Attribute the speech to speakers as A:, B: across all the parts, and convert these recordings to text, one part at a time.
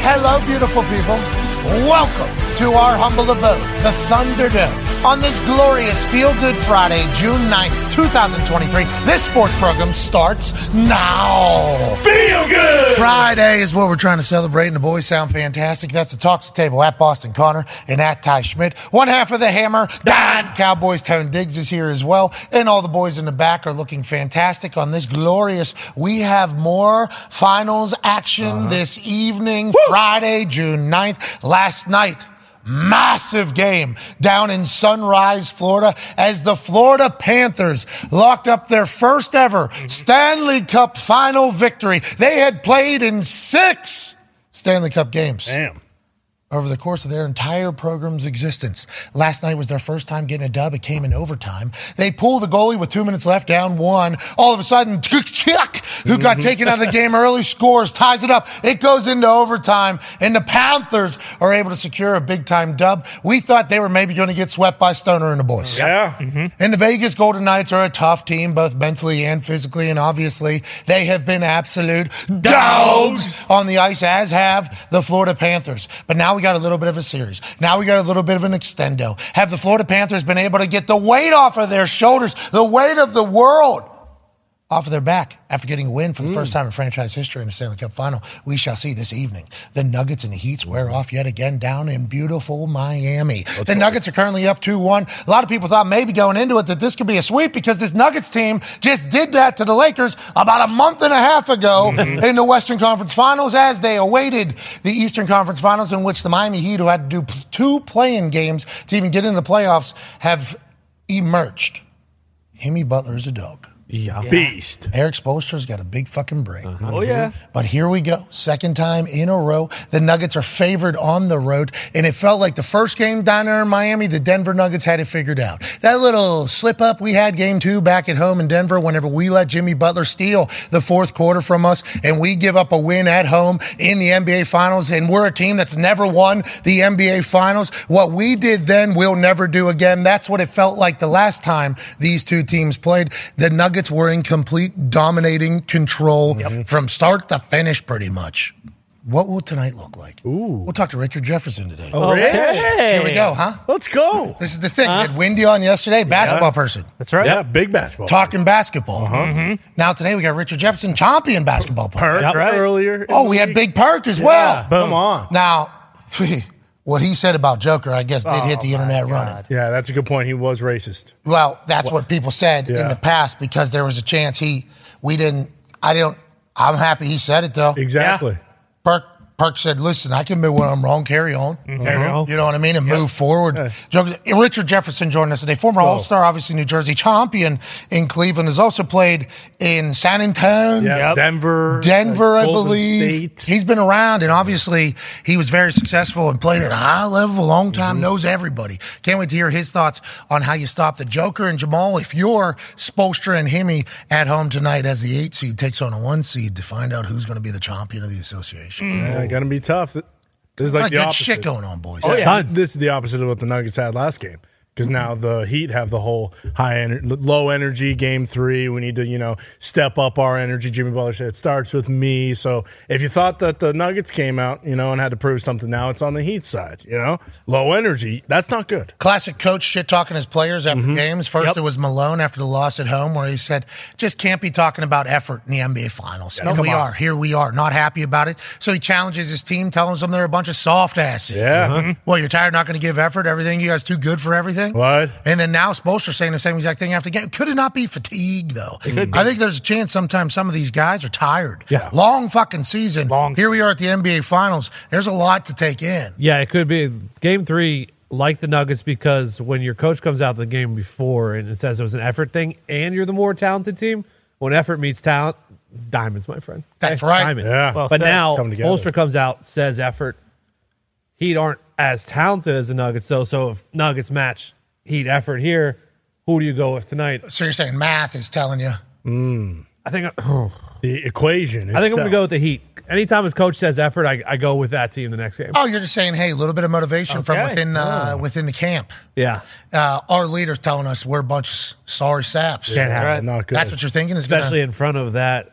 A: Hello, beautiful people. Welcome to our humble abode, the Thunder Dome. On this glorious Feel Good Friday, June 9th, 2023, this sports program starts now.
B: Feel good.
A: Friday is what we're trying to celebrate, and the boys sound fantastic. That's the Talks the Table at Boston Connor and at Ty Schmidt. One half of the hammer, Don Cowboys Tone Diggs is here as well, and all the boys in the back are looking fantastic on this glorious. We have more finals action this evening, Friday, June 9th. Last night, massive game down in Sunrise, Florida, as the Florida Panthers locked up their first ever Stanley Cup final victory. They had played in six Stanley Cup games
B: Damn.
A: over the course of their entire program's existence. Last night was their first time getting a dub. It came in overtime. They pull the goalie with two minutes left, down one. All of a sudden, Chuck, who got taken out of the game early, scores, ties it up. It goes into overtime, and the Panthers are able to secure a big time dub. We thought they were maybe going to get swept by Stoner and the boys.
B: Yeah.
A: And the Vegas Golden Knights are a tough team, both mentally and physically, and obviously they have been absolute dogs on the ice, as have the Florida Panthers. But now we got a little bit of a series. Now we got a little bit of an extendo. Have the Florida Panthers been able to get the weight off of their shoulders, the weight of the world? off of their back after getting a win for the first time in franchise history in the Stanley Cup final. We shall see this evening. The Nuggets and the Heats wear off yet again down in beautiful Miami. the Nuggets are currently up 2 1. A lot of people thought maybe going into it that this could be a sweep because this Nuggets team just did that to the Lakers about a month and a half ago in the Western Conference Finals as they awaited the Eastern Conference Finals, in which the Miami Heat, who had to do p- two play in games to even get into the playoffs, have emerged. Hemi Butler is a dog.
C: Yeah.
B: Beast.
A: Eric Spoelstra's got a big fucking break.
D: Oh yeah.
A: But here we go. Second time in a row. The Nuggets are favored on the road. And it felt like the first game down there in Miami, the Denver Nuggets had it figured out. That little slip up we had game two back at home in Denver whenever we let Jimmy Butler steal the fourth quarter from us and we give up a win at home in the NBA Finals. And we're a team that's never won the NBA Finals. What we did then, we'll never do again. That's what it felt like the last time these two teams played. The Nuggets were in complete dominating control from start to finish, pretty much. What will tonight look like? Ooh. We'll talk to Richard Jefferson today.
B: Rich.
A: Here we go, huh?
B: Let's go.
A: This is the thing. We had Wendy on yesterday, basketball person,
C: That's right.
B: Yeah, big basketball. Uh-huh. Mm-hmm.
A: talking basketball. Mm-hmm. Now today we got Richard Jefferson, champion basketball player.
B: Perk
C: Yep. Right.
B: earlier.
A: Oh, we had Big Perk as well.
B: Come on.
A: Now, what he said about Joker, I guess, did hit
B: Oh,
A: the internet running.
B: Yeah, that's a good point. He was racist.
A: Well, that's what, people said in
B: Yeah.
A: the past because there was a chance he, we didn't, I don't, I'm happy he said it though.
B: Exactly.
A: Perk, Perk said, listen, I can admit when I'm wrong, carry on.
B: Mm-hmm.
A: You know what I mean? And move forward. Joker, Richard Jefferson joined us today. Former All Star, obviously, New Jersey champion in Cleveland, has also played in San Antonio.
B: Yeah.
C: Yep.
B: Denver.
A: Denver, I
B: Golden
A: believe.
B: State.
A: He's been around, and obviously he was very successful and played at a high level a long time, knows everybody. Can't wait to hear his thoughts on how you stop the Joker and Jamal if you're Spolstra and Hemi at home tonight as the eight seed takes on a one seed to find out who's going to be the champion of the association.
B: Yeah, gonna be tough. This is like
A: Like
B: the
A: good
B: opposite.
A: shit going on, boys.
D: Oh, yeah.
B: Tons. This is the opposite of what the Nuggets had last game. Because now the Heat have the whole high ener- low energy game three. We need to you know step up our energy. Jimmy Butler said it starts with me. So if you thought that the Nuggets came out you know and had to prove something, now it's on the Heat side. You know, low energy. That's not good.
A: Classic coach shit talking his players after games. First,
B: Mm-hmm. Yep.
A: it was Malone after the loss at home, where he said, "Just can't be talking about effort in the NBA Finals." and
B: come
A: we
B: on.
A: are here. We are not happy about it. So he challenges his team, telling them they're a bunch of soft asses. Mm-hmm.
B: Yeah. Uh-huh.
A: Well, you're tired, not going to give effort. Everything you guys too good for everything.
B: What?
A: And then now Spoelstra saying the same exact thing after the game. Could it not be fatigue though? I think there's a chance sometimes some of these guys are tired.
C: Yeah.
A: Long fucking season.
C: Long.
A: Here we are at the NBA Finals. There's a lot to take in.
C: Yeah, it could be game three, like the Nuggets, because when your coach comes out the game before and it says it was an effort thing and you're the more talented team, when effort meets talent, diamonds, my friend. Eh,
A: That's right.
C: Diamond.
B: Yeah. Well
C: but
D: said.
C: now
B: Come together.
C: Ulster comes out, says effort. Heat aren't as talented as the Nuggets, though. So if Nuggets match Heat effort here, who do you go with tonight?
A: So you're saying math is telling you.
C: I think
B: Mm. The equation.
C: I think I'm going to go with the Heat. Anytime his coach says effort, I, I go with that team the next game.
A: Oh, you're just saying, hey, a little bit of motivation from
C: Okay.
A: within uh, within the camp.
C: Yeah.
A: Uh, our leaders telling us we're a bunch of sorry saps.
B: Can't
D: That's
B: happen.
D: right.
B: Not good.
A: That's what you're thinking, is
C: especially
A: Gonna,
C: in front of that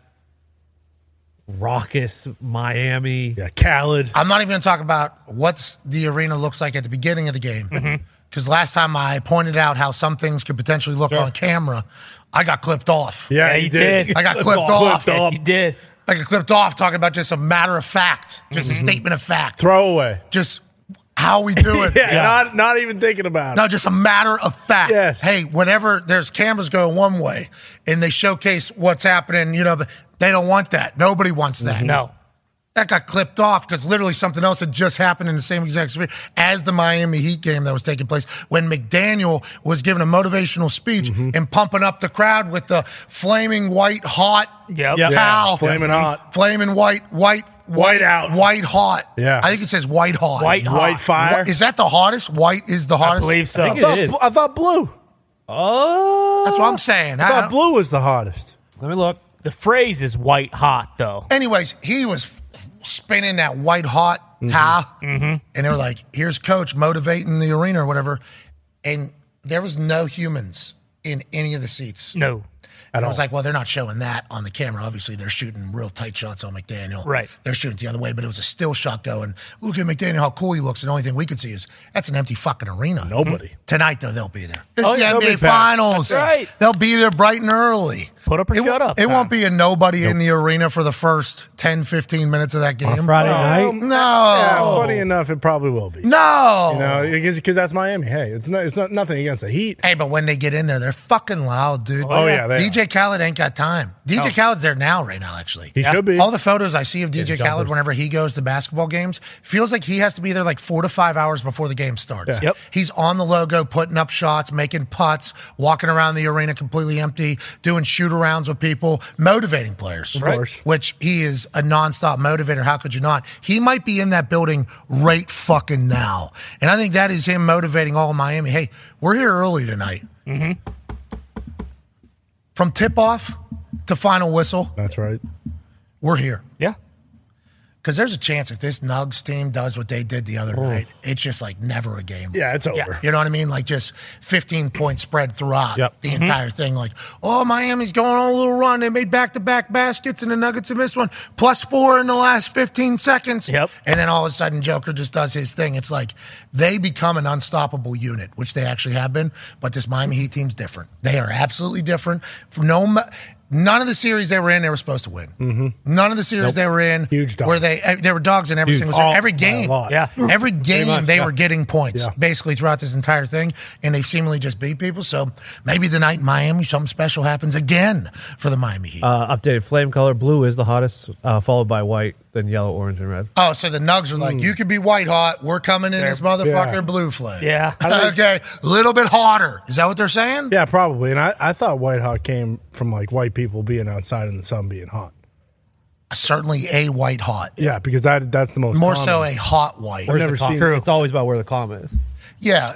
C: raucous Miami.
B: Yeah, Khaled.
A: I'm not even going to talk about what the arena looks like at the beginning of the game.
B: Mm-hmm.
A: Because last time I pointed out how some things could potentially look on camera, I got clipped off.
B: Yeah,
D: Yeah,
B: he,
D: he
B: did.
D: did.
A: I got clipped off.
B: Clipped
D: Yes,
B: off.
D: he did.
A: I got clipped off talking about just a matter of fact, just
B: Mm-hmm.
A: a statement of fact,
B: Throwaway.
A: just how we do it.
B: Yeah, Not, not even thinking about it.
A: No, just a matter of fact.
B: Yes.
A: Hey, whenever there's cameras going one way and they showcase what's happening, you know, but they don't want that. Nobody wants that.
D: No.
A: That got clipped off because literally something else had just happened in the same exact sphere as the Miami Heat game that was taking place when McDaniel was giving a motivational speech
B: Mm-hmm.
A: and pumping up the crowd with the flaming white hot
D: Yep.
B: Yeah,
A: towel.
B: flaming hot.
A: Flaming white, white,
B: White out.
A: White hot.
B: Yeah.
A: I think it says white hot.
D: White hot.
B: White fire.
A: Is that the hottest? White is the
D: I
A: hottest?
D: believe so.
C: think it is.
B: I thought blue.
C: Oh,
A: That's what I'm saying.
B: I
A: I-
B: thought blue was the hottest.
C: let me look.
D: The phrase is white hot, though.
A: anyways, he was spinning that white hot tie, and they were like, "Here's coach motivating the arena or whatever," and there was no humans in any of the seats.
D: No.
A: And I was like, well, they're not showing that on the camera. Obviously, they're shooting real tight shots on McDaniel.
D: Right.
A: They're shooting it the other way, but it was a still shot going, look at McDaniel, how cool he looks. And the only thing we could see is that's an empty fucking arena.
B: Nobody.
A: Tonight, though, they'll be there. This
B: Oh,
A: is
B: yeah,
A: the
B: they'll be
A: NBA
B: back.
A: Finals.
D: That's right.
A: They'll be there bright and early.
D: Put up or
A: it won't-
D: shut up
A: It won't
D: time.
A: be a nobody in the arena for the first 10, 15 minutes of that game.
D: Oh,
C: Friday night.
A: No.
B: Yeah, funny enough, it probably will be.
A: No.
B: No, because that's Miami. Hey, it's not, it's not nothing against the Heat.
A: Hey, but when they get in there, they're fucking loud, dude.
B: Oh, yeah, they
A: DJ Khaled ain't got time. DJ Khaled's there now, right now, actually.
B: He should be.
A: All the photos I see of DJ
B: jumpers.
A: Khaled whenever he goes to basketball games feels like he has to be there like four to five hours before the game starts.
B: Yeah.
D: Yep.
A: He's on the logo, putting up shots, making putts, walking around the arena completely empty, doing shoot arounds with people, motivating players. Of
B: course.
A: Which he is a nonstop motivator. How could you not? He might be in that building right fucking now. And I think that is him motivating all of Miami. Hey, we're here early tonight. Mm-hmm. From tip off to final whistle,
B: That's right.
A: we're here.
D: Yeah.
A: Because there's a chance if this Nugs team does what they did the other night, it's just like never a game.
B: Mm. Yeah, it's over.
A: You know what I mean? Like just 15 point spread throughout
B: Yep. Mm-hmm.
A: the entire thing. Like, oh, Miami's going on a little run. They made back to back baskets and the Nuggets have missed one, plus four in the last 15 seconds.
D: Yep.
A: And then all of a sudden, Joker just does his thing. It's like they become an unstoppable unit, which they actually have been. But this Miami Heat team's different. They are absolutely different. From no. ma- None of the series they were in, they were supposed to win.
E: Mm-hmm.
A: None of the series they were in,
B: Huge dogs.
A: where they eh, they were dogs in every
B: Huge.
A: single
B: All-
A: series. every
B: by a
A: game,
B: lot.
D: Yeah.
A: every game
C: much,
A: they
C: yeah.
A: were getting points
B: Yeah.
A: basically throughout this entire thing, and they seemingly just beat people. So maybe the night in Miami, something special happens again for the Miami Heat.
C: Uh, updated flame color. Blue is the hottest, uh, followed by white, then yellow, orange, and red.
A: oh, so the Nugs are like, you could be white hot. We're coming in this motherfucker
B: Hmm. yeah.
A: blue flame.
D: Yeah.
A: okay, a little bit hotter. Is that what they're saying?
B: Yeah, probably. And I, I thought White Hot came from like white people being outside in the sun being hot.
A: Certainly a white hot.
B: Yeah, because that that's the most
A: More
B: common.
A: so a hot white.
B: I've
C: Where's
B: never
C: the comma?
B: seen it.
C: It's always about where the comma is.
A: Yeah.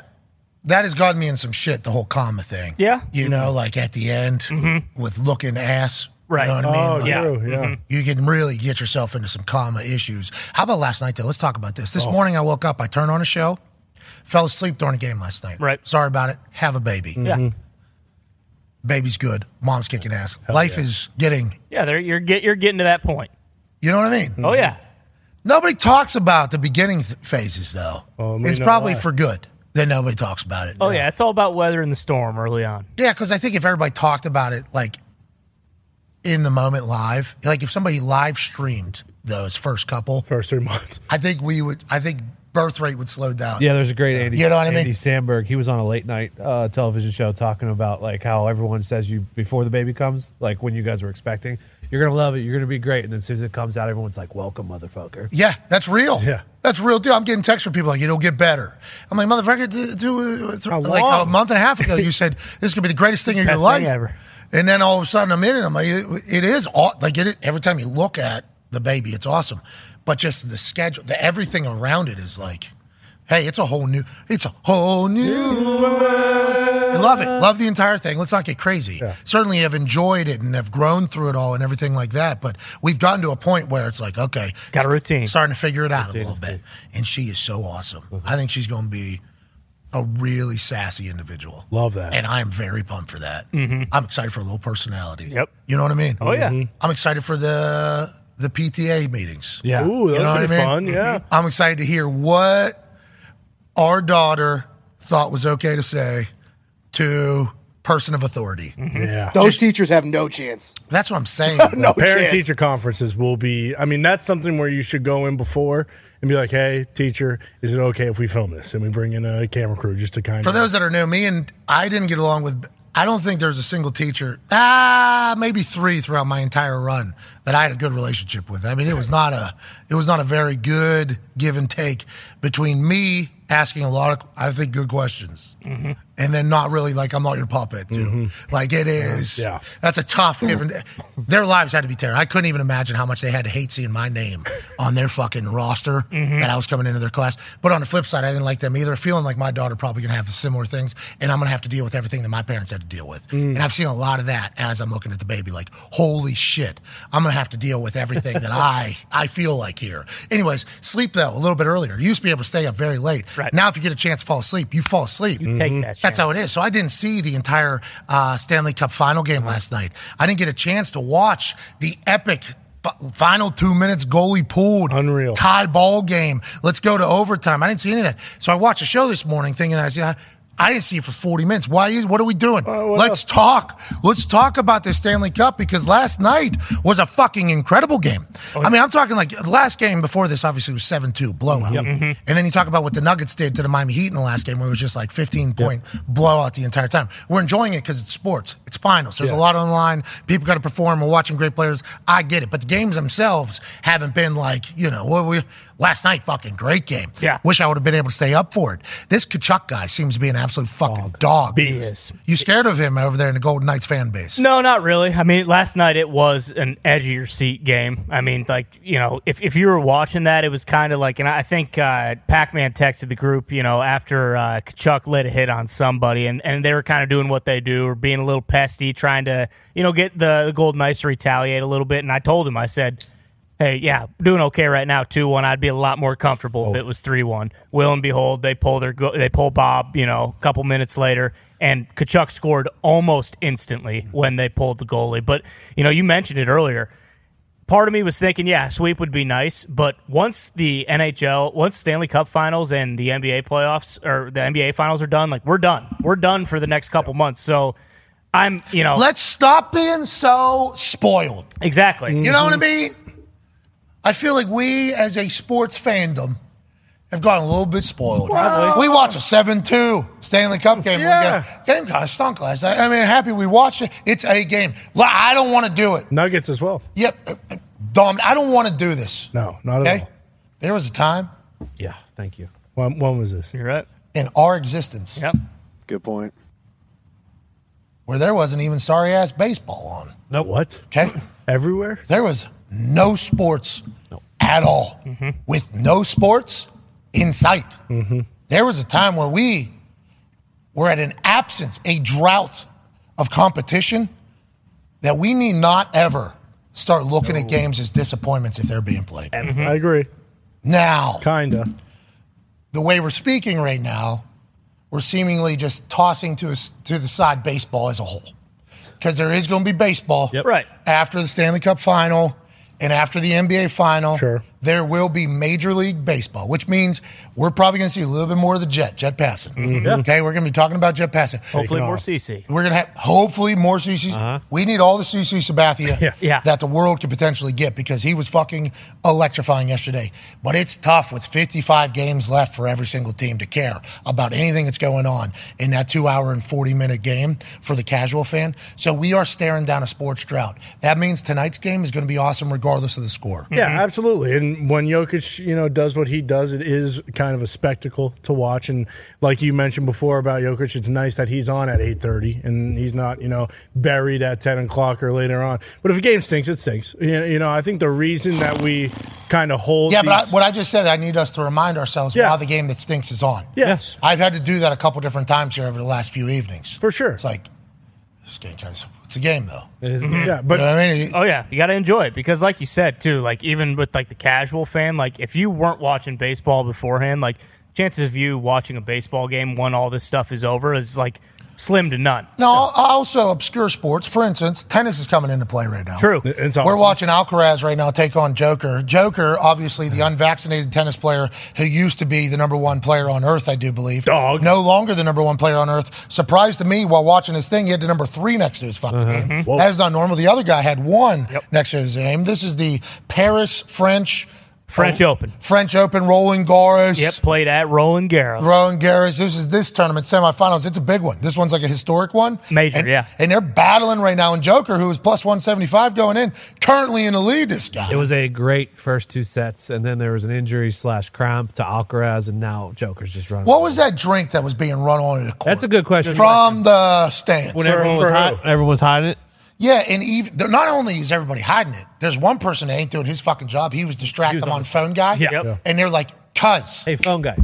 A: That has gotten me in some shit, the whole comma thing.
D: Yeah. Mm-hmm.
A: You know, like at the end with looking ass.
D: Right.
A: You know what I mean?
B: Oh,
A: Like,
D: Yeah. Mm-hmm.
B: true. Yeah.
A: you can really get yourself into some comma issues. How about last night, though? Let's talk about this. This
D: Oh.
A: morning, I woke up, I turned on a show, fell asleep during a game last night.
D: Right.
A: Sorry about it. Have a baby.
B: Mm-hmm.
D: Yeah.
A: Baby's good. Mom's kicking ass. Life is getting,
D: Yeah. There, you're get, you're getting to that point.
A: you know what I mean?
D: Oh yeah.
A: Nobody talks about the beginning th- phases, though.
B: Well, we
A: it's
B: know
A: probably
B: why.
A: for good that nobody talks about it.
D: Oh yeah. It's all about weather and the storm early on.
A: Yeah, because I think if everybody talked about it, like in the moment live, like if somebody live streamed those first couple,
B: First three months.
A: I think we would, I think birth rate would slow down.
C: Yeah, there's a great Andy.
A: Uh, You know what I mean?
C: Andy Sandberg. He was on a late night uh, television show talking about like how everyone says you before the baby comes, like when you guys were expecting, you're gonna love it, you're gonna be great, and then as soon as it comes out, everyone's like, "Welcome, motherfucker."
A: Yeah, that's real.
B: Yeah.
A: That's real deal. I'm getting texts from people like, it'll get better. I'm like, motherfucker, do, do, it's
B: How
A: like
B: long?
A: a month and a half ago, you said, this could be the greatest thing of your
D: Best
A: life.
D: thing ever.
A: And then all of a sudden I'm in it. I'm like, it, it is, aw- like it is, every time you look at the baby, it's awesome. But just the schedule, the everything around it is like, hey, it's a whole new, it's a whole new world. I love it. Love the entire thing. Let's not get crazy. Certainly have enjoyed it and have grown through it all and everything like that. But we've gotten to a point where it's like, okay,
D: Got a routine. Mm-hmm.
A: starting to figure it out a little bit. And she is so awesome. I think she's going to be a really sassy individual.
B: Love that.
A: And I'm very pumped for that. I'm excited for a little personality.
D: Mm-hmm. Yep.
A: You know what I mean? Mm-hmm.
D: Oh yeah.
A: I'm excited for the the PTA meetings.
C: Yeah.
B: Ooh, that's
A: You know what I
B: pretty
A: mean? Mm-hmm.
B: fun. Yeah.
A: I'm excited to hear what our daughter thought was okay to say to person of authority.
F: Mm-hmm.
B: Yeah.
E: Those teachers have no chance.
A: That's what I'm saying.
E: No
B: Parent
E: chance.
B: teacher conferences will be, I mean, that's something where you should go in before and be like, hey, teacher, is it okay if we film this? And we bring in a camera crew just to kind
A: For
B: of.
A: those that are new, me and I didn't get along with. I don't think there's a single teacher, ah, maybe three throughout my entire run that I had a good relationship with. I mean, it was not a, it was not a very good give and take between me asking a lot of, I think, good questions, and then not really like I'm not your puppet, dude.
G: Mm-hmm.
A: Mm. Like it is,
B: Yeah.
A: That's a tough give and their lives had to be terrible. I couldn't even imagine how much they had to hate seeing my name on their fucking roster that I was coming into their class. But on the flip side, I didn't like them either. Feeling like my daughter probably gonna have the similar things, and I'm gonna have to deal with everything that my parents had to deal with. And I've seen a lot of that as I'm looking at the baby. Like, holy shit, I'm gonna have to deal with everything that I I feel like here. Anyways, sleep though a little bit earlier. You used to be able to stay up very late.
D: Right.
A: Now, if you get a chance to fall asleep, you fall asleep.
D: Take that. Chance.
A: That's how it is. So I didn't see the entire uh, Stanley Cup final game last night. I didn't get a chance to watch the epic f- final two minutes goalie pulled
B: Unreal.
A: tie ball game. Let's go to overtime. I didn't see any of that. So I watched a show this morning thinking I see. I didn't see it for 40 minutes. Why is what are we doing?
B: what else?
A: Let's talk. Let's talk about this Stanley Cup because last night was a fucking incredible game. I mean, I'm talking like the last game before this obviously was 7-2 blowout. And then you talk about what the Nuggets did to the Miami Heat in the last game where it was just like 15 point blowout the entire time. We're enjoying it cuz it's sports. It's finals. There's a lot on the line. People got to perform. We're watching great players. I get it. But the games themselves haven't been like, you know, what we last night fucking great game.
D: Yeah.
A: Wish I would have been able to stay up for it. This Kachuk guy seems to be an absolute fucking dog.
D: Beast.
A: You scared of him over there in the Golden Knights fan base?
D: No, not really. I mean, last night it was an edge of your seat game. I mean, like you know, if if you were watching that, it was kind of like, and I think uh, Pac Man texted the group, you know, after uh, Kachuk let a hit on somebody, and and they were kind of doing what they do, or being a little pesty, trying to you know get the, the Golden Knights to retaliate a little bit. And I told him, I said. Hey, yeah, doing okay right now. Two one, I'd be a lot more comfortable if it was three one. Will and behold, they pull their go- they pull Bob. You know, a couple minutes later, and Kachuk scored almost instantly when they pulled the goalie. But you know, you mentioned it earlier. Part of me was thinking, yeah, sweep would be nice, but once the NHL, once Stanley Cup Finals and the NBA playoffs or the NBA Finals are done, like we're done, we're done for the next couple months. So I'm, you know,
A: Let's stop being so spoiled.
D: exactly.
A: You know what I mean? I feel like we, as a sports fandom, have gotten a little bit spoiled.
D: Probably.
A: We watched a 7 2 Stanley Cup game.
B: Yeah.
A: Game kind of stunk last night. I mean, happy we watched it. It's a game. Li- I don't want to do it.
B: Nuggets as well.
A: Yep. uh, uh, Dom, I don't want to do this.
B: No, not at
A: Okay?
B: all.
A: There was a time
C: Yeah. Thank you.
B: When, when was this?
D: You're right.
A: in our existence
D: Yep.
E: Good point.
A: where there wasn't even sorry ass baseball on.
B: No. What?
A: Okay?
B: Everywhere?
A: There was no sports at all, with no sports in sight. There was a time where we were at an absence, a drought of competition that we need not ever start looking at games as disappointments if they're being played.
B: I agree.
A: Now,
B: Kinda.
A: the way we're speaking right now, we're seemingly just tossing to, us- to the side baseball as a whole. Because there is going to be baseball
C: Yep.
D: Right.
A: after the Stanley Cup final and after the NBA final,
B: Sure.
A: there will be Major League Baseball, which means we're probably going to see a little bit more of the jet, jet passing.
B: Mm-hmm.
A: Okay, we're going to be talking about jet passing.
D: Hopefully
B: off.
D: more CC.
A: We're going to have hopefully more CCs. We need all the CC Sabathia
B: Yeah.
D: Yeah.
A: that the world could potentially get because he was fucking electrifying yesterday. But it's tough with 55 games left for every single team to care about anything that's going on in that two hour and 40 minute game for the casual fan. So we are staring down a sports drought. That means tonight's game is going to be awesome regardless of the score.
B: Yeah, absolutely. And when Jokic, you know, does what he does, it is kind of a spectacle to watch. And like you mentioned before about Jokic, it's nice that he's on at eight thirty and he's not, you know, buried at ten o'clock or later on. But if a game stinks, it stinks. You you know, I think the reason that we kind of hold,
A: Yeah, but I,
B: these-
A: what I just said, I need us to remind ourselves
B: Yeah.
A: while the game that stinks is on.
B: yes,
A: I've had to do that a couple different times here over the last few evenings.
B: For sure.
A: It's like, this game kind of, it's a game though.
C: It is.
B: yeah,
A: You
B: but
A: know what I mean?
D: Mm-hmm. Oh yeah, you got to enjoy it because, like you said too, like even with like the casual fan, like if you weren't watching baseball beforehand, like chances of you watching a baseball game when all this stuff is over is like slim to none.
A: Now, also obscure sports. For instance, tennis is coming into play right now.
D: True.
B: It's awesome.
A: We're watching Alcaraz right now take on Joker. Joker, obviously the unvaccinated tennis player who used to be the number one player on earth, I do believe.
B: Dog.
A: No longer the number one player on earth. Surprised to me while watching his thing, he had the number three next to his fucking name.
B: Uh-huh. Whoa.
A: That is not normal. The other guy had one next to his name. This is the Paris French Oh,
D: French Open.
A: French Open Roland Garros.
D: Yep, played at Roland Garros.
A: Roland Garros. This is this tournament semifinals. It's a big one. This one's like a historic one.
D: Major,
A: And-
D: yeah.
A: And they're battling right now. And Joker, who was plus 175 going in, currently in the lead, this guy.
C: It was a great first two sets, and then there was an injury slash cramp to Alcaraz, and now Joker's just running.
A: What was that drink that was being run on in the court?
C: That's a good question.
A: From the stands.
C: when everyone
B: For
C: was
B: who?
C: hot, everyone was hiding it.
A: Yeah, and even they're- not only is everybody hiding it, there's one person that ain't doing his fucking job. He was distracted.
C: was
A: I'm
C: on
A: on
C: the-
A: phone guy.
D: Yeah. Yep.
A: And they're like, cuz
C: Hey, phone guy,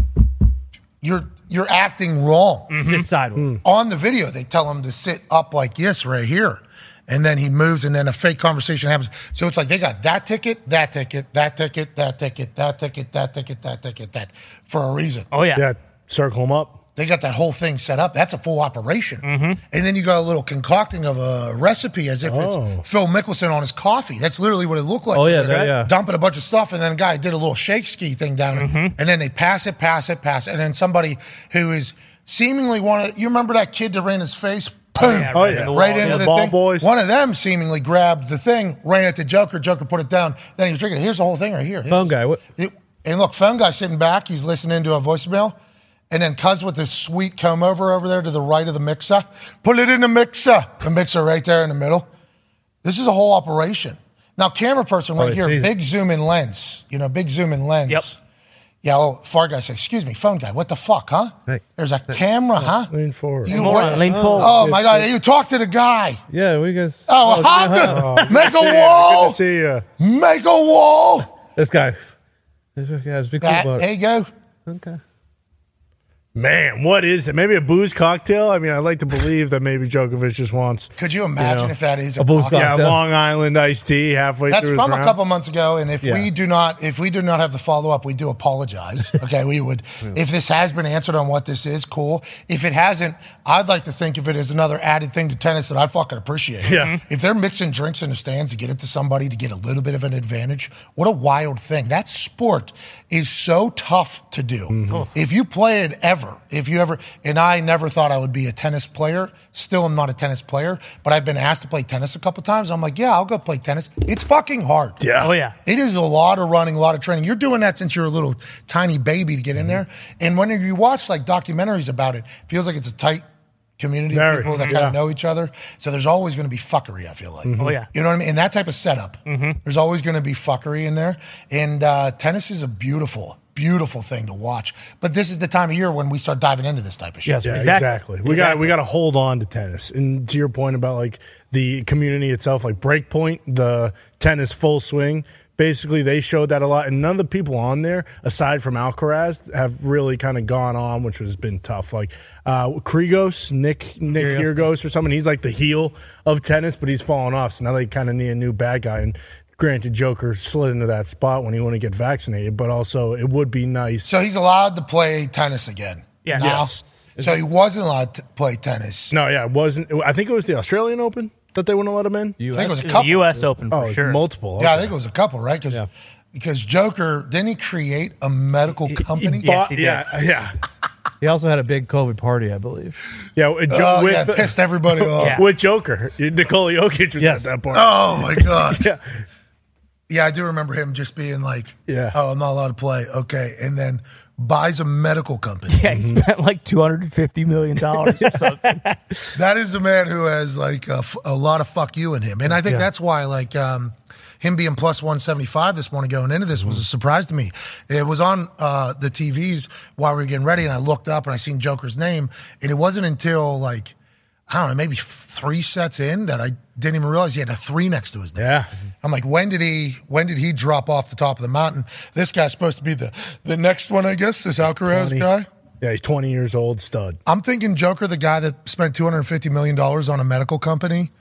A: you're you're acting wrong.
C: sit sideways.
B: Hmm.
A: on the video, they tell him to sit up like this right here. And then he moves, and then a fake conversation happens. So it's like they got that ticket, that ticket, that ticket, that ticket, that ticket, that ticket, that ticket, that for a reason.
D: Oh yeah.
B: Yeah, circle them up.
A: They got that whole thing set up. That's a full operation. And then you got a little concocting of a recipe as if
B: Oh.
A: it's Phil Mickelson on his coffee. That's literally what it looked like.
C: Oh, yeah,
A: They're
C: that- yeah.
A: Dumping a bunch of stuff, and then a guy did a little shake ski thing down it. And then they pass it, pass it, pass it. And then somebody who is seemingly one of you remember that kid that ran his face? Boom.
D: Yeah,
B: Oh,
D: right
B: yeah.
D: in the
A: Right
D: wall,
A: into
D: yeah.
A: the
B: ball
A: thing.
B: boys.
A: One of them seemingly grabbed the thing, ran at the Joker. Joker put it down. Then he was drinking. it. Here's the whole thing right here.
C: Phone guy, what-
A: It- and look, phone guy sitting back. He's listening to a voicemail. And then Cuz with this sweet comb over over there to the right of the mixer. Put it in the mixer. The mixer right there in the middle. This is a whole operation. Now, camera person right
C: Oh,
A: here,
C: geez.
A: big zoom in lens. You know, big zoom in lens.
D: Yep.
A: Yeah, oh, far guy says, excuse me, phone guy, what the fuck, huh?
C: Hey.
A: There's a camera, huh?
B: Lean forward.
A: You
D: Moron,
A: what-
D: lean forward.
A: Oh my god, you talk to the guy.
C: Yeah, we guys.
A: Oh,
C: it's been hot.
A: Honda! Make
B: Yeah,
A: a
B: good
A: wall!
B: to see you.
A: Make a wall!
C: This guy. This guy, just be cool
A: That,
C: about
A: there
C: it.
A: you go.
C: Okay.
B: Man, what is it? Maybe a booze cocktail? I mean, I'd like to believe that maybe Djokovic just wants
A: Could you imagine
B: You know,
A: if that is a,
C: a bull
A: pocket?
C: Yeah.
B: yeah, Long Island iced tea halfway
A: That's
B: through
A: from
B: his
A: a
B: round.
A: couple months ago, and if we
C: Yeah.
A: do not, if we do not have the follow up, we do apologize. Okay, we would. If this has been answered on what this is, cool. If it hasn't, I'd like to think of it as another added thing to tennis that I fucking appreciate.
B: Yeah.
A: If they're mixing drinks in the stands to get it to somebody to get a little bit of an advantage, what a wild thing! That sport is so tough to do.
B: Mm-hmm.
A: If you play it ever, if you ever, and I never thought I would be a tennis player. Still, I'm not a tennis player, but I've been asked to play tennis a couple times. I'm like, yeah, I'll go play tennis. It's fucking hard.
B: Yeah.
D: Oh yeah.
A: It is a lot of running, a lot of training. You're doing that since you're a little tiny baby to get
B: Mm-hmm.
A: in there. And when you watch like documentaries about it, it feels like it's a tight community of
B: Very, Mm-hmm.
A: people that kind
B: yeah. Mm-hmm.
A: of know each other. So there's always going to be fuckery, I feel like.
D: Oh, yeah.
A: You know what I mean? And that type of setup, there's always going to be fuckery in there. And uh, tennis is a beautiful, beautiful thing to watch. But this is the time of year when we start diving into this type of shit.
B: Yeah,
D: Exactly.
B: exactly. We got we got to hold on to tennis. And to your point about like the community itself, like Breakpoint, the tennis full swing. Basically, they showed that a lot, and none of the people on there, aside from Alcaraz, have really kind of gone on, which has been tough. Like uh, Krigos, Nick Nick Kyrgios, or something. He's like the heel of tennis, but he's fallen off. So now they kind of need a new bad guy. And granted, Joker slid into that spot when he wanted to get vaccinated, but also it would be nice.
A: So he's allowed to play tennis again.
D: Yeah.
A: Now.
D: Yes.
A: So he wasn't allowed to play tennis.
B: No, yeah, it wasn't. I think it was the Australian Open that they wouldn't let him in.
A: I think it was a
D: The
A: couple.
D: U.S. Open for
B: oh,
D: sure.
B: multiple.
A: Yeah, I
B: Okay.
A: think it was a couple, right? Because because Joker didn't he create a medical company?
D: Yes,
B: Bought-
D: he did.
B: yeah, yeah,
C: He also had a big COVID party, I believe.
B: yeah. with Jo-
A: oh
B: with,
A: yeah, pissed everybody off.
D: Yeah.
B: with Joker, Nikola Jokic was
C: Yes.
B: at that part.
A: Oh my god.
B: Yeah.
A: Yeah, I do remember him just being like,
B: Yeah.
A: oh, I'm not allowed to play." Okay, and then buys a medical company.
D: Yeah, he spent like two hundred and fifty million dollars or something.
A: that is a man who has like a, f- a lot of fuck you in him, and I think that's why like um, him being plus one seventy five this morning going into this was a surprise to me. It was on uh, the TVs while we were getting ready, and I looked up and I seen Joker's name, and it wasn't until like I don't know maybe f- three sets in that I didn't even realize he had a three next to his name.
B: Yeah.
A: I'm like, when did he? When did he drop off the top of the mountain? This guy's supposed to be the the next one, I guess. This Alcaraz guy.
B: Yeah, he's 20 years old, stud.
A: I'm thinking Joker, the guy that spent 250 million dollars on a medical company,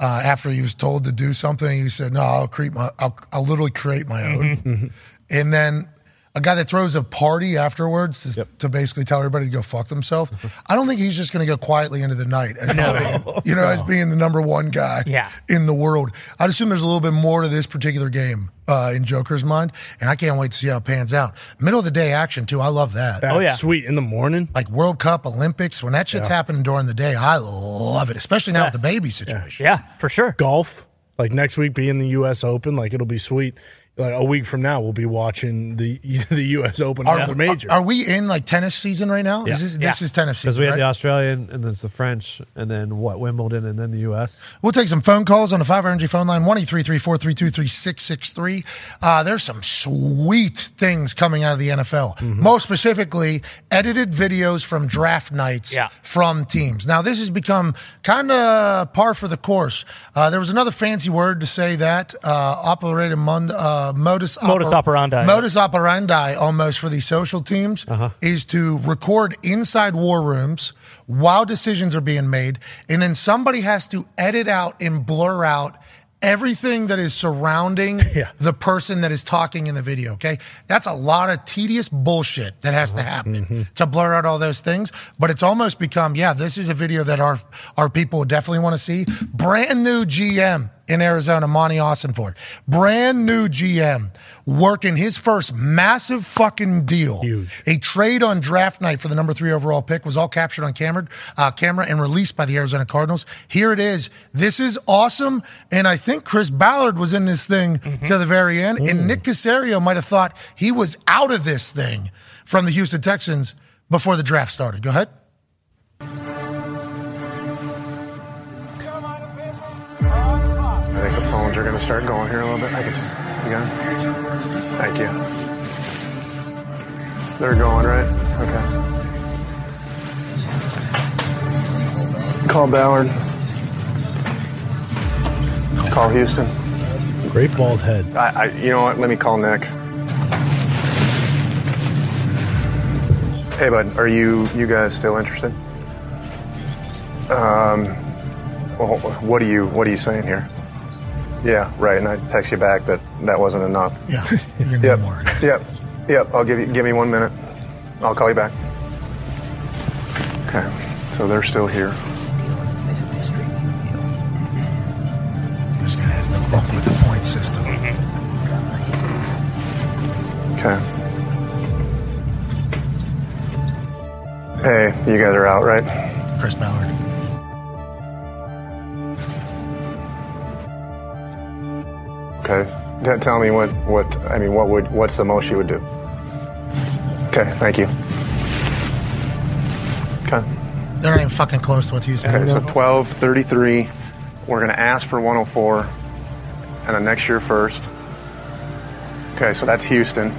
A: uh, after he was told
B: Mm-hmm.
A: to do something, he said, "No, I'll create my, I'll, I'll literally create my own." And then a guy that throws a party afterwards to,
B: Yep.
A: to basically tell everybody to go fuck themselves. I don't think he's just going to go quietly into the night as being, you know, as being the number one guy
D: Yeah.
A: in the world. I'd assume there's a little bit more to this particular game uh, in Joker's mind, and I can't wait to see how it pans out. Middle of the day action too. I love that.
B: That's
D: yeah.
B: sweet in the morning.
A: Like World Cup, Olympics, when that shit's happening during the day, I love it, especially now with the baby situation.
D: Yeah, for sure.
B: golf. Like next week, be in the U.S. Open. Like it'll be sweet. Like a week from now, we'll be watching the the U.S. Open
A: Are,
B: or the major.
A: are we in like tennis season right now? Is this, this
D: Yeah.
A: is tennis
C: Because
A: season.
C: we had
A: right?
C: the Australian and then it's the French and then what Wimbledon and then the U.S.
A: We'll take some phone calls on the 5 Energy phone line, 1 432 3663. Uh, There's some sweet things coming out of the NFL.
D: Mm-hmm.
A: Most specifically, edited videos from draft nights
D: Yeah.
A: from teams. Now, this has become kind of par for the course. Uh, there was another fancy word to say that uh, operated mund, uh, modus,
D: Modus operandi.
A: Modus operandi almost for these social teams is to record inside war rooms while decisions are being made, and then somebody has to edit out and blur out everything that is surrounding
B: Yeah.
A: the person that is talking in the video. Okay, that's a lot of tedious bullshit that has to happen to blur out all those things. But it's almost become yeah, this is a video that our our people would definitely want to see. Brand new GM in Arizona, Monty Austin Ford, brand new GM, working his first massive fucking deal.
B: Huge.
A: A trade on draft night for the number three overall pick was all captured on camera, uh, camera and released by the Arizona Cardinals. Here it is. This is awesome. And I think Chris Ballard was in this thing to the very end. And Nick Casario might have thought he was out of this thing from the Houston Texans before the draft started. Go ahead.
H: I think the phones are going to start going here in a little bit. I can just, you got it? Thank you. They're going, right? Okay. Call Ballard. Call Houston.
B: Great bald head.
H: I, I, you know what? Let me call Nick. Hey, bud, are you you guys still interested? Um, well, what are you what are you saying here? Yeah, right. And I text you back that that wasn't enough.
A: Yeah. You're gonna
H: Yep.
A: need more.
H: Yep. Yep. I'll give you give me one minute. I'll call you back. Okay. So they're still here.
A: This guy has the book with the point system.
B: Mm-hmm.
H: Okay. Hey, you guys are out, right?
A: Chris Ballard.
H: Okay. T- Tell me what, what, I mean, what would, what's the most you would do? Okay, thank you. Okay.
A: They're not even fucking close to what Houston
H: Okay,
A: did.
H: so 12, 33, we're gonna ask for 104 and a next year first. Okay, so that's Houston.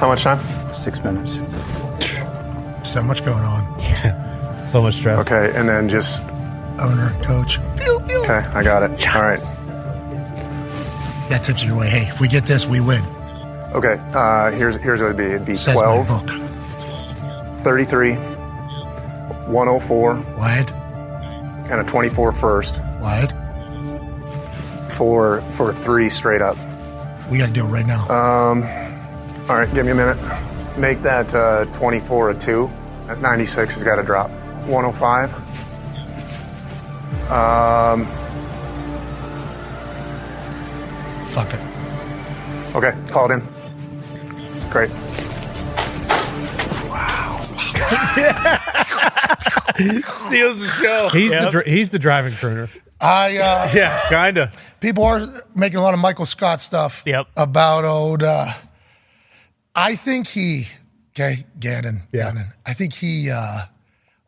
H: How much time?
I: Six minutes.
A: So much going on.
C: So much stress.
H: Okay, and then just,
A: Owner, coach. Pew, pew.
H: okay, I got it. All right.
A: That tips you away. Hey, if we get this, we win.
H: Okay, uh, here's, here's what it'd be. It'd be
A: Says
H: 12,
A: my book.
H: 33, 104,
A: Wyatt,
H: and a 24 first.
A: Wyatt,
H: for for three straight up.
A: we gotta do it right now.
H: Um, All right, give me a minute. Make that uh, 24 a two. That 96 has got to drop. 105. Um.
A: Fuck it.
H: Okay, called in. Great.
B: Steals the show.
C: He's the dri- he's the driving crooner.
A: I uh,
B: yeah, kinda.
A: people are making a lot of Michael Scott stuff
D: Yep.
A: about old. Uh, I think he okay Gannon.
B: Yeah.
A: Gannon. I think he. Uh,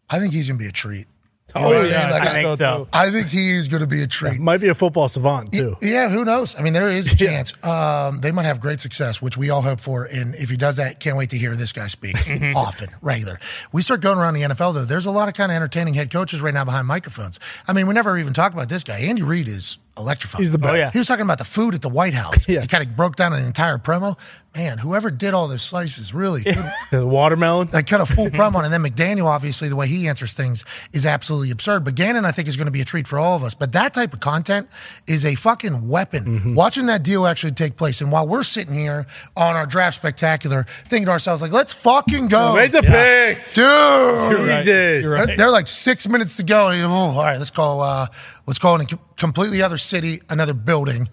A: I think he's gonna be a treat.
B: Oh, yeah,
A: Like,
D: I think so.
A: I think he's gonna be a treat.
B: Might be a football savant too.
A: Yeah, who knows? I mean, there is a chance. Um, they might have great success, which we all hope for. And if he does that, can't wait to hear this guy speak
B: Mm-hmm.
A: often, regular. We start going around the NFL, though. There's a lot of kind of entertaining head coaches right now behind microphones. I mean, we never even talk about this guy. Andy Reid is electrifying.
B: He's the best.
D: yeah.
A: He was talking about the food at the White House.
B: Yeah.
A: He kind of broke down an entire promo. man, whoever did all those slices really could,
B: The watermelon.
A: like cut a full promo. on it. And then McDaniel, obviously, the way he answers things is absolutely absurd. But Gannon, I think, is going to be a treat for all of us. But that type of content is a fucking weapon.
B: Mm-hmm.
A: Watching that deal actually take place. And while we're sitting here on our draft spectacular, thinking to ourselves, like, let's fucking go.
B: Made the
C: Yeah.
B: pick.
A: Dude.
B: Jesus.
A: They're- They're like six minutes to go. And, oh, all right, let's call. Uh, let's call in a com- completely other city, another building,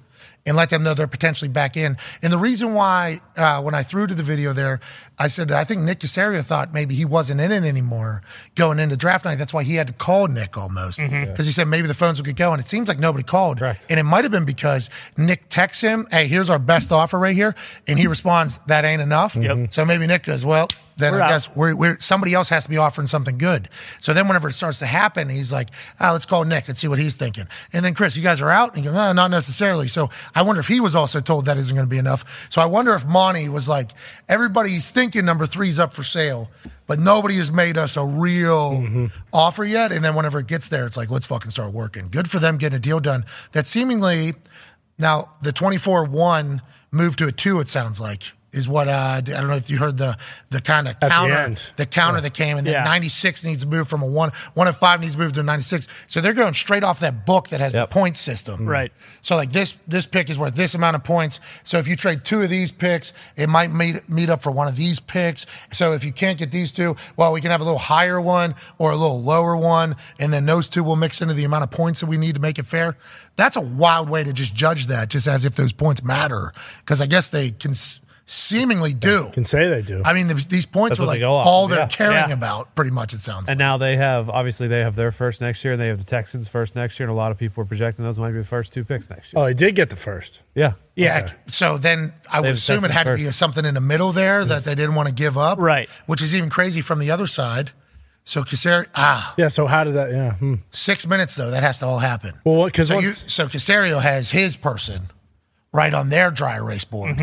A: and let them know they're potentially back in. And the reason why, uh, when I threw to the video there, I said I think Nick Casario thought maybe he wasn't in it anymore going into draft night. That's why he had to call Nick almost because
D: Mm-hmm.
A: he said maybe the phones will get going. It seems like nobody called,
B: Correct.
A: and it might have been because Nick texts him, "Hey, here's our best offer right here," and he responds, "That ain't enough."
D: Yep.
A: So maybe Nick goes, "Well." Then
D: We're
A: I
D: out.
A: guess we're, we're, somebody else has to be offering something good. So then, whenever it starts to happen, he's like, ah, let's call Nick and see what he's thinking. And then, Chris, you guys are out? And he goes, no, not necessarily. So I wonder if he was also told that isn't going to be enough. So I wonder if Monty was like, everybody's thinking number three's up for sale, but nobody has made us a real offer yet. And then, whenever it gets there, it's like, let's fucking start working. Good for them getting a deal done that seemingly now the 24 1 moved to a 2, it sounds like. Is what uh, I don't know if you heard the the kind of
B: the
A: counter,
B: end.
A: the counter that came, and then
D: Yeah.
A: 96 needs to move from a one, one and five needs to move to a 96. So they're going straight off that book that has
C: Yep.
A: the point
B: Mm-hmm.
A: system,
D: Right.
A: So like this, this pick is worth this amount of points. So if you trade two of these picks, it might meet meet up for one of these picks. So if you can't get these two, well, we can have a little higher one or a little lower one, and then those two will mix into the amount of points that we need to make it fair. That's a wild way to just judge that, just as if those points matter, because I guess they can s- seemingly do.
B: Can say they do.
A: I mean, the, these points
C: That's
A: were
C: what
A: like
C: they go off
A: all
C: of,
A: they're
C: yeah.
A: caring
D: Yeah.
A: about, pretty much. It sounds.
C: And now they have obviously they have their first next year, and they have the Texans first next year, and a lot of people are projecting those might be the first two picks next year.
B: oh, he did get the first.
C: yeah,
A: yeah. So then I would
C: They've
A: assume it
C: tested
A: had to be
C: first.
A: something in the middle there that they didn't want to give up,
D: Right.
A: Which is even crazy from the other side. So Casario, ah,
B: Yeah. So how did that? Yeah. Hmm.
A: six minutes though. That has to all happen.
B: Well, because
A: so, you,
B: once
A: so Casario has his person right on their dry erase board,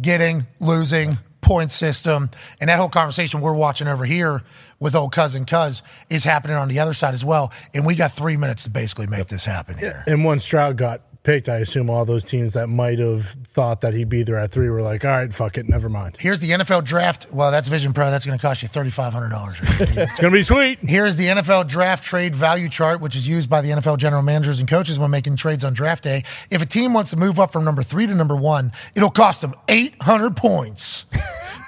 A: getting, losing, point system, and that whole conversation we're watching over here with old cousin Cuz is happening on the other side as well. And we got three minutes to basically make this happen here.
B: and once Stroud got picked, I assume all those teams that might have thought that he'd be there at three were like, all right, fuck it, never mind.
A: Here's the NFL draft. Well, that's Vision Pro. That's going to cost you $3,500.
B: It's gonna be sweet.
A: Here is the NFL draft trade value chart, which is used by the NFL general managers and coaches when making trades on draft day. If a team wants to move up from number three to number one, it'll cost them 800 points.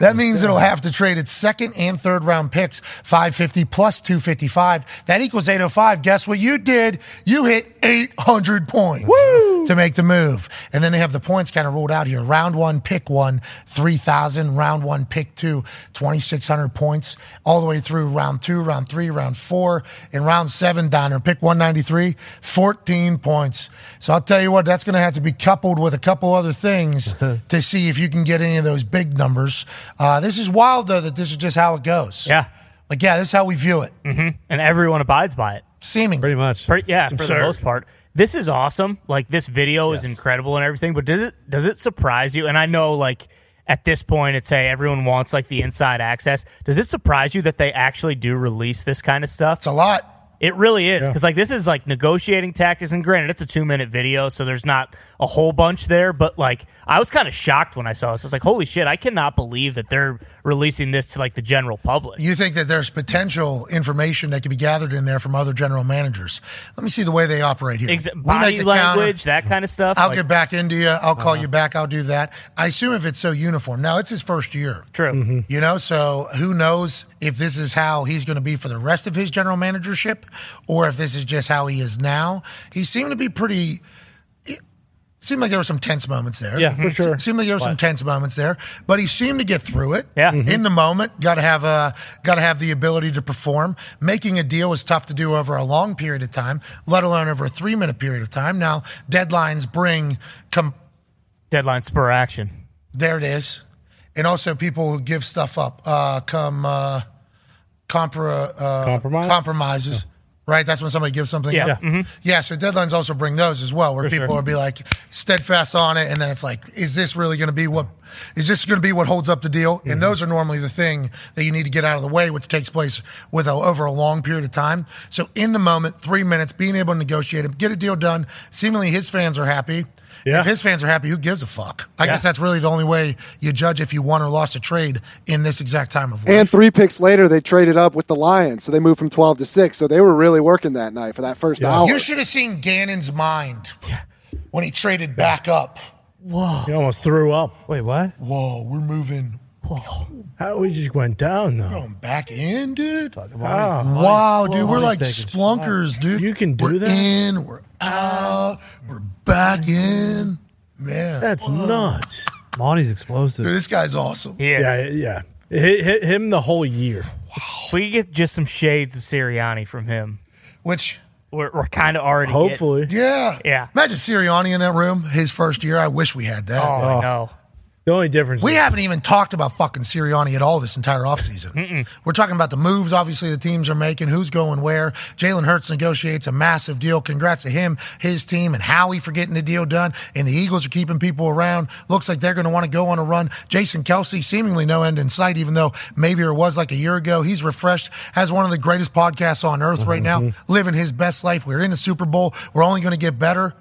A: That means it'll have to trade its second and third round picks, 550 plus 255. That equals 805. Guess what you did? You hit 800 points to make the move. And then they have the points kind of ruled out here. Round one, pick one, 3,000. Round one, pick two, 2,600 points. All the way through round two, round three, round four, and round seven, Donner, pick 193, 14 points. So I'll tell you what, that's going to have to be coupled with a couple other things to see if you can get any of those big numbers. Uh, this is wild, though, that this is just how it goes.
D: Yeah.
A: Like, yeah, this is how we view it.
D: Mm-hmm. And everyone abides by it.
A: Seemingly.
C: pretty much.
D: Pretty, yeah, for the most part. This is awesome. Like this video is incredible and everything, but does it does it surprise you? And I know like at this point it's hey, everyone wants like the inside access. Does it surprise you that they actually do release this kind of stuff?
A: It's a lot.
D: It really is because like this is like negotiating tactics, and granted, it's a two minute video, so there's not a whole bunch there. But like, I was kind of shocked when I saw this. I was like, "Holy shit! I cannot believe that they're releasing this to like the general public."
A: You think that there's potential information that could be gathered in there from other general managers. Let me see the way they operate here.
D: Ex-
A: We make
D: body
A: the counter.
D: language, that kind of stuff.
A: I'll
D: like, Uh-huh.
A: get back into you. I'll call you back. I'll do that. I assume if it's so uniform. Now, it's his first year.
D: true.
C: Mm-hmm.
A: You know, so who knows if this is how he's going to be for the rest of his general managership or if this is just how he is now. He seemed to be pretty. it Seemed like there were some tense moments there.
C: Yeah,
D: Mm-hmm.
C: for sure.
A: Se- Seemed like there were some tense moments there, but he seemed to get through it.
D: Yeah. Mhm.
A: in the moment, got to have a got to have the ability to perform. Making a deal is tough to do over a long period of time, let alone over a three minute period of time. Now, deadlines bring com-
D: Deadline spur action.
A: there it is. And also people who give stuff up uh, come uh, compra, uh,
B: Compromise? Mm-hmm.
A: compromises. Right, that's when somebody gives something
D: Yeah.
A: up. Yeah. so deadlines also bring those as well, where people will be like steadfast on it, and then it's like, is this really going to be what? Is this going to be what holds up the deal?
B: Mm-hmm.
A: And those are normally the thing that you need to get out of the way, which takes place with a, over a long period of time. So in the moment, three minutes, being able to negotiate it, get a deal done. Seemingly, his fans are happy.
B: Yeah.
A: If his fans are happy, who gives a fuck? I guess that's really the only way you judge if you won or lost a trade in this exact time of life.
E: And three picks later, they traded up with the Lions, so they moved from twelve to six. So they were really working that night for that first hour.
A: you should have seen Gannon's mind when he traded back up.
B: He almost threw up.
C: Wait, what?
A: Whoa, we're moving.
B: How we just went down though.
A: Going back in, dude.
B: Wow.
A: Wow, dude,
C: Whoa,
A: we're
C: money's
A: like
C: taken.
A: splunkers, dude.
B: You can do
A: we're
B: that?
A: In, we're out, we're back in. Man,
B: That's nuts.
C: Monty's explosive.
A: dude, this guy's awesome.
D: Yeah.
B: Yeah, yeah. Hit, hit him the whole year.
D: If we get just some shades of Sirianni from him,
A: Which,
D: we're, we're kind of already. getting-
B: Hopefully.
A: yeah,
D: Yeah.
A: Imagine Sirianni in that room his first year. I wish we had that.
D: Oh, I know.
B: The only difference
A: We
B: is
A: haven't even talked about fucking Sirianni at all this entire offseason. We're talking about the moves, obviously, the teams are making, who's going where. Jalen Hurts negotiates a massive deal. Congrats to him, his team, and Howie for getting the deal done. And the Eagles are keeping people around. Looks like they're going to want to go on a run. Jason Kelsey, seemingly no end in sight, even though maybe it was like a year ago. He's refreshed, has one of the greatest podcasts on earth right now,
B: Mm-hmm.
A: living his best life. We're in the Super Bowl. We're only going to get better.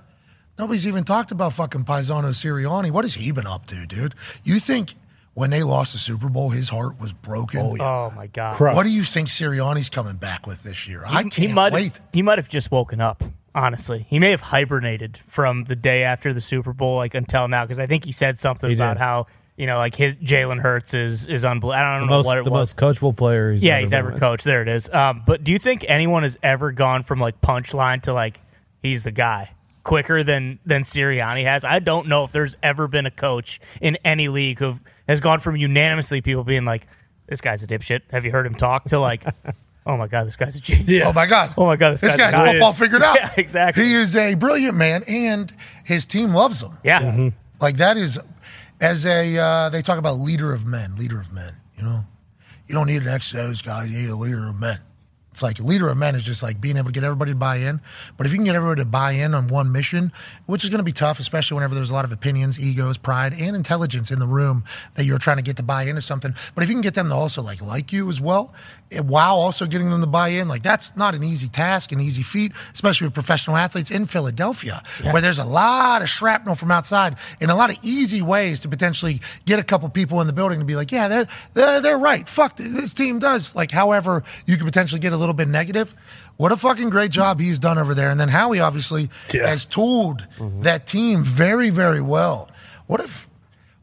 A: Nobody's even talked about fucking Paisano Sirianni. What has he been up to, dude? You think when they lost the Super Bowl, his heart was broken?
D: Oh my god.
B: Crud.
A: What do you think Sirianni's coming back with this year? I can't
D: he might
A: wait.
D: he might have just woken up. Honestly, he may have hibernated from the day after the Super Bowl, like until now, because I think he said something about
C: did.
D: how you know, like his Jalen Hurts is is unbelievable. I don't
C: the
D: know
C: most,
D: what it
C: the
D: was.
C: most coachable player he's
D: yeah,
C: ever
D: he's
C: been
D: ever
C: with.
D: coached. There it is. Um, but do you think anyone has ever gone from like punchline to like he's the guy quicker than than Sirianni has? I don't know if there's ever been a coach in any league who has gone from unanimously people being like, "This guy's a dipshit." Have you heard him talk? To like, "Oh my god, this guy's a genius."
A: Oh my god!
D: Oh my God, this
A: This
D: guy's
A: guy's
D: nuts.
A: football figured out.
D: Yeah, exactly.
A: He is a brilliant man, and his team loves him.
D: Yeah.
A: Like that is, as a uh, they talk about leader of men, leader of men. You know, you don't need an ex those guys. You need a leader of men. It's like a leader of men is just like being able to get everybody to buy in. But if you can get everybody to buy in on one mission, which is going to be tough, especially whenever there's a lot of opinions, egos, pride, and intelligence in the room that you're trying to get to buy into something. But if you can get them to also like like you as well, eh, while also getting them to buy in, like that's not an easy task, an easy feat, especially with professional athletes in Philadelphia, where there's a lot of shrapnel from outside and a lot of easy ways to potentially get a couple people in the building to be like, yeah, they're they're, they're right. Fuck, th- this team does. Like, however, you could potentially get a little bit negative. What a fucking great job he's done over there. And then Howie obviously
B: Yeah.
A: has tooled
B: Mm-hmm.
A: that team very, very well. What if,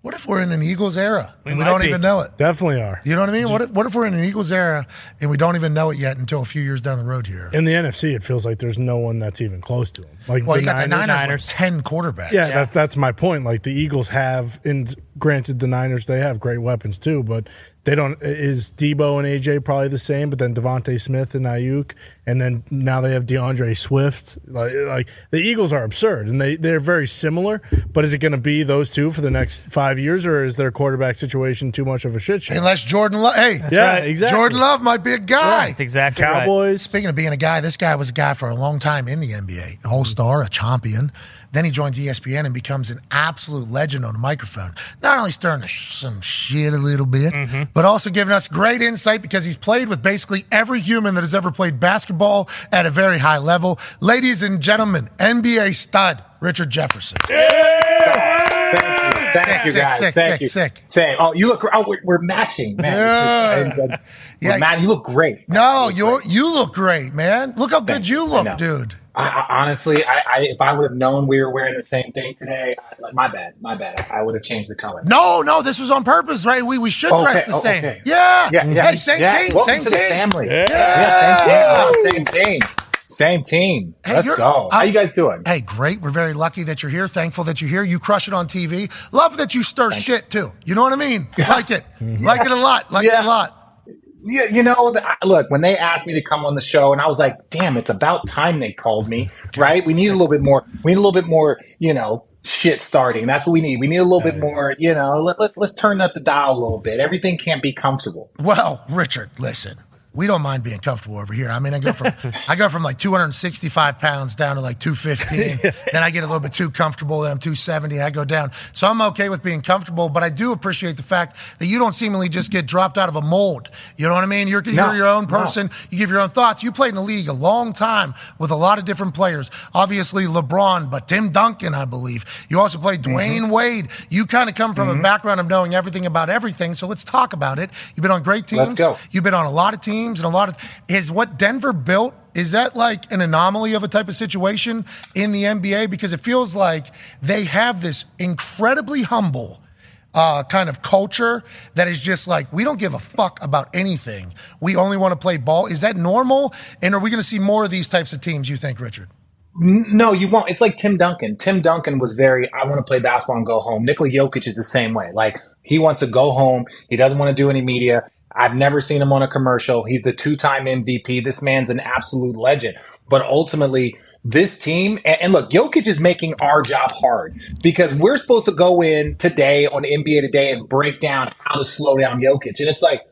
A: what if we're in an Eagles era and we
D: might
A: don't
D: be.
A: even know it?
B: definitely are.
A: You know what I mean? What if, what if we're in an Eagles era and we don't even know it yet until a few years down the road here?
B: In the NFC, it feels like there's no one that's even close to him. Like
A: Well,
B: the
A: you got the
B: Niners-
A: Niners,
D: Niners.
A: with ten quarterbacks.
B: Yeah, that's that's my point. Like the Eagles have, and granted, the Niners they have great weapons too, but they don't. Is Debo and AJ probably the same? But then Devonte Smith and Ayuk, and then now they have DeAndre Swift. Like, like the Eagles are absurd, and they they're very similar. But is it going to be those two for the next five years, or is their quarterback situation too much of a shit show?
A: Unless Jordan, Lo- hey,
B: yeah,
D: right.
B: exactly.
A: Jordan Love might be a guy.
D: That's exactly right.
B: Cowboys.
A: Speaking of being a guy, this guy was a guy for a long time in the NBA, an
D: Mm-hmm.
A: all star, a champion. Then he joins E ESPN and becomes an absolute legend on the microphone. Not only stirring the sh- some shit a little bit,
B: Mm-hmm.
A: but also giving us great insight because he's played with basically every human that has ever played basketball at a very high level. Ladies and gentlemen, NBA stud Richard Jefferson.
I: Thank you,
A: Sick,
I: guys.
A: sick,
I: Thank
A: sick,
I: you.
A: sick.
I: Say, oh, you look. Oh, we're, we're matching, man. uh,
A: Yeah.
I: We're
A: Yeah.
I: Matt, you look great.
A: No, you you look great, man. Look how good
I: Thanks.
A: you
I: I know.
A: look, dude.
I: I, I, honestly, I, I if I would have known we were wearing the same thing today, I, like, my bad, my bad. I would have changed the color.
A: No, no, this was on purpose, right? We we should
I: Okay,
A: dress the
I: oh,
A: same.
I: okay.
A: Yeah.
I: Yeah, yeah.
A: Hey, same
I: yeah.
A: team,
I: Welcome
A: same
I: to
A: team.
I: the family.
B: Yeah.
I: yeah, same team. Same team. Same team.
A: Hey,
I: Let's
A: you're-
I: go. How
A: I'm-
I: you guys doing?
A: Hey, great. We're very lucky that you're here. Thankful that you're here. You crush it on TV. Love that you stir shit too. You know what I mean? Like it. Like it a lot. Like it
I: Yeah.
A: a lot.
I: Yeah, you know, the- I- look, when they asked me to come on the show, and I was like, "Damn, it's about time they called me." Right? We need a little bit more. We need a little bit more. You know, shit starting. That's what we need. We need a little bit more. You know, let, let's let's turn up the dial a little bit. Everything can't be comfortable.
A: Well, Richard, listen. we don't mind being comfortable over here. I mean, I go from I go from like 265 pounds down to like 215. then I get a little bit too comfortable. Then I'm 270. I go down. So I'm okay with being comfortable, but I do appreciate the fact that you don't seemingly just get dropped out of a mold. You know what I mean? You're, you're
I: No,
A: your own
I: no.
A: person. You give your own thoughts. You played in the league a long time with a lot of different players. Obviously LeBron, but Tim Duncan, I believe. You also played Dwayne Wade. You kind of come from a background of knowing everything about everything. So let's talk about it. You've been on great teams.
I: Let's go.
A: You've been on a lot of teams and a lot of is what Denver built is that like an anomaly of a type of situation in the NBA because it feels like they have this incredibly humble uh, kind of culture that is just like we don't give a fuck about anything. We only want to play ball. Is that normal? And are we going to see more of these types of teams? You think, Richard?
I: No, you won't. It's like Tim Duncan. Tim Duncan was very, I want to play basketball and go home. Nikola Jokic is the same way. Like, he wants to go home. He doesn't want to do any media. I've never seen him on a commercial. He's the two time MVP. This man's an absolute legend. But ultimately, this team, and, and look, Jokic is making our job hard because we're supposed to go in today on NBA Today and break down how to slow down Jokic. And it's like,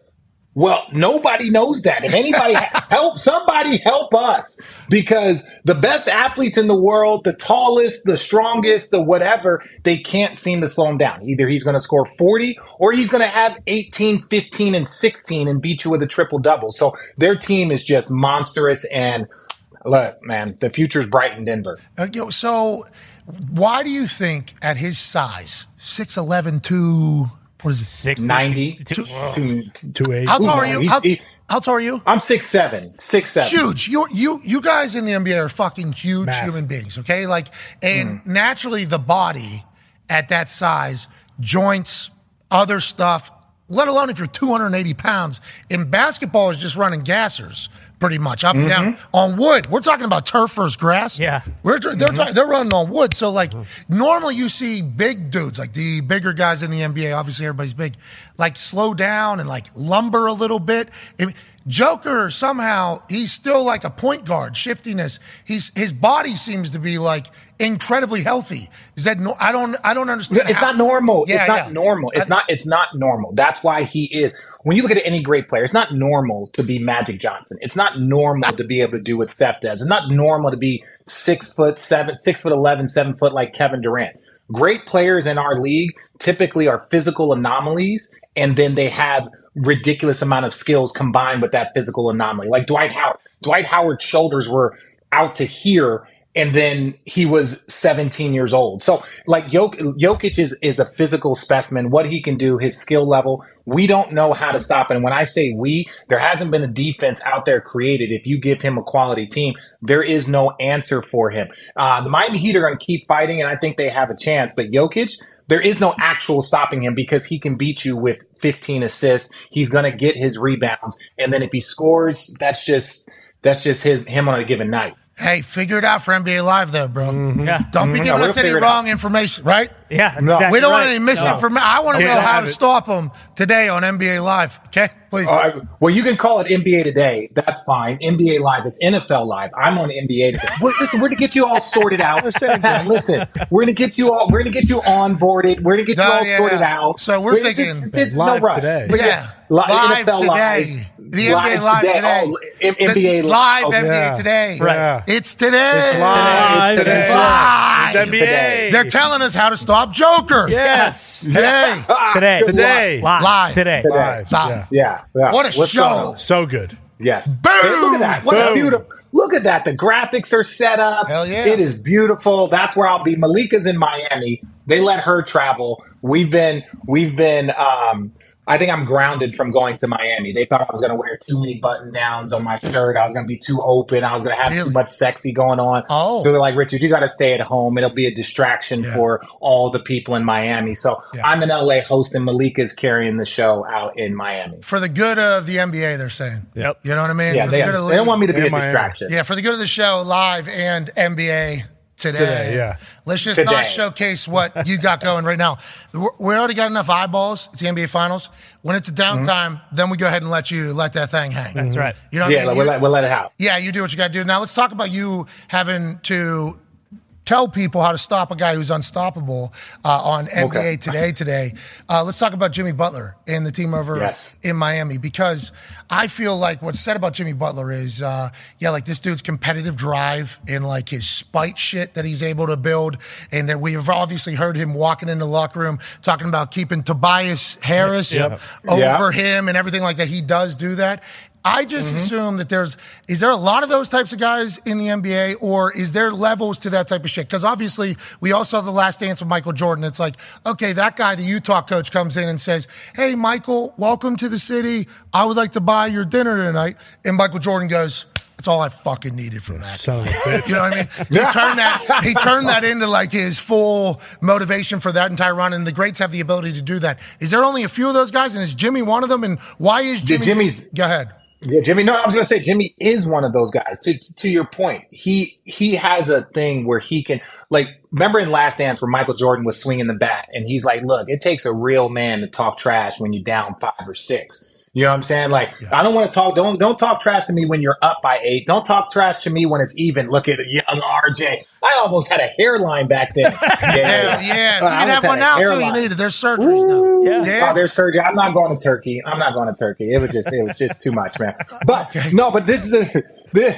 I: well, nobody knows that. If anybody help, somebody help us because the best athletes in the world, the tallest, the strongest, the whatever, they can't seem to slow him down. Either he's going to score 40 or he's going to have 18, 15, and 16 and beat you with a triple double. So their team is just monstrous. And look, man, the future's bright in Denver.
A: Uh, you know, so why do you think at his size, 6'11", 2, what is this?
D: 60,
I: 90
D: two-
I: to,
D: whoa.
I: to-
B: Two eight.
A: How
I: Ooh,
A: tall are
I: man,
A: you?
I: he's-
A: How,
I: he-
A: how tall are you?
I: I'm six seven, six seven.
A: huge. You you you guys in the NBA are fucking huge
B: Massive.
A: human beings. Okay, like and naturally the body at that size, joints, other stuff. Let alone if you're 280 pounds. In basketball, is just running gassers pretty much up and down on wood. We're talking about turf versus grass.
D: Yeah.
A: We're, they're, try- they're running on wood. So, like, normally you see big dudes, like the bigger guys in the NBA, obviously everybody's big, like slow down and like lumber a little bit. It- Joker, somehow, he's still like a point guard, shiftiness. He's, his body seems to be like incredibly healthy. Is that, no, I don't, I don't understand.
I: It's
A: how-
I: not normal.
A: Yeah,
I: it's not
A: yeah.
I: normal. It's not. It's not normal. That's why he is. When you look at any great player, it's not normal to be Magic Johnson. It's not normal to be able to do what Steph does. It's not normal to be six foot seven, six foot eleven, seven foot like Kevin Durant. Great players in our league typically are physical anomalies, and then they have ridiculous amount of skills combined with that physical anomaly. Like Dwight Howard. Dwight Howard's shoulders were out to here and then he was 17 years old. So like Jok- Jokic is is a physical specimen. What he can do, his skill level, we don't know how to stop. And when I say we, there hasn't been a defense out there created. If you give him a quality team, there is no answer for him. Uh, the Miami Heat are going to keep fighting, and I think they have a chance. But Jokic. There is no actual stopping him because he can beat you with 15 assists. He's going to get his rebounds, and then if he scores, that's just that's just his him on a given night.
A: Hey, figure it out for NBA Live, though, bro.
D: Yeah.
A: Don't be giving
I: we'll
A: us any
I: figure it
A: wrong information, right?
D: Yeah, that's
I: No.
D: exactly
A: we don't want
D: right.
A: any misinformation. I want to
B: Yeah,
A: know how
B: have
A: to
B: it.
A: stop them today on NBA Live. Okay, please.
I: Oh, I- well, you can call it NBA Today. That's fine. NBA Live. It's NFL Live. I'm on NBA Today. We're, listen, we're gonna get you all sorted out. Pat, listen, we're gonna get you all. We're gonna get you onboarded. We're gonna get you
A: Oh,
I: all
A: yeah,
I: sorted
A: yeah.
I: out.
A: So we're
I: it's-
A: thinking
I: it's- it's
B: live
I: no rush.
B: today.
I: But
A: yeah,
I: li-
A: live
I: NFL
A: today.
I: Live.
A: The NBA Live today.
I: Oh, M- NBA
A: The live
I: Oh,
A: NBA
B: yeah.
A: today.
B: Right. Yeah.
A: It's today.
B: It's live
I: It's
B: today.
A: live.
B: It's NBA.
A: They're telling us how to stop Joker.
B: yes.
A: Today.
I: ah,
D: today.
I: good
B: Today.
D: Live.
A: Live.
D: Today.
I: luck.
B: Live. Yeah.
A: Live.
I: Yeah, yeah.
A: What a
I: What's
A: show.
I: going on?
B: So good.
I: Yes. Hey, look at that. What
B: Boom.
I: a beautiful. Look at that. The graphics are set up.
A: Hell yeah.
I: It is beautiful. That's where I'll be. Malika's in Miami. They let her travel. We've been, we've been, um, I think I'm grounded from going to Miami. They thought I was going to wear too many button downs on my shirt. I was going to be too open. I was going to have
A: Really?
I: too much sexy going on.
A: Oh.
I: So they're like, Richard, you got to stay at home. It'll be a distraction for all the people in Miami. So I'm in LA hosting. Malika's carrying the show out in Miami.
A: For the good of the NBA, they're saying.
C: Yep.
A: You know what I mean?
I: Yeah,
A: For
I: they,
A: the good of the
I: they don't want me to be a
B: Miami.
I: distraction.
A: Yeah, for the good of the show, live and NBA today.
B: Today, yeah.
A: Let's just
I: Today.
A: not showcase what you got going right now. We're- We already got enough eyeballs. It's the NBA Finals. When it's a downtime, then we go ahead and let you let that thing hang.
D: That's right.
A: You know what
I: Mm-hmm. Yeah,
A: I mean?
I: like,
A: You-
I: we'll, let, we'll let it out.
A: yeah, you do what you got to do. Now let's talk about you having to tell people how to stop a guy who's unstoppable uh, on NBA
H: Okay.
A: Today. Today, uh, let's talk about Jimmy Butler and the team over
I: Yes.
A: in Miami because I feel like what's said about Jimmy Butler is, uh, yeah, like this dude's competitive drive and like his spite shit that he's able to build, and that we've obviously heard him walking in the locker room talking about keeping Tobias Harris over
I: Yeah.
A: him and everything like that. He does do that. I just assume that there's is there a lot of those types of guys in the NBA, or is there levels to that type of shit? Because obviously, we all saw the last dance with Michael Jordan. It's like, okay, that guy, the Utah coach, comes in and says, "Hey, Michael, welcome to the city. I would like to buy your dinner tonight." And Michael Jordan goes, "That's all I fucking needed from that."
B: Son of a bitch.
A: You know what I mean? He turned that he turned that into like his full motivation for that entire run, and the greats have the ability to do that. Is there only a few of those guys, and is Jimmy one of them? And why is
I: Yeah,
A: Jimmy?
I: Jimmy's-
A: go ahead.
I: Yeah, Jimmy. No, I was gonna say Jimmy is one of those guys. To to your point, he he has a thing where he can like. Remember in Last Dance where Michael Jordan was swinging the bat and he's like, "Look, it takes a real man to talk trash when you're down five or six. You know what I'm saying? Like, I don't want to talk. Don't don't talk trash to me when you're up by eight. Don't talk trash to me when it's even. Look at young RJ. I almost had a hairline back then. Yeah,
A: Hell yeah, you
I: I
A: can
I: almost
A: have
I: had
A: one
I: a
A: now too. You
I: hairline.
A: need it. There's surgeries now.
D: Yeah.
A: Yeah.
I: Oh, there's surgery. I'm not going to Turkey. I'm not going to Turkey. It was just it was just too much, man. But no, but this is a this,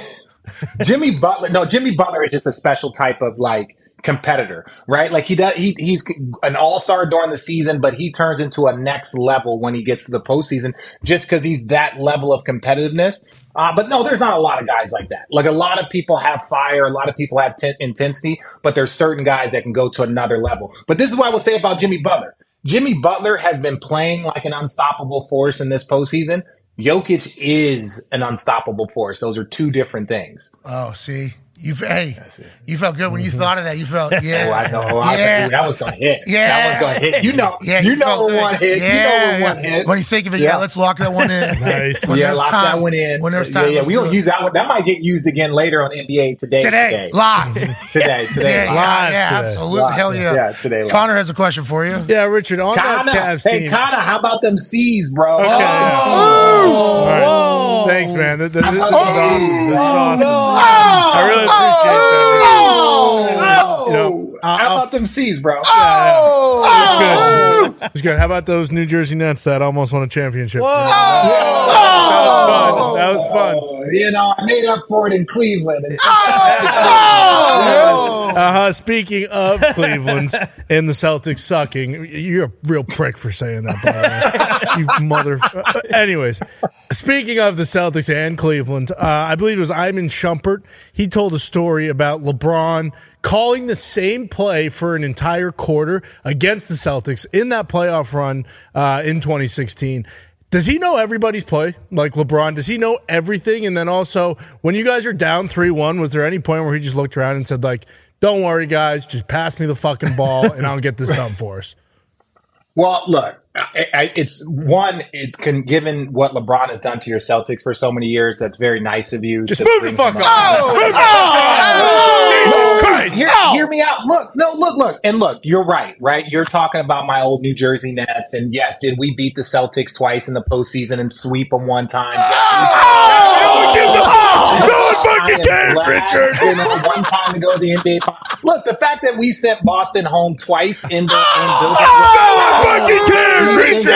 I: Jimmy Butler. No, Jimmy Butler is just a special type of like competitor, right? Like he does. He he's an all star during the season, but he turns into a next level when he gets to the postseason, just because he's that level of competitiveness. Uh, but no, there's not a lot of guys like that. Like a lot of people have fire, a lot of people have ten intensity, but there's certain guys that can go to another level. But this is what I will say about Jimmy Butler. Jimmy Butler has been playing like an unstoppable force in this postseason. Jokic is an unstoppable force. Those are two different things.
A: Oh, see, you hey, you felt good when you thought of that. You felt yeah.
I: Oh, I know. I-
A: Yeah.
I: dude, that was gonna hit.
A: Yeah.
I: that was gonna hit. You know,
A: Yeah,
I: you know
A: felt
I: when
A: good.
I: one hit. you
A: Yeah,
I: know when one
A: yeah.
I: hit.
A: When you think of it, yeah,
I: Yeah.
A: let's lock that one in.
B: Nice.
A: When
I: yeah,
A: there's
I: lock
A: time-
I: that one in.
A: When there's
I: Yeah,
A: time,
I: yeah,
A: let's
I: we
A: do
I: don't
A: it.
I: use that one. That might get used again later on NBA today.
A: today,
I: Today,
A: live.
I: today, today.
A: Yeah,
B: Live
A: yeah,
B: today.
A: absolutely. Hell yeah.
I: Yeah, today live.
A: Connor has a question for you.
B: Yeah, Richard, on
I: Kana,
B: that Cavs
I: hey
B: team.
I: Kana, how about them C's, bro? Oh.
B: All right. Thanks, man. Th- th- This, is awesome. This is
I: Oh,
B: awesome. I really appreciate
A: Oh.
B: that.
I: Oh,
B: You know, I-
I: how
B: I'll-
I: about them C's, bro?
A: Oh.
B: It's good. It's good. How about those New Jersey Nets that almost won a championship?
A: Oh.
B: That was fun. That was fun.
I: Oh. You know, I made up for it in Cleveland. And-
B: Oh! Uh-huh. Speaking of Cleveland and the Celtics sucking, you're a real prick for saying that, by the way. You mother. uh, Anyways, speaking of the Celtics and Cleveland, uh, I believe it was Iman Shumpert. He told a story about LeBron calling the same play for an entire quarter against the Celtics in that playoff run uh, in 2016. Does he know everybody's play, like LeBron? Does he know everything? And then also, when you guys are down 3 1, was there any point where he just looked around and said, like, don't worry, guys, just pass me the fucking ball and I'll get this done for us?
I: Well, look, I, I, it's one. It can given what LeBron has done to your Celtics for so many years, that's very nice of you.
B: Just
I: to
B: move the
I: bring
B: fuck
I: him
B: up.
I: up.
J: Oh!
A: Oh!
B: Move the fuck up. Jesus Christ.
I: Hear, hear me out. Look, no, look, look, and look. You're right, right. You're talking about my old New Jersey Nets, and yes, did we beat the Celtics twice in the postseason and sweep them one time?
B: Oh! fucking cares, Richard.
I: You know, one time ago, the NBA. fi- Look, the fact that we sent Boston home twice in the. in the
B: Oh, fucking kidding,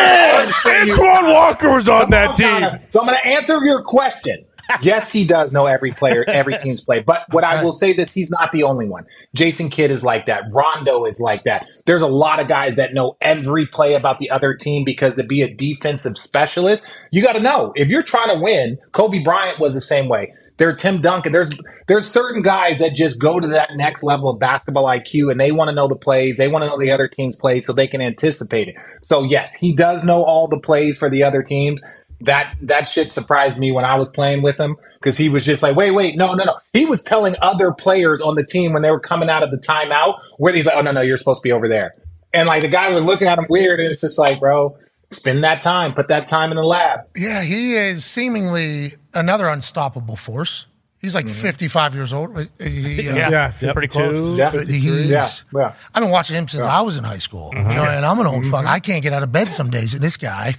I: Richard!
B: Antoine Walker was on that
I: Connor.
B: team.
I: So I'm going to answer your question. Yes, he does know every player, every team's play. But what I will say this, he's not the only one. Jason Kidd is like that. Rondo is like that. There's a lot of guys that know every play about the other team because to be a defensive specialist, you got to know if you're trying to win. Kobe Bryant was the same way. There, are Tim Duncan. There's there's certain guys that just go to that next level of basketball IQ, and they want to know the plays. They want to know the other team's plays so they can anticipate it. So yes, he does know all the plays for the other teams that that shit surprised me when I was playing with him because he was just like, wait, wait, no, no, no. He was telling other players on the team when they were coming out of the timeout where he's like, oh no, no, you're supposed to be over there, and like the guy was looking at him weird, and it's just like, bro, spend that time, put that time in the lab.
A: Yeah, he is seemingly another unstoppable force. He's like
I: Mm-hmm.
A: 55 years old. He- he, you know,
D: Yeah.
B: Yeah,
D: Pretty close.
B: 52.
I: Yeah,
A: He's,
I: yeah, yeah.
A: I've been watching him since I was in high school.
B: Mm-hmm.
A: You know,
I: Mm-hmm.
A: and I'm an old fuck. I can't get out of bed some days. And this guy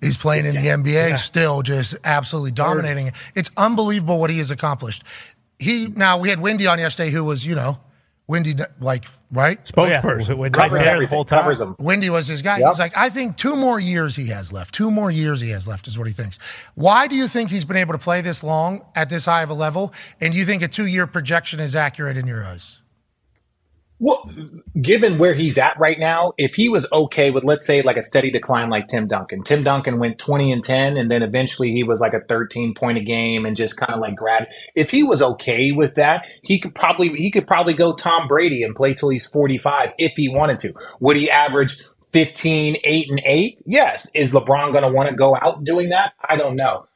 A: is playing in the NBA still just absolutely dominating. it. It's unbelievable what he has accomplished. He now we had Wendy on yesterday who was, you know, Wendy, like, right?
B: Spokesperson.
A: Oh,
D: Yeah. Right
I: Covers
D: there the
I: everything.
D: whole time.
I: Covers them.
A: Wendy was his guy.
I: Yep.
A: He's like, I think two more years he has left. Two more years he has left is what he thinks. Why do you think he's been able to play this long at this high of a level? And you think a two year projection is accurate in your eyes?
I: Well, given where he's at right now, if he was okay with, let's say, like a steady decline like Tim Duncan, Tim Duncan went 20 and 10, and then eventually he was like a 13 point a game and just kind of like grad. If he was okay with that, he could probably, he could probably go Tom Brady and play till he's 45 if he wanted to. Would he average 15, 8 and 8? Yes. Is LeBron going to want to go out doing that? I don't know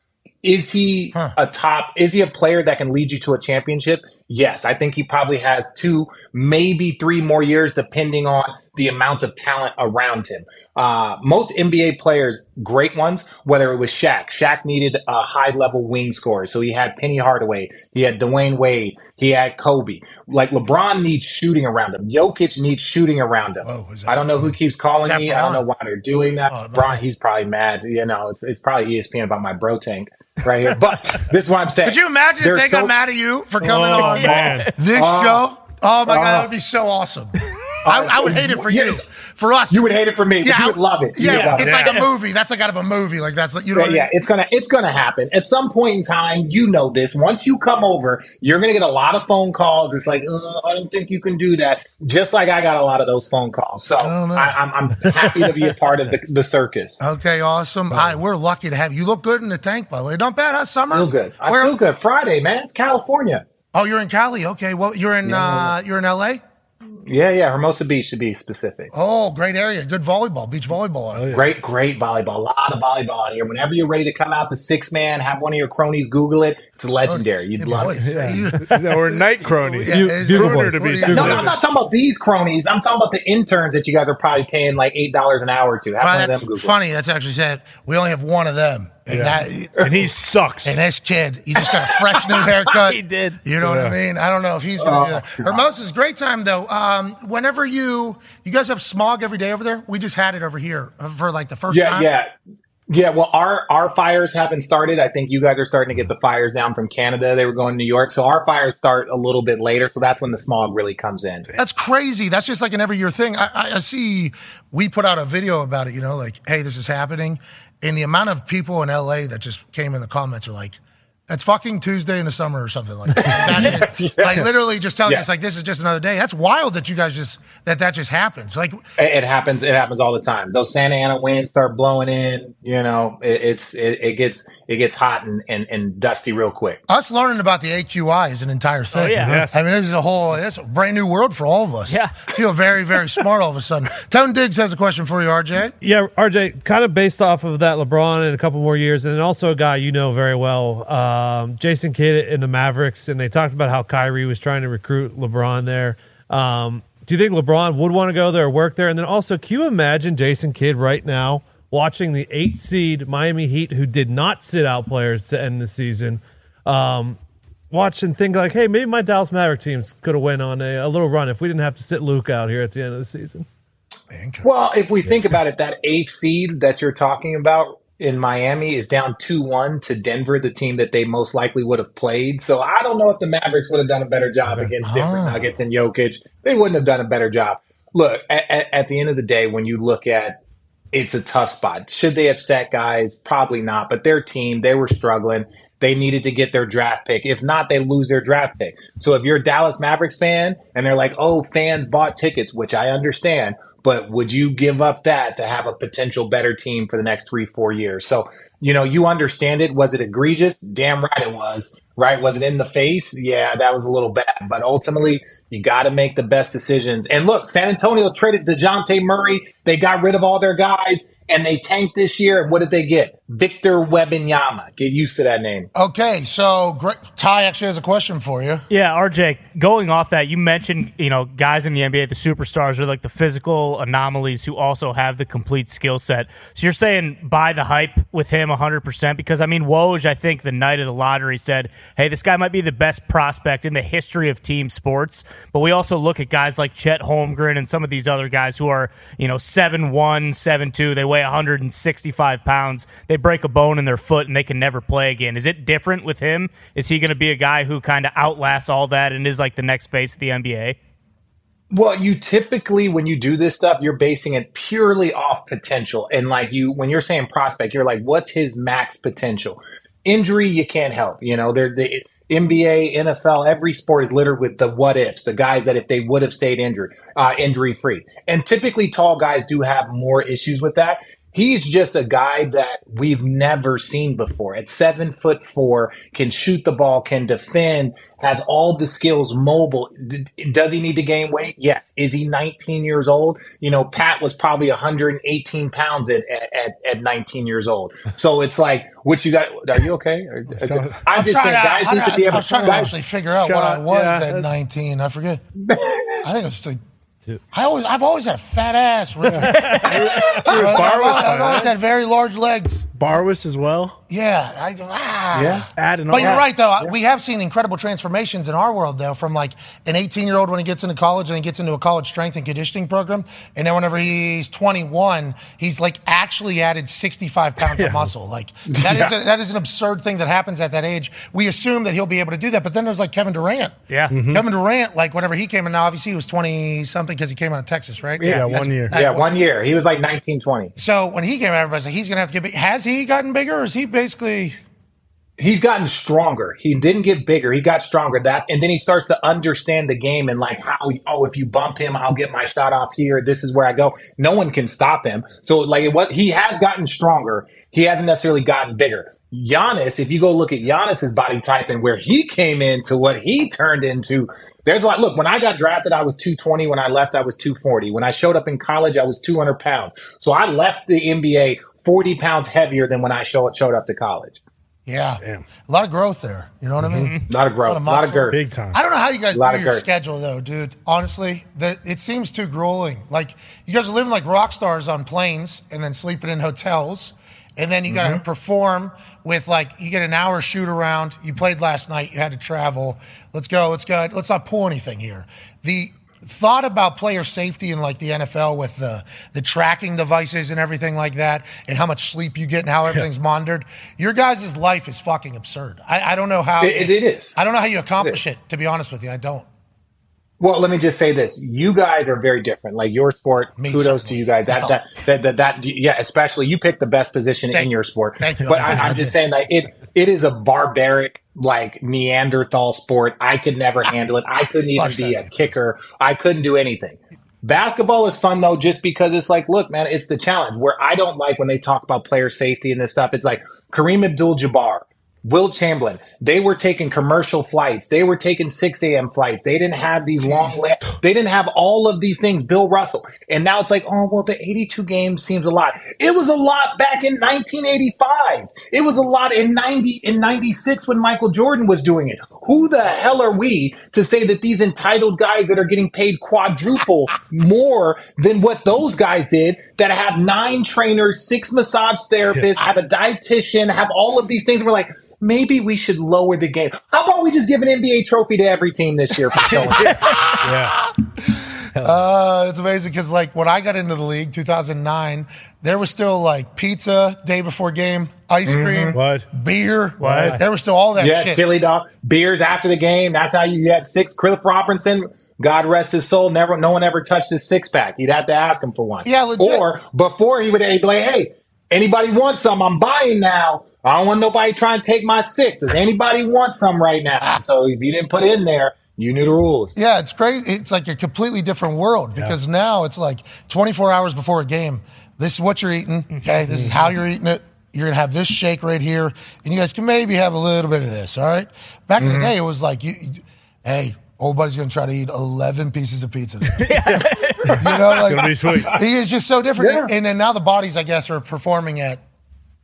I: is he a top is he a player that can lead you to a championship yes i think he probably has two maybe three more years depending on the amount of talent around him uh, most nba players great ones whether it was Shaq. Shaq needed a high level wing scorer so he had penny hardaway he had dwayne wade he had kobe like lebron needs shooting around him jokic needs shooting around him
A: Whoa, is that-
I: i don't know who keeps calling
A: that
I: me i don't
A: Bron?
I: know why they're doing that
A: Oh,
I: Bron, he's probably mad you know it's, it's probably E espn about my bro tank right here. But this is what I'm saying.
A: Could you imagine
I: They're
A: if they
I: so-
A: got mad at you for coming
B: Oh,
A: on
B: man.
A: this show? Oh my god,
I: Uh.
A: that would be so awesome. I, I would hate it for you.
I: Yes.
A: For us,
I: You would hate it for me, but you
A: I-
I: would love it. You
A: Yeah,
I: would love
A: it's
I: it.
A: like a movie. That's like out of a movie. Like that's like you know.
I: Yeah, yeah, it's gonna it's gonna happen at some point in time. You know this. Once you come over, you're gonna get a lot of phone calls. It's like "Uh, I don't think you can do that. Just like I got a lot of those phone calls. So
A: don't know.
I: I, I'm, I'm happy to be a part of the, the circus.
A: Okay,
I: Oh.
A: awesome. Hi, we're lucky to have you. You Look good in the tank, by the way. Not bad, huh? Summer.
I: I feel good. I
A: Where-
I: feel good. Friday, man. It's California.
A: Oh, you're in Cali. Okay. Well, you're in uh, you're in LA.
I: Yeah, yeah. Hermosa Beach to be specific.
A: Oh, great area. Good volleyball, beach volleyball.
I: Great, great volleyball. A lot of volleyball out here. Whenever you're ready to come out to six man, have one of your cronies Google it. It's
A: Oh,
I: legendary. You'd
A: Hey,
I: love it.
A: boys, you-
B: Yeah, Or night cronies.
A: Yeah,
B: You-
A: it's-
B: Gruner
A: what
B: to
A: do
B: be
A: you-
I: No,
B: specific.
I: no, I'm not talking about these cronies. I'm talking about the interns that you guys are probably paying like eight dollars an hour to. Have
A: Wow,
I: one of them
A: that's
I: Google. it.
A: funny. That's actually said. We only have one of them, and that
B: And he sucks.
A: And this kid, he just got a fresh new haircut.
D: He did.
A: You know what I
B: Yeah.
A: mean? I don't know if he's going
I: Oh,
A: to do that. Hermosa's great time though. Um, whenever you you guys have smog every day over there, we just had it over here uh, for like the first
I: Yeah,
A: time.
I: yeah. Yeah, well, our, our fires haven't started. I think you guys are starting to get the fires down from Canada. They were going to New York. So our fires start a little bit later. So that's when the smog really comes in.
A: That's crazy. That's just like an every year thing. I, I, I see we put out a video about it, you know, like, hey, this is happening. And the amount of people in LA that just came in the comments are like, it's fucking Tuesday in the summer or something like that. That is- Like literally just telling
I: Yeah.
A: us like this is just another day. That's wild that you guys just that that just happens. Like
I: It, it happens. It happens all the time. Those Santa Ana winds start blowing in. You know, it, it's it, it gets it gets hot and, and, and dusty real quick.
A: us learning about the AQI is an entire
D: Oh,
A: thing.
D: yeah.
B: Yes.
A: I mean, this is a whole, that's a brand new world for all of us.
D: Yeah.
A: Feel very, very smart all of a sudden. Tone Diggs has a question for you, RJ.
C: Yeah, RJ, kind of based off of that LeBron in a couple more years, and then also a guy you know very well, um, Jason Kidd in the Mavericks, and they talked about how Kyrie was trying to recruit LeBron there. Um, do you think LeBron would want to go there or work there? And then also, can you imagine Jason Kidd right now watching the eight seed Miami Heat, who did not sit out players to end the season, um, watch and think like, hey, maybe my Dallas Maverick teams could have went on a, a little run if we didn't have to sit Luke out here at the end of the season.
I: Well, if we think about it, that eighth seed that you're talking about in Miami is down two one to Denver, the team that they most likely would have played. So I don't know if the Mavericks would have done a better job against different Nuggets and Jokic. They wouldn't have done a better job. Look, at, at, at the end of the day, when you look at it's a tough spot. Should they have set guys? Probably not. But their team, they were struggling. They needed to get their draft pick. If not, they lose their draft pick. So if you're a Dallas Mavericks fan and they're like, oh, fans bought tickets, which I understand, but would you give up that to have a potential better team for the next three, four years? So, you know, you understand it. Was it egregious? Damn right it was. Right? Was it in the face? Yeah, that was a little bad. But ultimately, you got to make the best decisions. And look, San Antonio traded DeJounte Murray. They got rid of all their guys and they tanked this year. And what did they get? Victor Webinyama. Get used to that name.
A: Okay, so great. Ty actually has a question for you.
D: Yeah, RJ, going off that, you mentioned, you know, guys in the NBA, the superstars are like the physical anomalies who also have the complete skill set. So you're saying buy the hype with him 100% because, I mean, Woj, I think the night of the lottery said, hey, this guy might be the best prospect in the history of team sports. But we also look at guys like Chet Holmgren and some of these other guys who are, you know, 7'1, 7'2. They weigh 165 pounds. They break a bone in their foot and they can never play again. Is it different with him? Is he going to be a guy who kind of outlasts all that and is like the next face of the NBA?
I: Well, you typically when you do this stuff, you're basing it purely off potential. And like you when you're saying prospect, you're like, what's his max potential? Injury you can't help. You know, they're the NBA, NFL, every sport is littered with the what ifs, the guys that if they would have stayed injured, uh, injury free. And typically tall guys do have more issues with that. He's just a guy that we've never seen before. At seven foot four, can shoot the ball, can defend, has all the skills, mobile. D- Does he need to gain weight? Yes. Is he 19 years old? You know, Pat was probably 118 pounds at, at, at 19 years old. So it's like, what you got? Are you okay? Or- I just
A: Trying
I: think
A: to-
I: guys
A: I'm
I: need to
A: trying-
I: be
A: I
I: able
A: was trying to
I: guys-
A: actually figure out
B: Shut
A: what I
B: up.
A: was
B: Yeah,
A: at
B: that's-
A: 19. I forget. I think it was like. I always, I've always had a fat ass, Richard. I've,
B: bar was
A: always, I've
B: fat.
A: always had very large legs.
B: Barwis as well.
A: Yeah, I, ah.
I: Yeah.
B: Add an
A: But you're
B: all-
A: right, though. We have seen incredible transformations in our world, though, from like an 18 year old when he gets into college and he gets into a college strength and conditioning program. And then whenever he's 21, he's like actually added 65 pounds of muscle. Like, that is a, that is an absurd thing that happens at that age. We assume that he'll be able to do that. But then there's like Kevin Durant.
D: Yeah.
A: Kevin Durant, like, whenever he came in, now obviously he was 20 something because he came out of Texas, right?
B: Yeah,
I: that's-
B: one year.
I: Yeah, one year. He was like 1920.
A: So when he came out, everybody's like, he's going to have to get big. Has he gotten bigger or is he basically.
I: he's gotten stronger. He didn't get bigger. He got stronger. That and then he starts to understand the game and like how oh if you bump him, I'll get my shot off here. This is where I go. No one can stop him. So like it was he has gotten stronger. He hasn't necessarily gotten bigger. Giannis, if you go look at Giannis's body type and where he came into what he turned into, there's a lot. Look, when I got drafted, I was 220. When I left, I was 240. When I showed up in college, I was 200 pounds. So I left the NBA 40 pounds heavier than when I show, showed up to college.
A: Yeah. A lot of growth there. You know what I mean?
I: Not a growth,
A: A lot of
I: not a
A: muscle.
I: girth.
B: Big time.
A: I don't know how you guys
I: Lot
A: do
I: of
A: your
I: dirt.
A: schedule though, dude. Honestly, the, it seems too grueling. Like you guys are living like rock stars on planes and then sleeping in hotels, and then you got to
B: Mm-hmm.
A: perform with like you get an hour shoot around. You played last night. You had to travel. Let's go. Let's go. Let's not pull anything here. The thought about player safety in like the NFL with the the tracking devices and everything like that and how much sleep you get and how everything's monitored. Your guys' life is fucking absurd. I, I don't know how
I: It- it is.
A: I don't know how you accomplish it. To be honest with you, I don't.
I: Well, let me just say this: you guys are very different. Like your sport,
A: Me,
I: kudos to
A: certainly.
I: you guys. That, that that that that yeah, especially you picked the best position
A: Thank
I: in
A: you.
I: your sport.
A: Thank you.
I: But
A: I
I: I, I'm
A: did.
I: just saying that it it is a barbaric like Neanderthal sport. I could never
A: Ah.
I: handle it. I couldn't even
A: Watch
I: be
A: that.
I: a kicker. I couldn't do anything. Basketball is fun though, just because it's like, look, man, it's the challenge. Where I don't like when they talk about player safety and this stuff. It's like Kareem Abdul-Jabbar. Will Chamberlain, they were taking commercial flights. They were taking 6 a.m. flights. They didn't have these long, la- they didn't have all of these things. Bill Russell. And now it's like, oh, well, the 82 game seems a lot. It was a lot back in 1985. It was a lot in 90, in 96 when Michael Jordan was doing it. Who the hell are we to say that these entitled guys that are getting paid quadruple more than what those guys did that have nine trainers, six massage therapists, have a dietitian, have all of these things. We're like, maybe we should lower the game. How about we just give an NBA trophy to every team this year for showing?
B: Yeah.
A: Uh, it's amazing because like when I got into the league, 2009, there was still like pizza day before game, ice
I: Mm-hmm.
A: cream,
B: Mm-hmm. What?
A: beer.
B: What?
A: There was still all that
I: yeah,
A: shit.
I: chili dog beers after the game. That's how you get six. Cliff Robinson, God rest his soul. Never, no one ever touched his six pack. You'd have to ask him for one.
A: Yeah, legit.
I: Or before he would he'd be like, hey, anybody want some? I'm buying now. I don't want nobody trying to take my six. Does anybody want some right now? So if you didn't put in there, you knew the rules.
A: Ah. Yeah, it's crazy. It's like a completely different world because now it's like 24 hours before a game. This is what you're eating. Okay, this is how you're eating it. You're gonna have this shake right here, and you guys can maybe have a little bit of this. All right. Back in the day, it was like, you, you- hey, old buddy's gonna try to eat 11 pieces of pizza. Today. you know, like
B: Gonna be sweet.
A: he is just so different.
I: Yeah.
A: And then now the bodies, I guess, are performing at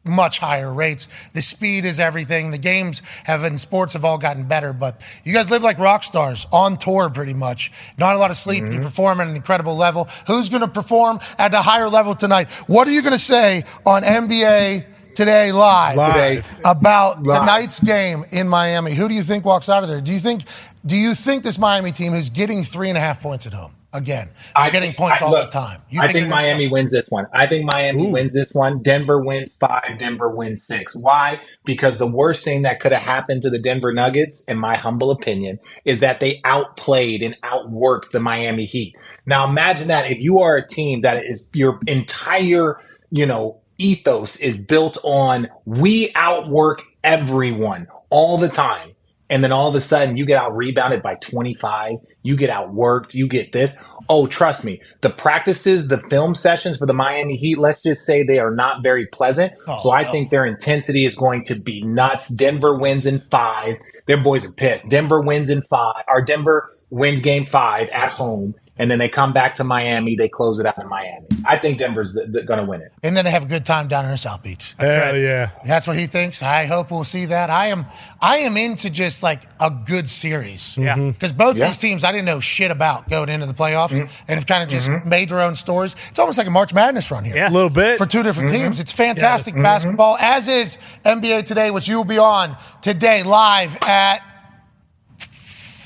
A: much higher rates. The speed is everything. The games have in sports have all gotten better, but you guys live like rock stars on tour pretty much. Not a lot of sleep.
B: Mm-hmm.
A: You perform at an incredible level. Who's going to perform at a higher level tonight? What are you going to say on NBA Today Live?
B: Live.
A: About
I: Live.
A: tonight's game in Miami, who do you think walks out of there? Do you think? Do you think this Miami team, who's getting three and a half points at home, again. They're getting points all
I: look,
A: the time.
I: I think
A: they're gonna-
I: Miami wins this one. I think Miami wins this one. Denver wins five. Denver wins six. Why? Because the worst thing that could have happened to the Denver Nuggets, in my humble opinion, is that they outplayed and outworked the Miami Heat. Now imagine that if you are a team that is your entire, you know, ethos is built on we outwork everyone all the time. And then all of a sudden, you get out rebounded by 25. You get outworked. You get this. Oh, trust me. The practices, the film sessions for the Miami Heat, let's just say they are not very pleasant.
A: Oh,
I: so I
A: no.
I: think their intensity is going to be nuts. Denver wins in five. Their boys are pissed. Denver wins in five, or Denver wins game five at home. And then they come back to Miami. They close it out in Miami. I think Denver's th- th- going to win it.
A: and then they have a good time down in South Beach.
B: Hell yeah.
A: That's what he thinks. I hope we'll see that. I am I am into just like a good series.
D: Yeah. Mhm.
A: Because both
I: Mm-hmm. Yeah. Mm-hmm.
A: these teams I didn't know shit about going into the playoffs and have kind of just made their own stories. It's almost like a March Madness run here.
B: A
D: Yeah.
B: little bit.
A: For two different
I: Mm-hmm.
A: teams. It's fantastic basketball, as is NBA Today, which you will be on today live at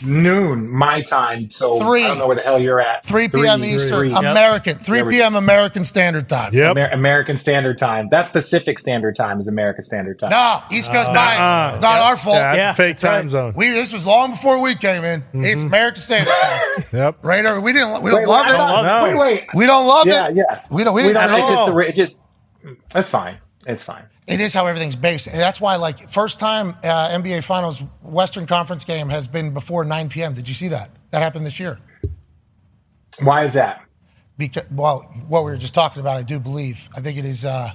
I: Noon, my time. So
A: Three.
I: I don't know where the hell you're at.
A: 3 p.m. Eastern,
I: three.
A: American, 3
I: There we
A: p.m. American Standard Time.
B: yep.
I: Amer- American Standard Time. That's Pacific Standard Time is American Standard Time.
A: No, East Coast bias.
B: uh-uh.
A: Not our fault.
B: yeah, that's
D: Yeah,
B: a fake
D: that's right.
B: time zone. Mm-hmm.
A: We this was long before we came in. It's American Standard Time.
B: Yep.
A: Right over. We didn't we don't
I: Wait,
A: love
I: wait,
A: it.
I: I thought-
B: it.
I: wait, wait.
A: We don't love
I: Yeah,
A: it.
I: yeah.
A: We don't. We, didn't
I: don't-
A: at
I: it's just
A: all.
I: the re- it just that's fine. It's fine.
A: It is how everything's based. And that's why, like, first time uh, NBA Finals Western Conference game has been before 9 p.m. Did you see that? That happened this year.
I: Why is that?
A: Because well, what we were just talking about, I do believe. I think it is. Uh,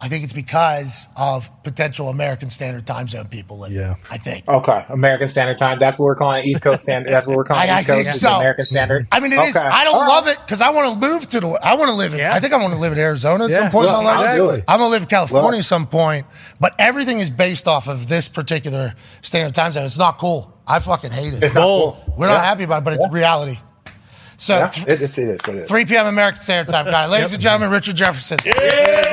A: I think it's because of potential American Standard Time Zone people. Living,
B: Yeah.
A: I think.
I: Okay, American Standard Time. That's what we're calling it, East Coast Standard. That's what we're calling
A: I- I
I: East Coast
A: think
I: is
A: so.
I: American Standard.
A: I mean, it is.
I: Okay.
A: I don't
I: All right.
A: love it because I want to move to the. I want to live in.
D: Yeah.
A: I think I want to live in Arizona at
B: Yeah.
A: some point in
I: Look,
A: my life.
I: I'll do it.
A: I'm gonna live in California
I: Well-
A: at some point, but everything is based off of this particular standard time zone. It's not cool. I fucking hate it.
I: It's not cool.
A: We're not
I: Yeah.
A: happy about it, but it's reality. So,
I: Yeah,
A: th-
I: it, it's, it is. It is.
A: 3 p.m. American Standard Time, guy. Ladies and gentlemen, Richard Jefferson.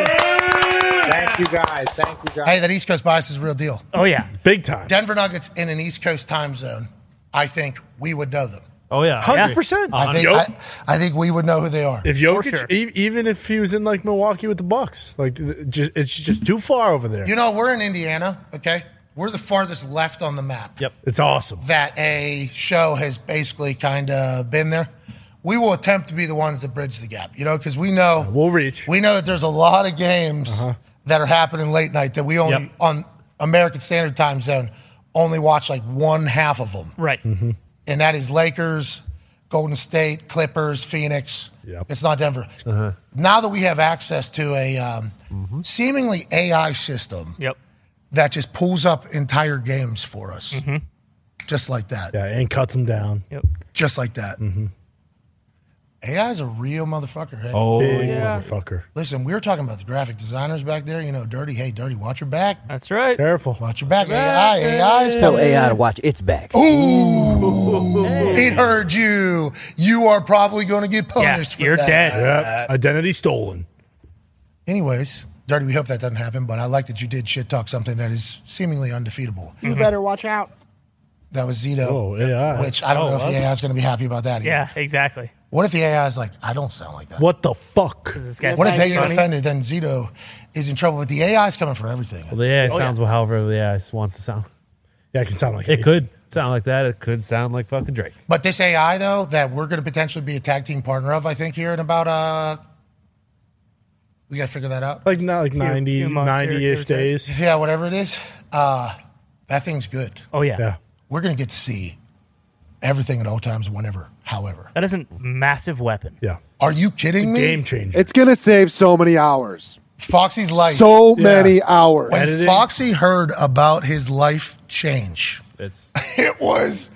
I: Thank you guys. Thank you guys.
A: Hey, that East Coast bias is a real deal.
D: Oh yeah.
B: Big time.
A: Denver Nuggets in an East Coast time zone. I think we would know them.
C: Oh yeah,
B: 100%.
A: I think,
B: Yup.
A: I, I think we would know who they are.
B: If Jokic,
D: sure.
B: e- even if he was in like Milwaukee with the Bucks, like th- just, it's just too far over there.
A: You know, we're in Indiana, okay? We're the farthest left on the map.
C: Yep.
B: it's awesome.
A: that a show has basically kind of been there. We will attempt to be the ones that bridge the gap, you know, because we know
B: We'll reach. Uh-huh.
A: We know that there's a lot of games that are happening late night that we only
C: Yep.
A: on American Standard Time Zone only watch like one half of them,
D: Right.
B: Mm-hmm.
A: and that is Lakers, Golden State, Clippers, Phoenix.
B: Yep.
A: It's not Denver.
B: Uh-huh.
A: Now that we have access to a um,
B: Mm-hmm.
A: seemingly AI system
D: Yep.
A: that just pulls up entire games for us, just like that
B: Mm-hmm. Yeah, and cuts him down.
D: Yep.
A: just like that.
B: Mm-hmm.
A: AI is a real motherfucker. Hey,
C: Oh
B: Big motherfucker.
A: listen, we were talking about the graphic designers back there. You know, dirty. Hey, dirty. Watch your back.
D: That's right.
B: Careful.
A: Watch your back. AI, AI is
K: Tell
A: coming.
K: AI to watch its
A: Oh.
K: back.
A: Ooh, it heard you. You are probably going to get punished for
D: you're
A: that.
D: dead.
B: Yep. Identity stolen.
A: Anyways, dirty. We hope that doesn't happen. But I like that you did shit talk something that is seemingly undefeatable.
D: Mhm.
F: You better watch out.
A: That was Zito.
B: Oh, AI.
A: Which I don't know if the AI is going to be happy about that. Either.
D: Yeah. Exactly.
A: What if the AI is like, I don't sound like that?
B: What the fuck?
D: This guy's
A: What if they get
D: funny.
A: offended? Then Zito is in trouble. But the AI is coming for everything.
C: The AI sounds well, however the AI wants to sound.
B: Oh, Yeah, it can sound like
C: It could sound like that. It could sound like fucking Drake.
A: But this AI though that we're going to potentially be a tag team partner of, I think here in about uh, we got to figure that out.
B: Like not like 90,
D: few months here,
B: 90 ish
D: give or take.
B: days.
A: Yeah, whatever it is, uh, that thing's good.
D: Oh yeah.
B: Yeah.
A: We're going to get to see everything at all times, whenever, however.
D: That is a massive weapon.
B: Yeah.
A: Are you kidding me?
B: Game changer.
E: It's gonna save so many hours.
A: Foxy's life.
E: So
B: Yeah.
E: many hours.
A: when
B: Editing.
A: Foxy heard about his life change,
C: It's
A: it was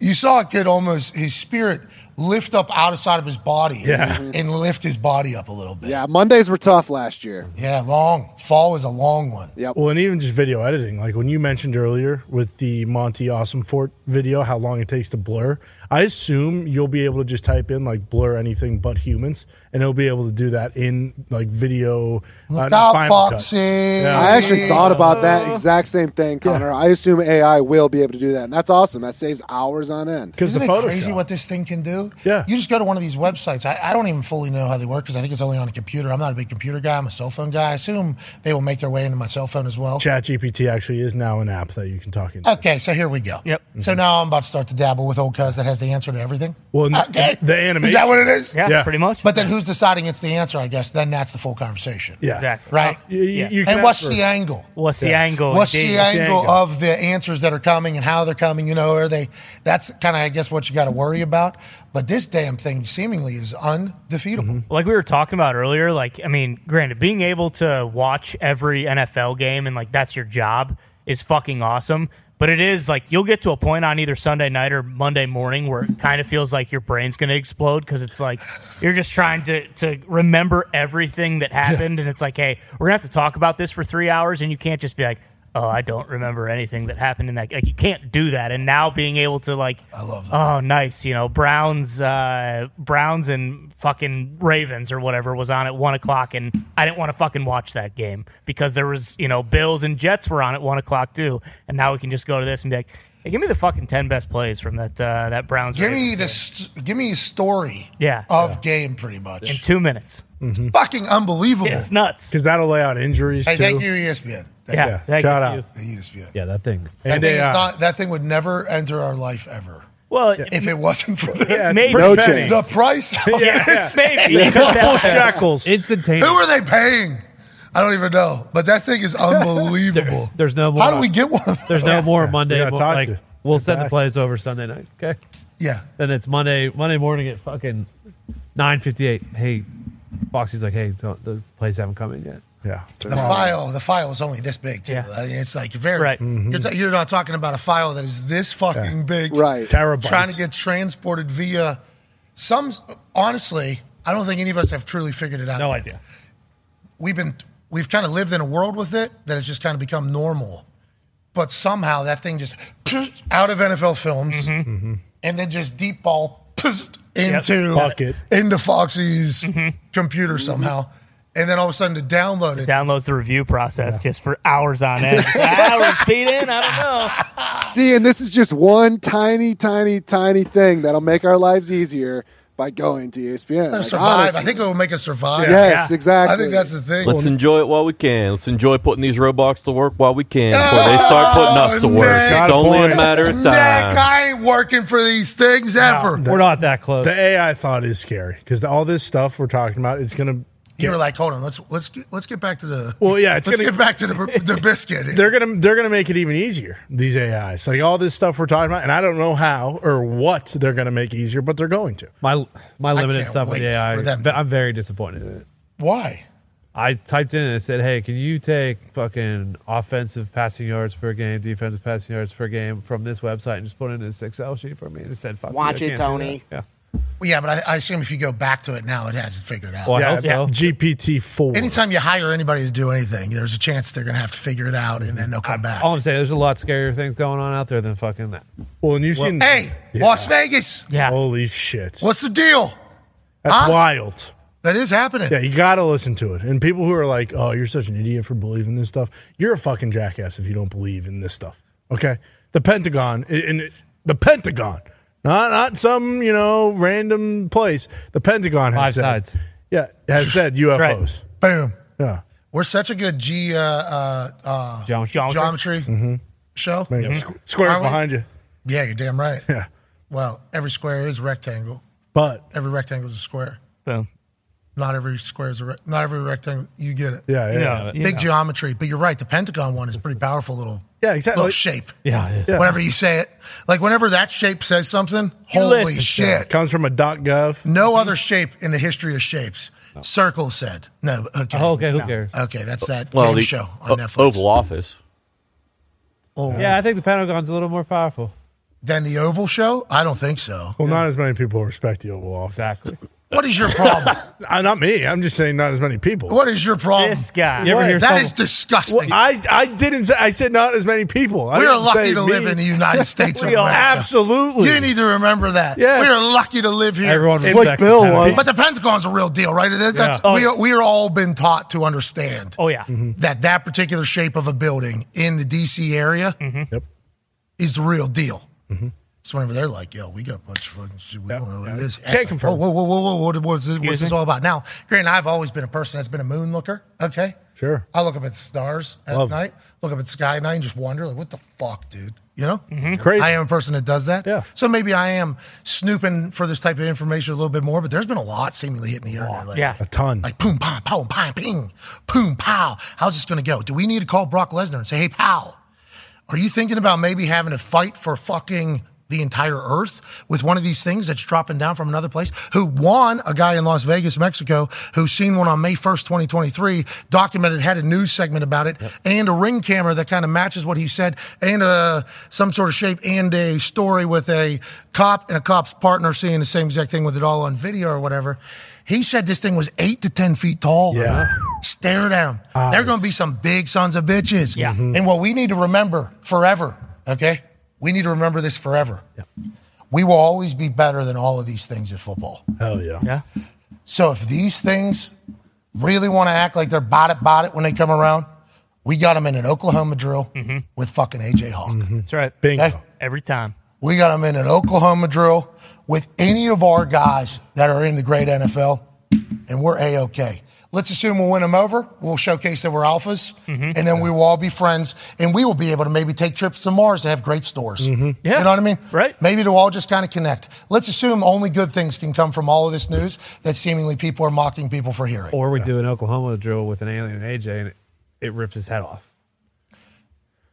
A: you saw a kid almost his spirit lift up out of side of his body
B: Yeah.
A: and lift his body up a little bit.
E: Yeah, Mondays were tough last year.
A: Yeah, long. Fall is a long one.
B: Well, and even just video editing, like when you mentioned earlier with the Monty Awesome Fort video, how long it takes to blur. I assume you'll be able to just type in like blur anything but humans, and it'll be able to do that in like video. uh,
A: Look
B: not
A: out,
B: Final Cut.
A: Foxy.
E: I actually thought about that exact same thing, Connor. I assume AI will be able to do that, and that's awesome. That saves hours on end.
B: Because the
A: Isn't it
B: photo
A: crazy what this thing can do? dude.
B: Yeah.
A: You just go to one of these websites. I, I don't even fully know how they work because I think it's only on a computer. I'm not a big computer guy. I'm a cell phone guy. I assume they will make their way into my cell phone as well.
B: ChatGPT actually is now an app that you can talk into.
A: Okay, so here we go.
D: Yep.
B: Mm-hmm.
A: So now I'm about to start to dabble with old cuz that has the answer to everything.
B: Well, n-
A: okay.
B: the animation.
A: Is Uh, that what it is?
D: Yeah,
B: Yeah.
D: pretty much.
A: But then who's deciding it's the answer, I guess? Then that's the full conversation.
B: Yeah. Oh,
D: exactly
A: Right?
B: You, you- you can
A: and what's
B: ask for-
A: the angle?
D: What's the angle?
A: What's
D: indeed?
A: the angle
B: angle?
A: of the answers that are coming and how they're coming? You know, are they? That's kind of, I guess, what you got to worry about. But this damn thing seemingly is undefeatable.
B: Mm-hmm.
D: like we were talking about earlier, like I mean, granted, being able to watch every NFL game and like that's your job is fucking awesome. But it is like you'll get to a point on either Sunday night or Monday morning where it kind of feels like your brain's going to explode because it's like you're just trying to, to remember everything that happened. And it's like, hey, we're going to have to talk about this for three hours. And you can't just be like, oh, I don't remember anything that happened in that. Like, you can't do that. And now being able to, like,
A: I love that.
D: Oh, nice. You know, Browns, uh, Browns and fucking Ravens or whatever was on at one o'clock, and I didn't want to fucking watch that game because there was, you know, Bills and Jets were on at one o'clock too, and now we can just go to this and be like, hey, give me the fucking ten best plays from that uh, that Browns.
A: Give me
D: Ravens
A: the st- give me a story
D: Yeah.
A: of game, pretty much.
D: game. in two minutes.
B: Mm-hmm.
A: It's fucking unbelievable.
D: It's nuts.
B: Because that'll lay out injuries
A: hey,
B: too.
A: thank you, E ESPN. Thank
D: Yeah,
A: you,
B: Yeah.
D: thank
B: Shout
D: you.
B: out.
A: ESPN.
C: Yeah, that thing.
B: And
A: That, thing
B: they,
A: is
B: uh,
A: not, that thing would never enter our life ever
D: Well,
A: if it wasn't for this.
B: yeah, it's
D: Maybe-
B: pretty
E: No
B: petty.
E: chance.
A: The price.
D: yeah, maybe.
B: Couple shekels.
C: Instantaneous.
A: Who are they paying? I don't even know. But that thing is unbelievable.
C: There's no more.
A: How do we get one? of those?
C: There's no more Monday.
B: gotta
C: mo-
B: talk
C: like
B: to-
C: we'll send the
B: back.
C: plays over Sunday night. Okay.
A: Yeah.
C: Then it's Monday. Monday morning at fucking nine fifty eight. Hey, Foxy's like, hey, don't, the plays haven't come in yet.
B: Yeah.
A: The file, the file is only this big too.
D: Yeah.
A: I mean, it's like very.
D: Right.
C: Mm-hmm.
A: You're, ta- you're not talking about a file that is this fucking big.
E: Right.
B: Terabytes.
A: Trying to get transported via some. Honestly, I don't think any of us have truly figured it out.
C: No idea.
A: We've been we've kind of lived in a world with it that has just kind of become normal, but somehow that thing just out of NFL films and then just deep ball into
B: Bucket.
A: into Foxy's computer somehow, and then all of a sudden to download it.
D: Downloads the review process just for hours on end. It's like, hours feed in. I don't know.
E: See, and this is just one tiny, tiny, tiny thing that'll make our lives easier by going to E ESPN. Like,
A: survive.
E: honestly.
A: I think it will make us survive.
E: yes,
D: Yeah.
E: exactly.
A: I think that's the thing.
K: Let's enjoy it while we can. Let's enjoy putting these robots to work while we can before they start putting us to work.
A: Oh, Nick.
K: It's only
B: Good
K: a matter of
A: Nick,
K: time.
A: I ain't working for these things ever.
C: We're not that close.
B: The AI thought is scary because all this stuff we're talking about, it's gonna.
A: You were like, hold on, let's let's get, let's get back to the.
B: Well, yeah, it's
A: let's
B: gonna-
A: get back to the the biscuit.
B: They're gonna they're gonna make it even easier. These AIs, like all this stuff we're talking about, and I don't know how or what they're gonna make easier, but they're going to.
C: my my limited
A: can't
C: stuff with
A: wait
C: the AI.
A: for them.
C: but I'm very disappointed in it.
A: Why?
C: I typed in and it said, "Hey, can you take fucking offensive passing yards per game, defensive passing yards per game from this website and just put it in this Excel sheet for me?" And it said, "Fuck, you, I
F: Watch it,
C: can't do
F: Tony.
C: that."
A: Well, yeah, but I, I assume if you go back to it now, it has it figured out.
C: Yeah. Well, I
B: Yeah,
C: hope so.
B: GPT four.
A: Anytime you hire anybody to do anything, there's a chance they're gonna have to figure it out, and then they'll come back.
C: All I'm saying, there's a lot scarier things going on out there than fucking that.
B: Well, and you've seen.
A: hey,
B: Yeah.
A: Las Vegas,
D: Yeah.
B: Holy shit!
A: what's the deal?
B: That's
A: Huh?
B: wild.
A: That is happening.
B: Yeah, you gotta listen to it. And people who are like, "Oh, you're such an idiot for believing this stuff," you're a fucking jackass if you don't believe in this stuff. Okay, the Pentagon, in the Pentagon, not not some you know random place. The Pentagon has
C: Five
B: said,
C: sides.
B: Yeah, has said
D: right.
B: UFOs.
A: Boom.
B: Yeah,
A: We're such a good G uh, uh, uh,
C: John,
A: geometry show.
B: Man, Mm-hmm. squ- squares
A: Are we-
B: behind you.
A: Yeah, you're damn right.
B: Yeah,
A: Well, every square is a rectangle.
B: but
A: Every rectangle is a square.
D: Boom.
A: Not every square is a re- not every rectangle. You get it.
B: yeah, yeah,
D: Yeah.
B: yeah,
D: yeah.
A: Big geometry, but you're right. The Pentagon one is a pretty powerful little
B: Yeah, exactly.
A: little shape.
C: yeah, yeah.
A: Whenever you say it, like whenever that shape says something, holy
D: listen,
A: shit!
B: Comes from a .gov.
A: No other shape in the history of shapes. Circle said no. Okay,
C: Oh, okay, who cares?
A: okay, that's that
K: Well,
A: game
K: the
A: show on
K: O-
A: Netflix.
K: Oval Office.
A: Oh,
C: Yeah, I think the Pentagon's a little more powerful.
A: Then the Oval Show? I don't think so.
B: Well, not as many people respect the Oval Office.
C: Exactly.
A: What is your problem?
B: Uh, not me. I'm just saying, not as many people.
A: what is your problem?
D: This guy.
C: You ever hear
A: That
C: someone,
A: is disgusting.
B: I I didn't say. I said not as many people. I
A: we are
B: didn't say
A: lucky to live
B: me.
A: in the United States of
D: We are
A: America.
B: Absolutely.
A: You need to remember that.
B: Yes.
A: We are lucky to live here.
C: everyone
B: Slick
C: respects the
B: Bill
C: Pentagon.
B: was. Oh.
A: but the Pentagon's a real deal, right? That- that's-
D: Yeah.
A: we, are, we are all been taught to understand
D: Oh yeah.
C: Mm-hmm.
A: that that particular
B: Mm-hmm.
A: shape of a building in the D.C. area
B: Yep. Mm-hmm.
A: is the real deal. Somebody over there, like, yo, we got a bunch of fucking shit. We don't know what it is.
B: Can't confirm.
A: Whoa, whoa, whoa, whoa, whoa. What, what's this, what's
D: me?
A: this all about? Now, Grant, I've always been a person that's been a moon looker, okay?
B: Sure.
A: I look up at the stars at
B: Love it.
A: night, look up at the sky at night, and just wonder, like, what the fuck, dude? You know?
B: Mm-hmm. Crazy.
A: I am a person that does that.
B: Yeah.
A: So maybe I am snooping for this type of information a little bit more, but there's been a lot seemingly hitting the internet. lately.
D: Yeah.
B: a ton.
A: Like boom, pow, pow, pow, ping, boom, pow. How's this going to go? Do we need to call Brock Lesnar and say, hey, pal, are you thinking about maybe having to fight for fucking the entire earth with one of these things that's dropping down from another place? Who won a guy in Las Vegas, Mexico, who's seen one on May 1st, 2023, documented, had a news segment about it, and a ring camera that kind of matches what he said, and uh, some sort of shape, and a story with a cop and a cop's partner seeing the same exact thing with it all on video or whatever. He said this thing was eight to 10 feet tall
B: Yeah.
A: stared at them. They're going to be some big sons of bitches. Yeah.
D: Mm-hmm.
A: And what we need to remember forever, okay? We need to remember this forever. We will always be better than all of these things at football.
B: Hell yeah.
D: Yeah.
A: So if these things really want to act like they're bot it, bot it when they come around, we got them in an Oklahoma drill with fucking AJ Hawk.
D: That's right.
B: Mm-hmm. Bingo.
A: Okay?
D: Every time.
A: We got them in an Oklahoma drill with any of our guys that are in the great NFL, and we're A OK. Let's assume we'll win them over. We'll showcase that we're alphas,
B: Mm-hmm.
A: and then we will all be friends, and we will be able to maybe take trips to Mars to have great stores.
B: Mm-hmm.
D: Yeah.
A: You know what I mean?
D: Right.
A: Maybe to all just kind of connect. Let's assume only good things can come from all of this news that seemingly people are mocking people for hearing.
C: Or we do an Oklahoma drill with an alien and AJ, and it, it rips his head off.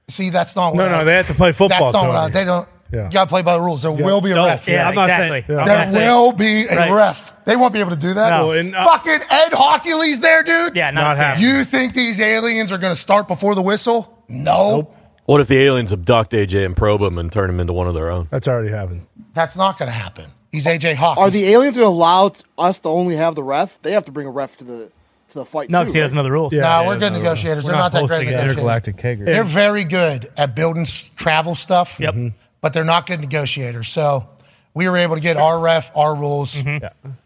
A: See, that's not what
B: No,
A: I-
B: no, they have to play
A: that's
B: football.
A: not what I,
B: Tony.
A: they don't.
B: Yeah.
A: You got to play by the rules. There will be a
B: No.
A: ref.
D: Yeah,
C: I'm not saying-
D: exactly.
B: Yeah.
D: I'm
A: There
D: not saying-
A: will be a
D: Right.
A: ref. They won't be able to do that.
D: No.
B: Well, and, uh,
A: Fucking Ed Hockley's there, dude.
D: Yeah, not,
B: Not
D: a chance.
B: happening.
A: You think these aliens are going to start before the whistle? No.
K: What if the aliens abduct AJ and probe him and turn him into one of their own?
B: That's already happened.
A: That's not going to happen. He's AJ Hawk.
E: Are
A: He's-
E: the aliens going to allow t- us to only have the ref? They have to bring a ref to the to the fight.
D: No,
E: too,
D: because he doesn't know the rules.
B: Yeah.
A: no, we're good
B: no,
A: negotiators.
B: we're
A: They're
B: not
A: not, that
B: supposed
A: great
B: to get
A: negotiators.
C: Intergalactic kegger.
A: They're very good at building s- travel stuff.
D: Yep.
B: Mm-hmm.
D: Mhm.
A: But they're not good negotiators. So we were able to get our ref, our rules.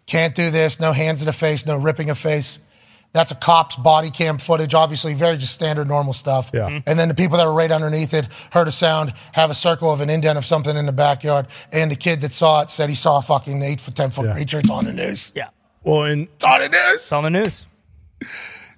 A: Can't do this. No hands in the face. No ripping a face. That's a cop's body cam footage. Obviously, very just standard, normal stuff.
B: Yeah. Mhm.
A: And then the people that were right underneath it heard a sound, have a circle of an indent of something in the backyard, and the kid that saw it said he saw a fucking eight foot, ten foot
B: Yeah.
A: creature. It's on the news.
D: Yeah.
B: Well, and
A: It's on the news
D: It's on the news.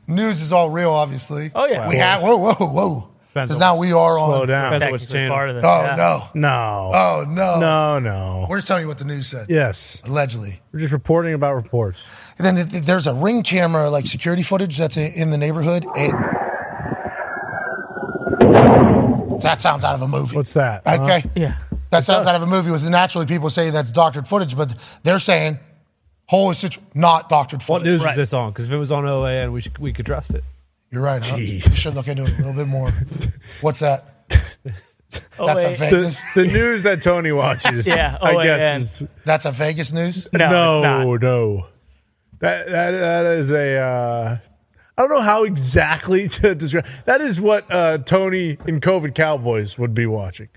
A: news is all real, obviously.
D: Oh, yeah.
A: we
D: Wow.
A: have whoa, whoa, whoa,
C: Depends
A: because
C: on-
A: now we are on.
B: slow down.
C: That's what's
D: Technically
C: channel.
D: part of the.
A: Oh
D: yeah.
A: no,
B: No.
A: oh no.
B: no, no.
A: We're just telling you what the news said,
B: yes.
A: allegedly.
B: We're just reporting about reports.
A: And then th- th- there's a ring camera, like security footage that's i- in the neighborhood. It that sounds out of a movie.
B: What's that?
C: Uh-huh.
B: Huh?
A: okay,
D: Yeah.
A: that sounds out of a movie. With naturally people say that's doctored footage, but they're saying whole is situ- not doctored
C: What
A: footage.
C: news
D: Right.
C: was this on? Because if it was on OAN, we should, we could trust it.
A: You're right. Huh? You
B: Jeez.
A: should look into it a little bit more. What's that? That's a
D: wait.
A: fake.
B: The, the news that Tony watches.
D: Yeah,
B: I
D: OAN.
B: guess. Is,
A: That's a Vegas news.
D: No, it's not.
B: no, no. That, that, that is a. Uh, I don't know how exactly to describe. That is what uh, Tony and COVID Cowboys would be watching.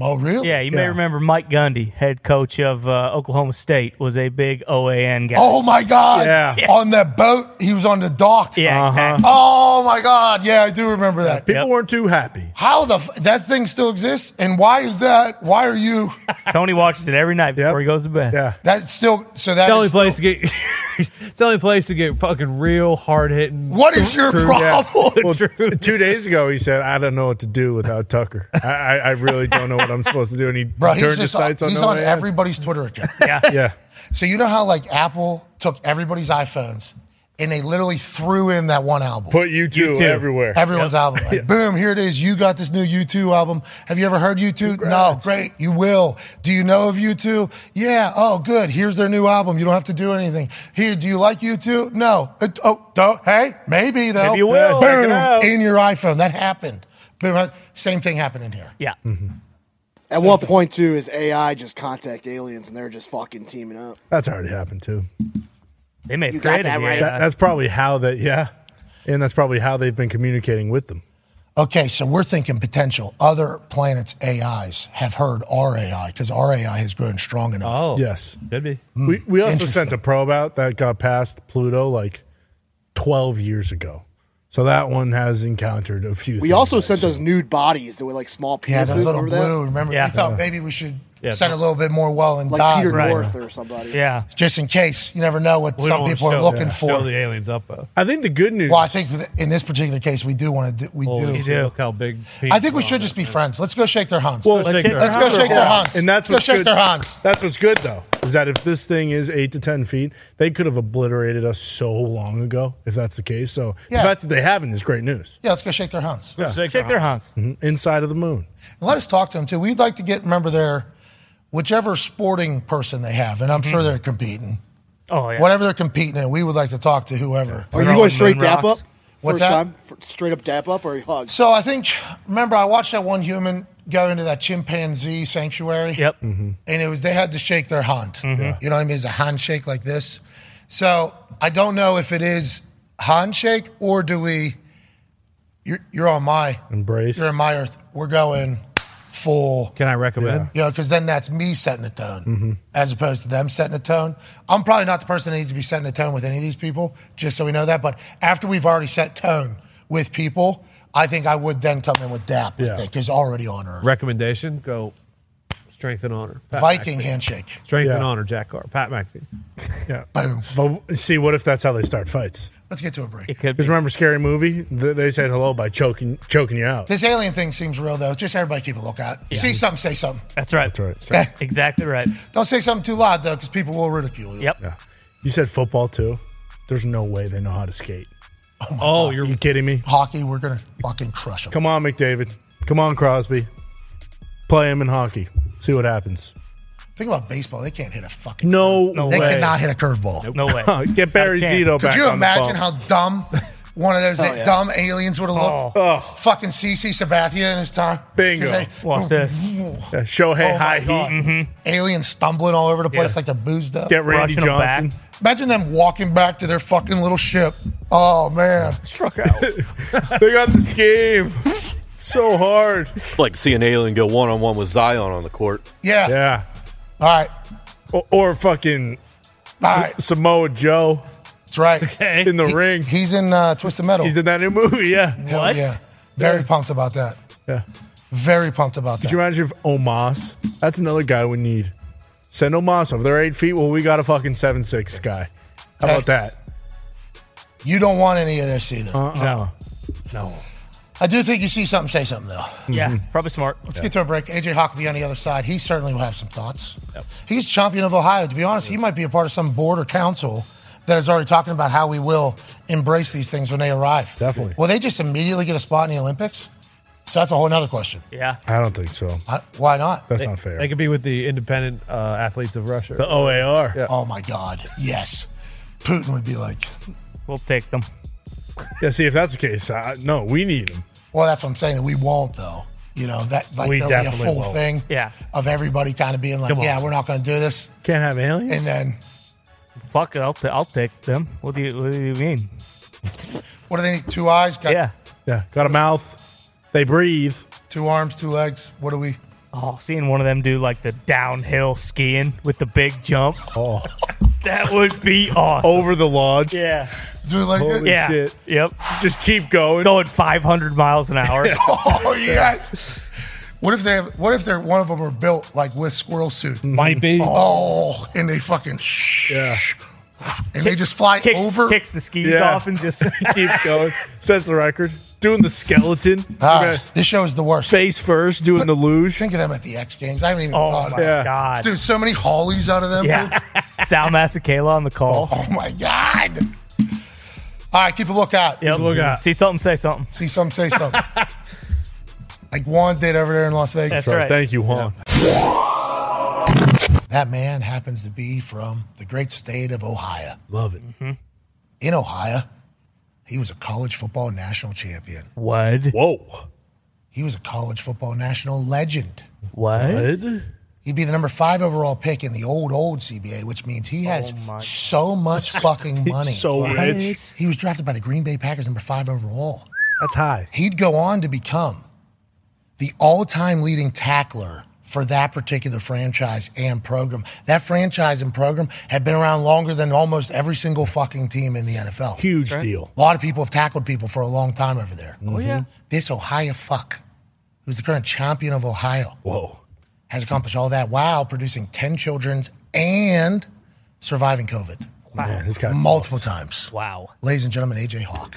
A: Oh, really?
D: Yeah, you may
B: Yeah.
D: remember Mike Gundy, head coach of uh, Oklahoma State, was a big OAN guy.
A: Oh my God!
B: Yeah. Yeah.
A: On that boat, he was on the dock.
D: yeah, exactly.
A: Oh my God! Yeah, I do remember that.
B: People
D: Yep.
B: weren't too happy.
A: How the f- that thing still exists, and why is that? Why are you
D: Tony watches it every night before he goes to bed.
B: Yeah.
A: that still? So that
C: It's the only
A: is still-
C: place to get. it's the only place to get fucking real hard hitting.
A: what is your
B: Yeah.
A: problem?
B: Well, two days ago, he said, "I don't know what to do without Tucker. I, I, I really don't know what I'm supposed to do." And he
A: Bro,
B: turned
A: he's
B: his
A: just on,
B: sights on.
A: he's on
B: OAN.
A: everybody's Twitter account.
B: Yeah,
A: So you know how like Apple took everybody's iPhones and they literally threw in that one album.
B: put you two
D: too.
B: everywhere.
A: Everyone's album. Like, Boom, here it is. You got this new U2 album. Have you ever heard U2? No, great. You will. Do you know of U2? Yeah. Oh, good. Here's their new album. You don't have to do anything. Here, do you like U2? No. It- oh, don't. Hey, maybe though.
D: Maybe you will. Check it
A: Boom,
D: out.
A: in your iPhone. That happened. Boom. Same thing happened in here.
D: Yeah.
A: Mm-hmm.
E: At what point too is AI just contact aliens and they're just fucking teaming up?
B: that's already happened too.
D: They may have
E: You got
D: created
E: that
D: the
E: right.
D: AI.
B: That, that's probably how that. Yeah, and that's probably how they've been communicating with them.
A: Okay, so we're thinking potential other planets' AIs have heard our AI because our AI has grown strong enough.
C: Oh,
B: Yes,
C: could be.
B: we we also
A: Hmm. Interesting.
B: sent a probe out that got past Pluto like twelve years ago. So that one has encountered a few.
F: We also sent those nude bodies that were like small
A: Yeah,
F: penises.
A: those little
F: remember that?
A: blue. Remember,
D: Yeah.
A: we thought maybe we should
C: Yeah.
A: send a little bit more well and
F: Like
A: die,
F: Peter
D: Right.
F: North or somebody.
D: Yeah.
A: just in case. You never know what
C: We
A: some
C: don't
A: people are
C: show-
A: looking for.
C: Show the aliens up. Though.
B: I think the good news.
A: Well, I think with- in this particular case, we do want to. Do, we
C: Holy
A: do.
C: shit, Look how big.
A: I think we
C: penises
A: should
C: are.
A: just be friends. Let's go shake their hands.
B: Well,
C: Let's
B: let's,
C: shake their
A: Let's go
C: hands.
A: shake their hands.
B: And that's
A: Let's
B: what's
A: go shake
B: good.
A: their hands.
B: That's what's good though, is that if this thing is eight to ten feet, they could have obliterated us so long ago. If that's the case, so
A: Yeah.
B: the fact that they haven't is great news. Mm-hmm.
A: Yeah, let's go shake their hands.
D: Shake their hands.
B: Inside of the moon,
A: And let us talk to them too. We'd like to get remember their whichever sporting person they have, and I'm sure they're competing.
D: Oh yeah.
A: Whatever they're competing in, we would like to talk to whoever.
F: Are you
D: Throwing
F: going straight
D: moon
F: dap up?
D: rocks.
A: What's
F: First
A: that?
F: Time? F- straight up dap up or you hug?
A: So I think remember I watched that one human go into that chimpanzee sanctuary.
D: Yep.
E: Mm-hmm.
A: and it was they had to shake their hand.
C: Mm-hmm.
A: You know what I mean? It's a handshake like this. So I don't know if it is handshake or do we? You're, you're on my,
B: embrace.
A: you're on my earth. We're going full.
C: Can I recommend? Mm-hmm.
A: You know, because then that's me setting the tone as opposed to them setting the tone. I'm probably not the person that needs to be setting the tone with any of these people, just so we know that. But after we've already set tone with people, I think I would then come in with DAP, I
B: Yeah.
A: think, is already on earth.
C: Recommendation? Go. Strength and honor. Pat
A: Viking
C: McAfee.
A: handshake.
C: Strength and
B: Yeah.
C: honor. Jack Carr. Pat McAfee.
B: Yeah.
A: Boom.
B: But see, what if that's how they start fights?
A: Let's get to a break.
D: It could be.
B: Because remember, scary movie, Th- they said hello by choking choking you out.
A: This alien thing seems real though. Just everybody keep a lookout. See something, say something.
D: That's right.
B: That's right.
A: Okay?
D: Exactly right.
A: Don't say something too loud though, because people will ridicule you.
D: Yep.
B: Yeah. You said football too. There's no way they know how to skate.
C: Oh,
B: Are
C: you're
B: you kidding me?
A: Hockey, we're gonna fucking crush them.
B: Come on, McDavid. Come on, Crosby. Play him in hockey. See what happens.
A: Think about baseball. They can't hit a fucking.
B: No,
D: No
A: they
D: way.
A: cannot hit a curveball.
D: No way.
B: Get Barry
D: I can't.
B: Zito
A: Could
B: back.
A: you
B: on the Oh,
A: imagine
B: phone.
A: how dumb one of those
F: yeah.
A: dumb aliens would have looked?
D: Oh.
A: Fucking CC Sabathia in his time.
B: Bingo.
A: Today.
D: Watch this.
B: Yeah, Shohei
A: Oh my
B: High
A: God.
B: Heat. Mm-hmm.
A: Aliens stumbling all over the place
D: Yeah.
A: like they're boozed up.
B: Get Randy
D: Rushing 'em back.
B: Johnson.
A: Imagine them walking back to their fucking little ship. Oh man.
D: Struck out.
B: they got this game. so hard.
K: Like see an alien go one on one with Zion on the court.
A: Yeah.
B: Yeah.
A: All right.
B: Or, or fucking
A: All right.
B: Samoa Joe
A: That's right.
B: in the ring.
A: He's in uh, Twisted Metal.
B: He's in that new movie. Yeah. Could
A: Hell
D: What?
A: Yeah. Very pumped about that.
B: Yeah.
A: Very pumped about that.
B: you imagine if Omas? That's another guy we need. Send Omas over. They're eight feet. Well, we got a fucking seven six guy. How
A: Hey.
B: about that?
A: You don't want any of this either.
D: Uh,
B: No.
A: I do think you see something, say something though.
D: yeah.
B: Mm-hmm.
D: Probably smart.
A: Let's get to a break. AJ Hawk will be on the other side. He certainly will have some thoughts. He's champion of Ohio. To be honest, he might be a part of some board or council that is already talking about how we will embrace these things when they arrive.
B: Definitely.
A: Will they just immediately get a spot in the Olympics? So that's a whole nother question.
D: Yeah.
B: I don't think so.
A: I, why not?
B: That's not fair.
C: They could be with the independent uh, athletes of Russia.
B: the OAR. Yeah.
A: Oh my God. Yes. Putin would be like,
D: We'll take them.
B: See, if that's the case, I, no, we need him.
A: well, that's what I'm saying. That we won't though. You know, that like
B: We
A: there'll be a
B: definitely
A: full
B: won't.
A: thing
D: Yeah.
A: of everybody kind of being like, yeah, we're not going to do this.
B: Can't have aliens.
A: And then
D: Fuck it. I'll, t- I'll take them. What do you What do you mean?
A: what do they need? Two eyes, got
D: Yeah.
B: yeah. Got a mouth. They breathe.
A: two arms, two legs. What do we?
D: Oh, seeing one of them do like the downhill skiing with the big jump. Oh. That would be awesome.
B: Over the lodge.
D: Yeah.
A: Do it like this?
D: Yeah.
B: shit.
D: Yep.
B: Just keep going.
D: Going 500 miles an hour.
A: Oh yes. What if they? Have, what if they're one of them are built like with squirrel suit?
C: Might be.
A: Oh, and they fucking
B: Yeah.
A: and they just fly
D: Kick,
A: over.
D: Kicks the skis
B: Yeah.
D: off and just.
B: keep going. Sets the record. Doing the skeleton.
A: Ah,
B: Okay.
A: this show is the worst.
B: Face first, doing the luge.
A: Think of them at the X Games. I haven't even
D: Oh,
A: thought
D: my
A: about it.
B: Yeah.
D: God.
A: Dude, so many hollies out of them. dude.
D: Yeah. Sal Masakela on the call.
A: Oh my god. All right, keep a lookout.
D: Yep.
C: Look out.
D: See something, say something.
A: See some, say something. like Juan did over there in Las Vegas.
D: That's right.
B: Thank you, Juan.
A: That man happens to be from the great state of Ohio.
B: Love it.
A: In Ohio, he was a college football national champion.
D: What?
B: Whoa.
A: He was a college football national legend.
D: What?
A: He'd be the number five overall pick in the old, old CBA, which means he
B: Oh
A: has so much fucking money.
B: So rich.
A: he was drafted by the Green Bay Packers number five overall.
B: That's high.
A: He'd go on to become the all time leading tackler for that particular franchise and program. That franchise and program have been around longer than almost every single fucking team in the NFL.
B: Huge Right. deal.
A: A lot of people have tackled people for a long time over there.
B: Oh, yeah. Mhm.
A: This Ohio fuck, who's the current champion of Ohio,
B: whoa,
A: has accomplished all that while producing ten children's and surviving COVID.
B: Man, this guy
A: multiple times.
D: Wow.
A: Ladies and gentlemen, AJ Hawk.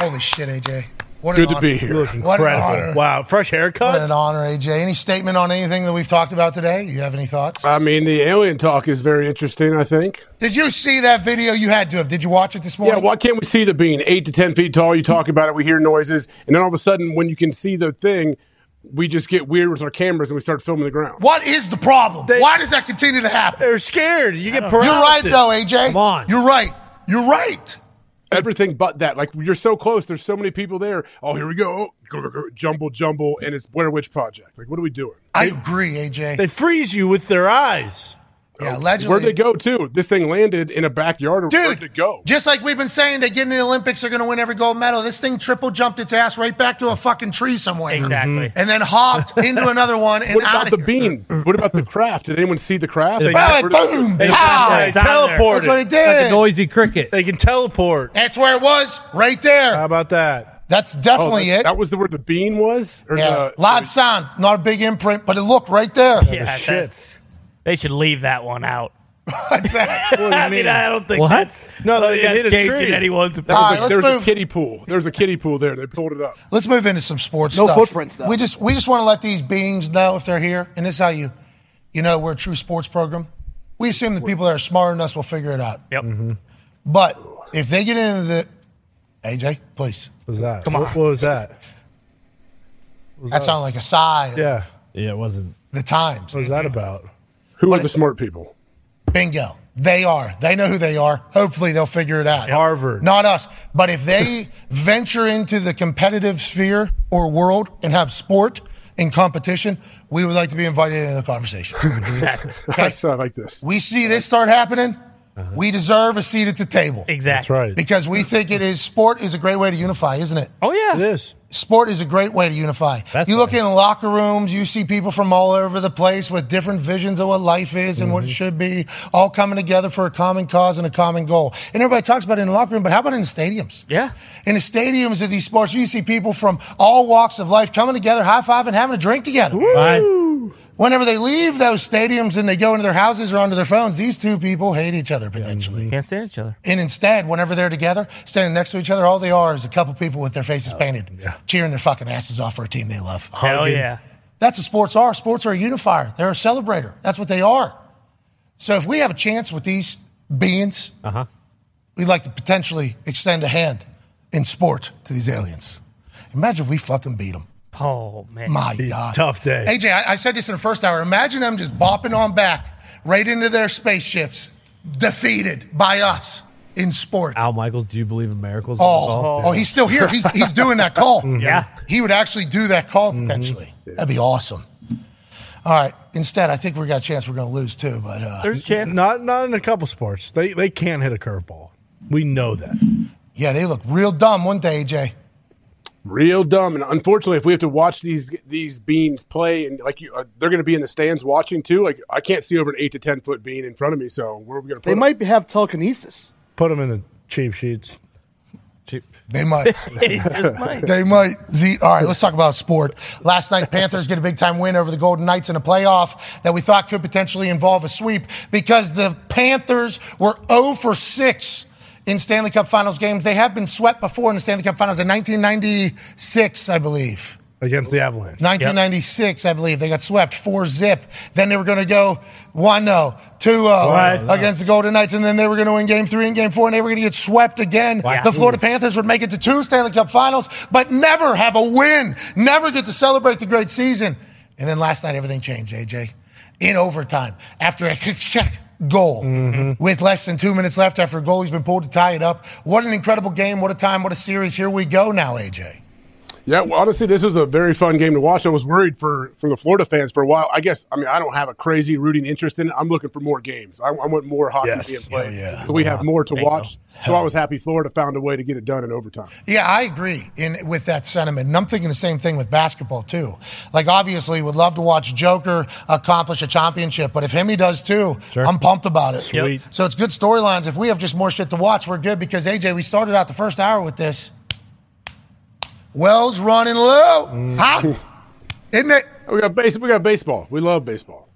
A: Holy shit, AJ. What an
B: Good to be
A: honor.
B: here. You look
A: What an
B: incredible.
A: honor.
B: Wow, fresh haircut.
A: What an honor, AJ. Any statement on anything that we've talked about today? You have any thoughts?
G: I mean, the alien talk is very interesting, I think.
A: Did you see that video? You had to have. Did you watch it this
G: Yeah,
A: morning?
G: why can't we see the bean? Eight to 10 feet tall, you talk about it, we hear noises, and then all of a sudden, when you can see the thing, we just get weird with our cameras and we start filming the ground.
A: What is the problem? Why does that continue to happen?
B: They're scared. You
G: get
A: You're right,
G: paralysis.
A: though, AJ.
G: Come on.
A: You're right. You're right.
G: Everything but that. Like, you're so close. There's so many people there. Oh, here we go. Go, go, go. Jumble, jumble. And it's Blair Witch Project. Like, what are we doing?
A: I agree, AJ.
B: They freeze you with their eyes.
A: Yeah,
G: Where'd they go to? This thing landed in a backyard. Where'd it go?
A: Just like we've been saying that getting to the Olympics are going to win every gold medal. This thing triple jumped its ass right back to a fucking tree somewhere.
D: Exactly.
A: And then hopped into another one and
G: what
A: out
G: about the bean? What about the craft? Did anyone see the craft?
A: They got- Boom, boom,
G: They-
A: pow.
G: they
A: It's on there.
G: teleported.
A: That's what it did. Like a
C: noisy cricket.
B: They can teleport.
A: That's where it was, right there.
B: How about that?
A: That's definitely
G: Oh, that-
A: it.
G: That was the word the bean was? Or
A: yeah,
G: the-
A: loud sound, not a big imprint, but it looked right there.
D: Yeah, that's- They should leave that one out. I
A: I
D: mean, I don't think that's I don't think that's changing anyone's
G: That was
A: All
G: like-
A: right,
G: there
A: let's
G: was
A: move.
G: a kiddie pool. There was a kiddie pool there. They pulled it up.
A: Let's move into some sports.
G: No
A: stuff.
G: footprints, though.
A: We just we just want to let these beings know if they're here, and this is how you, you know, we're a true sports program. We assume the people that are smarter than us will figure it out.
D: Yep.
B: Mm-hmm.
A: But if they get into the, AJ, please.
B: What was that?
A: Come on.
B: What, what was that?
A: that sounded like a sigh. of
B: Yeah.
C: Yeah, it wasn't.
A: The times.
B: What was that about?
G: Who are the smart people?
A: Bingo. They are. They know who they are. Hopefully, they'll figure it out.
B: Harvard.
A: Not us. But if they venture into the competitive sphere or world and have sport and competition, we would like to be invited into the conversation.
D: Exactly.
G: so I like this.
A: We see this start happening. We deserve a seat at the table.
D: Exactly.
B: That's right.
A: Because we think it is sport is a great way to unify, isn't it?
D: Oh yeah,
B: it is.
A: Sport is a great way to unify. you look in locker rooms, you see people from all over the place with different visions of what life is and what
B: Mm-hmm.
A: it should be, all coming together for a common cause and a common goal. And everybody talks about it in the locker room, but how about in the stadiums?
D: Yeah.
A: In the stadiums of these sports, you see people from all walks of life coming together, high five, and having a drink together. Whenever they leave those stadiums and they go into their houses or onto their phones, these two people hate each other potentially.
D: Can't stand each other.
A: And instead, whenever they're together, standing next to each other, all they are is a couple people with their faces painted, cheering their fucking asses off for a team they love.
D: Oh, Hell yeah.
A: That's what sports are. Sports are a unifier. They're a celebrator. That's what they are. So if we have a chance with these beings, uh-huh. we'd like to potentially extend a hand in sport to these aliens. Imagine if we fucking beat them.
D: Oh man.
A: My
D: Be a
A: God.
D: tough day.
A: AJ, I, I said this in the first hour. Imagine them just bopping on back right into their spaceships, defeated by us in sport.
C: Al Michaels, do you believe in miracles?
A: Oh, oh, he's still here. He, he's doing that call.
C: Yeah.
A: He would actually do that call
D: Mm-hmm.
A: potentially. That'd be awesome. All right. Instead, I think we got a chance we're going to lose too, but uh,
D: There's a chance.
B: Not not in a couple sports. They they can't hit a curveball. We know that.
A: yeah, they look real dumb one day, AJ.
G: Real dumb. And unfortunately, if we have to watch these these beans play, and like you, uh, they're going to be in the stands watching too. Like I can't see over an eight to ten foot bean in front of me. So where are we going to?
F: They might have telekinesis.
B: Put them in the cheap sheets.
C: Cheap.
A: They might.
D: They just might.
A: They might. Z- All right, let's talk about sport. Last night, Panthers get a big time win over the Golden Knights in a playoff that we thought could potentially involve a sweep because the Panthers were 0 for 6 in Stanley Cup Finals games. They have been swept before in the Stanley Cup Finals in 1996, I believe.
B: against the Avalanche.
A: 1996, I believe. They got swept 4 zip. Then they were going to go 1 0, 2
B: Right.
A: 0 against the Golden Knights. And then they were going to win game three and game four, and they were going to get swept again.
B: Wow.
A: The Florida Panthers would make it to two Stanley Cup finals, but never have a win, never get to celebrate the great season. And then last night, everything changed, AJ. In overtime, after a goal with less than two minutes left, after a goalie's been pulled to tie it up. What an incredible game. What a time. What a series. Here we go now, AJ.
G: Yeah, well, honestly, this was a very fun game to watch. I was worried for from the Florida fans for a while. I guess I mean I don't have a crazy rooting interest in it. I'm looking for more games. I, I want more hockey
A: Yes.
G: being played.
A: Hell yeah.
G: So we have more to
A: Bingo.
G: watch. So I was happy Florida found a way to get it done in overtime.
A: Yeah, I agree in with that sentiment. And I'm thinking the same thing with basketball too. Like obviously would love to watch Joker accomplish a championship, but if Hemi does too, I'm pumped about it.
B: Sweet.
A: So it's good storylines. If we have just more shit to watch, we're good because AJ, we started out the first hour with this. Wells running low. Huh? Isn't it?
G: Mm. We got base we got baseball. We love baseball.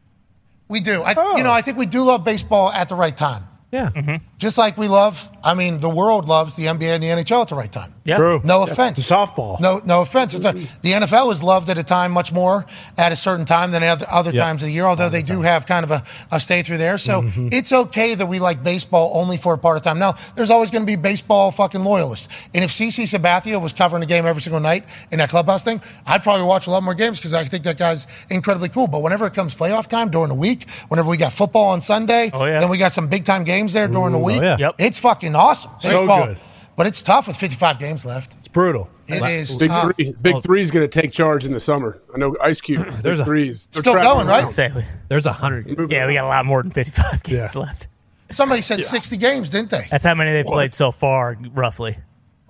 A: We do. I, You know, I think we do love baseball at the right time.
C: Oh. Yeah.
A: Just like we love, I mean, the world loves the NBA and the NHL at the right time.
C: Yeah. True.
A: No
C: Yeah.
A: offense.
C: The softball.
A: No, no offense. It's a, the NFL is loved at a time much more at a certain time than other, other
B: Yeah.
A: times of the year, although they do have kind of a, a stay through there. So
D: Mm-hmm.
A: it's okay that we like baseball only for a part of time. Now, there's always going to be baseball fucking loyalists. And if CC Sabathia was covering a game every single night in that clubhouse thing, I'd probably watch a lot more games because I think that guy's incredibly cool. But whenever it comes playoff time during the week, whenever we got football on Sunday,
D: Oh, yeah.
A: then we got some big time games there during the
D: Ooh,
A: week.
D: oh, yeah. Yep.
A: It's fucking awesome.
G: So
A: Baseball.
G: good.
A: But it's tough with 55 games left.
G: It's brutal.
A: It is
G: Big
A: tough.
G: three. Big three is going to take charge in the summer. I know Ice Cube. There's
C: There's a-
G: big threes. They're
A: Still
G: traveling
A: going, right?
G: around.
D: Say,
C: There's a hundred.
D: yeah, we got a lot more than 55 games left.
A: Somebody said 60 games, didn't they?
D: That's how many they played so far, roughly.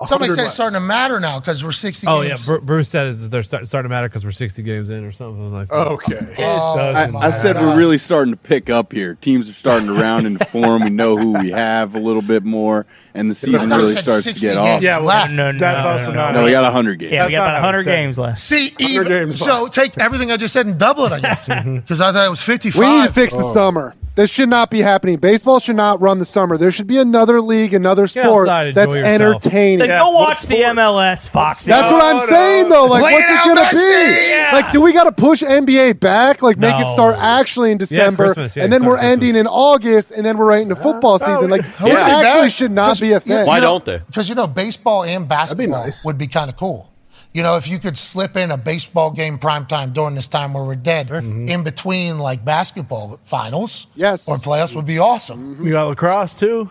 A: Somebody said it's
D: so.
A: starting to matter now because we're 60
C: Oh yeah,
A: games.
C: Bru- Bruce said it's- they're start, starting to matter because we're sixty games in or something like. that.
G: Okay.
L: I, I said we're really starting to pick up here. Teams are starting to round into form. We know who we have a little bit more, and the
A: I
L: season
A: thought it
L: really
A: said
L: starts to
A: 60
L: get
A: games
L: off.
A: Yeah, well, left.
D: no, no,
L: That's
D: no,
L: also
D: no,
L: not- No, we got 100 games.
D: Yeah,
L: That's
D: we got
L: not
D: about
L: how it
D: 100
L: said.
D: games left.
A: See,
L: Under
A: even,
L: games
A: so take everything I just said and double it, I guess.
D: Mhm.
A: Because I thought it was 55.
E: We need to fix
A: Oh.
L: Oh.
E: the summer. This should not be happening. Baseball should not run the summer. There should be another league, another sport
D: outside, enjoy
E: that's
D: yourself.
E: entertaining.
D: Then go watch the MLS, Foxy.
E: That's what I'm saying, though. Like,
A: Lay
E: what's
A: it
E: it
A: out,
E: gonna
A: Messi!
E: be? Like, do we got to push NBA back? Like, make it
C: No.
E: start actually in December,
C: Christmas, yeah,
E: and then
C: start
E: we're ending in August, and then we're right into football season. Like, this
A: Wouldn't it be
E: actually
A: bad?
E: should not be a thing.
L: Why don't they?
A: Because, you know, baseball and basketball would be kind of cool. You know, if you could slip in a baseball game primetime during this time where we're dead in between, like, basketball finals
E: yes.
A: or playoffs would be awesome.
B: We Mm-hmm. got lacrosse too.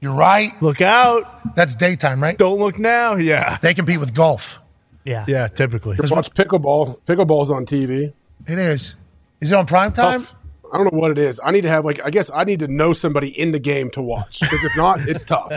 A: You're right.
B: Look out!
A: That's daytime, right?
B: Don't look now. Yeah,
A: They compete with golf.
D: Yeah.
B: yeah. Typically,
G: Just watch pickleball. Pickleball's on TV.
A: It is. Is it on prime time?
G: I don't know what it is. I need to have like I guess I need to know somebody in the game to watch because if not, it's tough.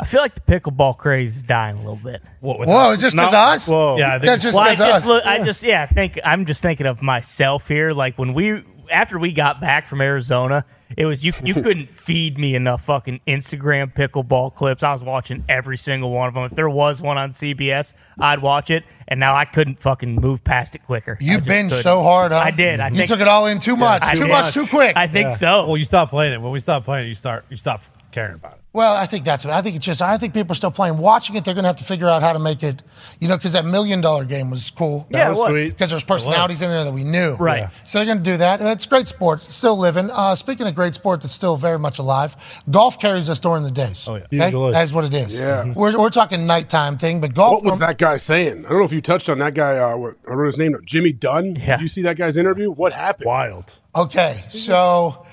D: I feel like the pickleball craze is dying a little bit.
C: What, with
A: Whoa,
C: that?
A: it's just
B: No,
A: because us?
B: whoa.
C: Yeah, I think
A: That's just
D: Well, I
A: because us.
D: just, look, I just, yeah, I think I'm just thinking of myself here. Like when we, after we got back from Arizona, it was you. You couldn't feed me enough fucking Instagram pickleball clips. I was watching every single one of them. If there was one on CBS, I'd watch it. And now I couldn't fucking move past it quicker. I
A: you
D: just
A: binged
D: couldn't.
A: so hard, huh?
D: I did. I
A: you
D: think-
A: took it all in too much.
D: I
A: too
D: did.
A: much, too quick.
D: I think
C: Yeah.
D: so.
C: Well, you stop playing it. When we stop playing it, you start you stop caring about it.
A: Well, I think that's it. I think it's just, I think people are still playing. Watching it, they're going to have to figure out how to make it, you know, because that million dollar game was cool.
D: Yeah, That it was was. sweet.
A: Because there's personalities in there that we knew.
D: Right. Yeah.
A: So they're going to do that. And It's great sport. It's still living. Uh, speaking of great sport that's still very much alive, golf carries us during the days. Oh,
B: yeah. Usually.
A: That's what it is.
G: Yeah.
A: We're, we're talking nighttime thing, but golf.
G: What was that guy saying? I don't know if you touched on that guy. Uh, what- I wrote his name down. Jimmy Dunn.
D: Yeah.
G: Did you see that guy's interview? What happened?
B: Wild.
A: Okay, so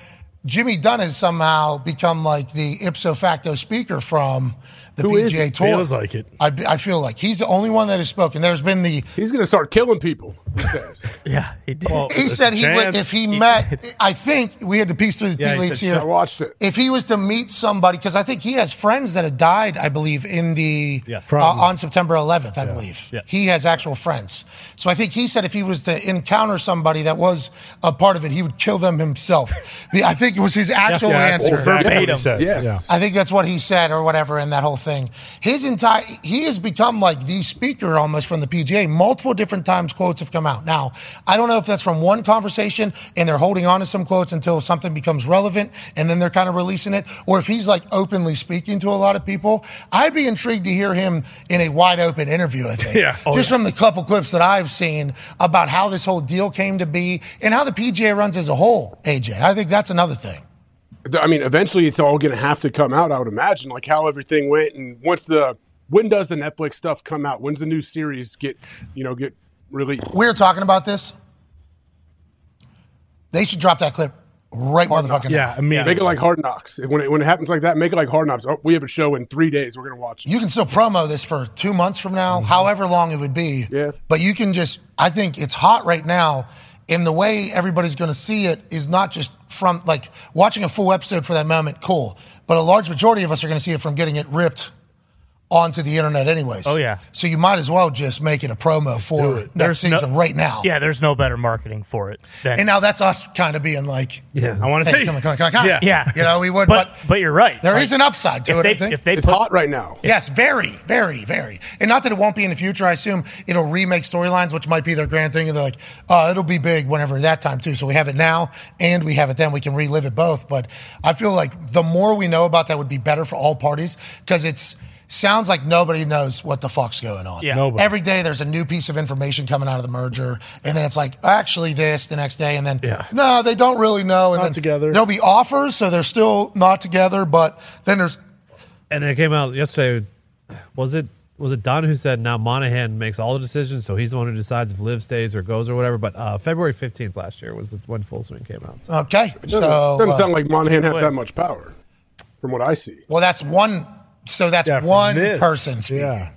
A: Jimmy Dunn has somehow become like the ipso facto speaker from the
G: Who is
A: PGA
G: it?
A: Tour.
B: Feels like it.
A: I, I feel like he's the only one that has spoken. There's been the.
G: He's going to start killing people. Yes.
D: yeah, he did.
B: Well,
A: He
B: there's a
A: said he would,
B: chance.
A: if he met. I think we had to piece through the tea
C: Yeah, he
A: leaves
C: said
A: here.
G: I watched it.
A: If he was to meet somebody, because I think he has friends that had died, I believe, in the
C: Yes.
A: uh, on September 11th, I believe.
C: Yeah.
A: He has actual friends. So I think he said if he was to encounter somebody that was a part of it, he would kill them himself. I think it was his actual
B: Yeah, that's
A: answer.
B: exactly what he
D: Verbatim.
B: said.
G: Yes.
B: Yeah.
A: I think that's what he said or whatever in that whole thing. His entire he has become like the speaker almost from the PGA. Multiple different times quotes have come out. Now, I don't know if that's from one conversation and they're holding on to some quotes until something becomes relevant and then they're kind of releasing it or if he's like openly speaking to a lot of people. I'd be intrigued to hear him in a wide open interview, I think.
B: Yeah. Oh,
A: Just from the couple clips that I've seen about how this whole deal came to be and how the PGA runs as a whole, AJ. I think that's another thing.
G: I mean, eventually it's all going to have to come out, I would imagine, like how everything went. And once the, when does the Netflix stuff come out? When's the new series get, you know, get released?
A: we were talking about this. They should drop that clip right motherfucking
B: Yeah,
A: now.
B: immediately.
G: Make it like Hard Knocks. When it, when it happens like that, make it like Hard Knocks. Oh, we have a show in three days. We're gonna watch. it.
A: You can still promo this for two months from now, however long it would be. Yeah. But you can just, I think it's hot right now. And the way everybody's going to see it is not just from like watching a full episode for that moment, cool. But a large majority of us are going to see it from getting it ripped onto the internet, anyways.
D: Oh, yeah.
A: So you might as well just make it a promo for next season right now.
D: Yeah, there's no better marketing for it. Than,
A: And now that's us kind of being like,
B: Yeah. I wanna
A: hey,
B: see.
A: Come on, come on, come on, come on.
D: Yeah. Yeah.
A: You know, we would,
D: But-
A: but,
D: but you're right.
A: There is
D: Like,
A: an upside to
D: if
A: it,
D: they-
A: I think.
D: if they It's put- hot
G: right now.
A: Yes, very, very, very. And not that it won't be in the future. I assume it'll remake storylines, which might be their grand thing. And they're like, oh, it'll be big whenever that time, too. So we have it now and we have it then. We can relive it both. But I feel like the more we know about that would be better for all parties because it's. Sounds like nobody knows what the fuck's going on.
B: Yeah. Nobody.
A: Every day there's a new piece of information coming out of the merger, and then it's like actually this the next day, and then no, they don't really know. And
B: Not
A: then
B: together.
A: There'll be offers, so they're still not together. But then there's
C: And it came out yesterday. Was it was it Don who said now Monahan makes all the decisions, so he's the one who decides if Liv stays or goes or whatever. But uh, February fifteenth last year was the, when Full Swing came out. So.
A: Okay.
G: It
A: So
G: doesn't, doesn't
A: uh,
G: sound like Monahan has that much power, from what I see.
A: Well, that's one. So that's
G: Yeah, from
A: one
G: this.
A: person speaking.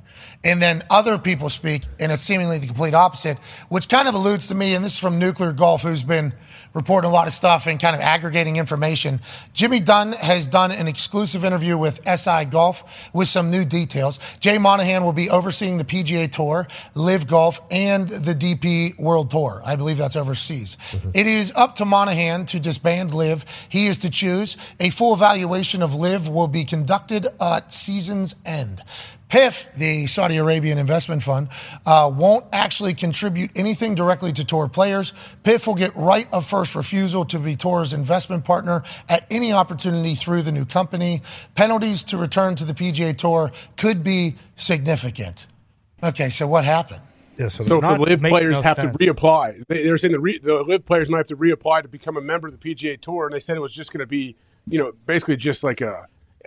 A: And then other people speak, and it's seemingly the complete opposite, which kind of alludes to me. And this is from Nuclear Golf, who's been reporting a lot of stuff and kind of aggregating information. Jimmy Dunn has done an exclusive interview with SI Golf with some new details. Jay Monahan will be overseeing the PGA Tour, Live Golf, and the DP World Tour. I believe that's overseas.
G: Mm-hmm.
A: It is up to Monahan to disband Live. He is to choose. A full evaluation of Live will be conducted at season's end. PIF, the Saudi Arabian Investment Fund, uh, won't actually contribute anything directly to tour players. PIF will get right of first refusal to be tour's investment partner at any opportunity through the new company. Penalties to return to the PGA Tour could be significant. Okay, so what happened?
B: Yeah, so
G: So if the live players have to reapply, they, they're saying the, re, the live players might have to reapply to become a member of the PGA Tour, and they said it was just going to be, you know, basically just like a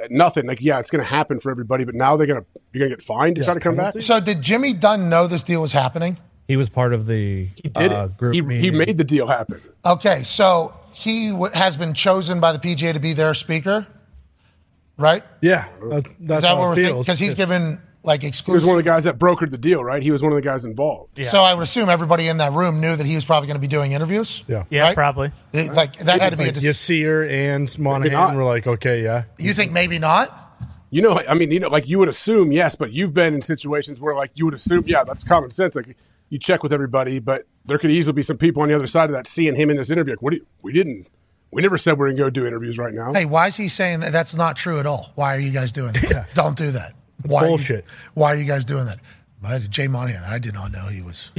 G: nothing. Like, yeah, it's going to happen for everybody, but now they're going to you're going to get fined to try to come back.
A: So did Jimmy Dunn know this deal was happening?
C: He was part of the he
G: did
C: uh,
G: it.
C: group.
G: He, he
C: meeting.
G: made the deal happen.
A: Okay, so he w- has been chosen by the PGA to be their speaker, right?
B: Yeah, that's,
A: Is that what we're thinking? Because he's given like
G: He was
A: exclusive.
G: one of the guys that brokered the deal, right? He was one of the guys involved.
A: So I would assume everybody in that room knew that he was probably going to be doing interviews. Yeah,
D: yeah, probably.
A: Like that had to be a.
B: Like,
A: Dis-
B: you see her and
G: not.
B: Monahan were like, okay, yeah.
A: you think maybe not?
G: You know, I mean, you know, like you would assume, yes, but you've been in situations where, like, you would assume, yeah, that's common sense. Like, you check with everybody, but there could easily be some people on the other side of that seeing him in this interview. Like, what do you, we didn't, we never said we're going to go do interviews right now.
A: Hey, why is he saying that? That's not true at all. Why are you guys doing that? Don't do that. Why Are
B: bullshit.
A: you, why are you guys doing that? My- Jay Monahan, I did not know he was.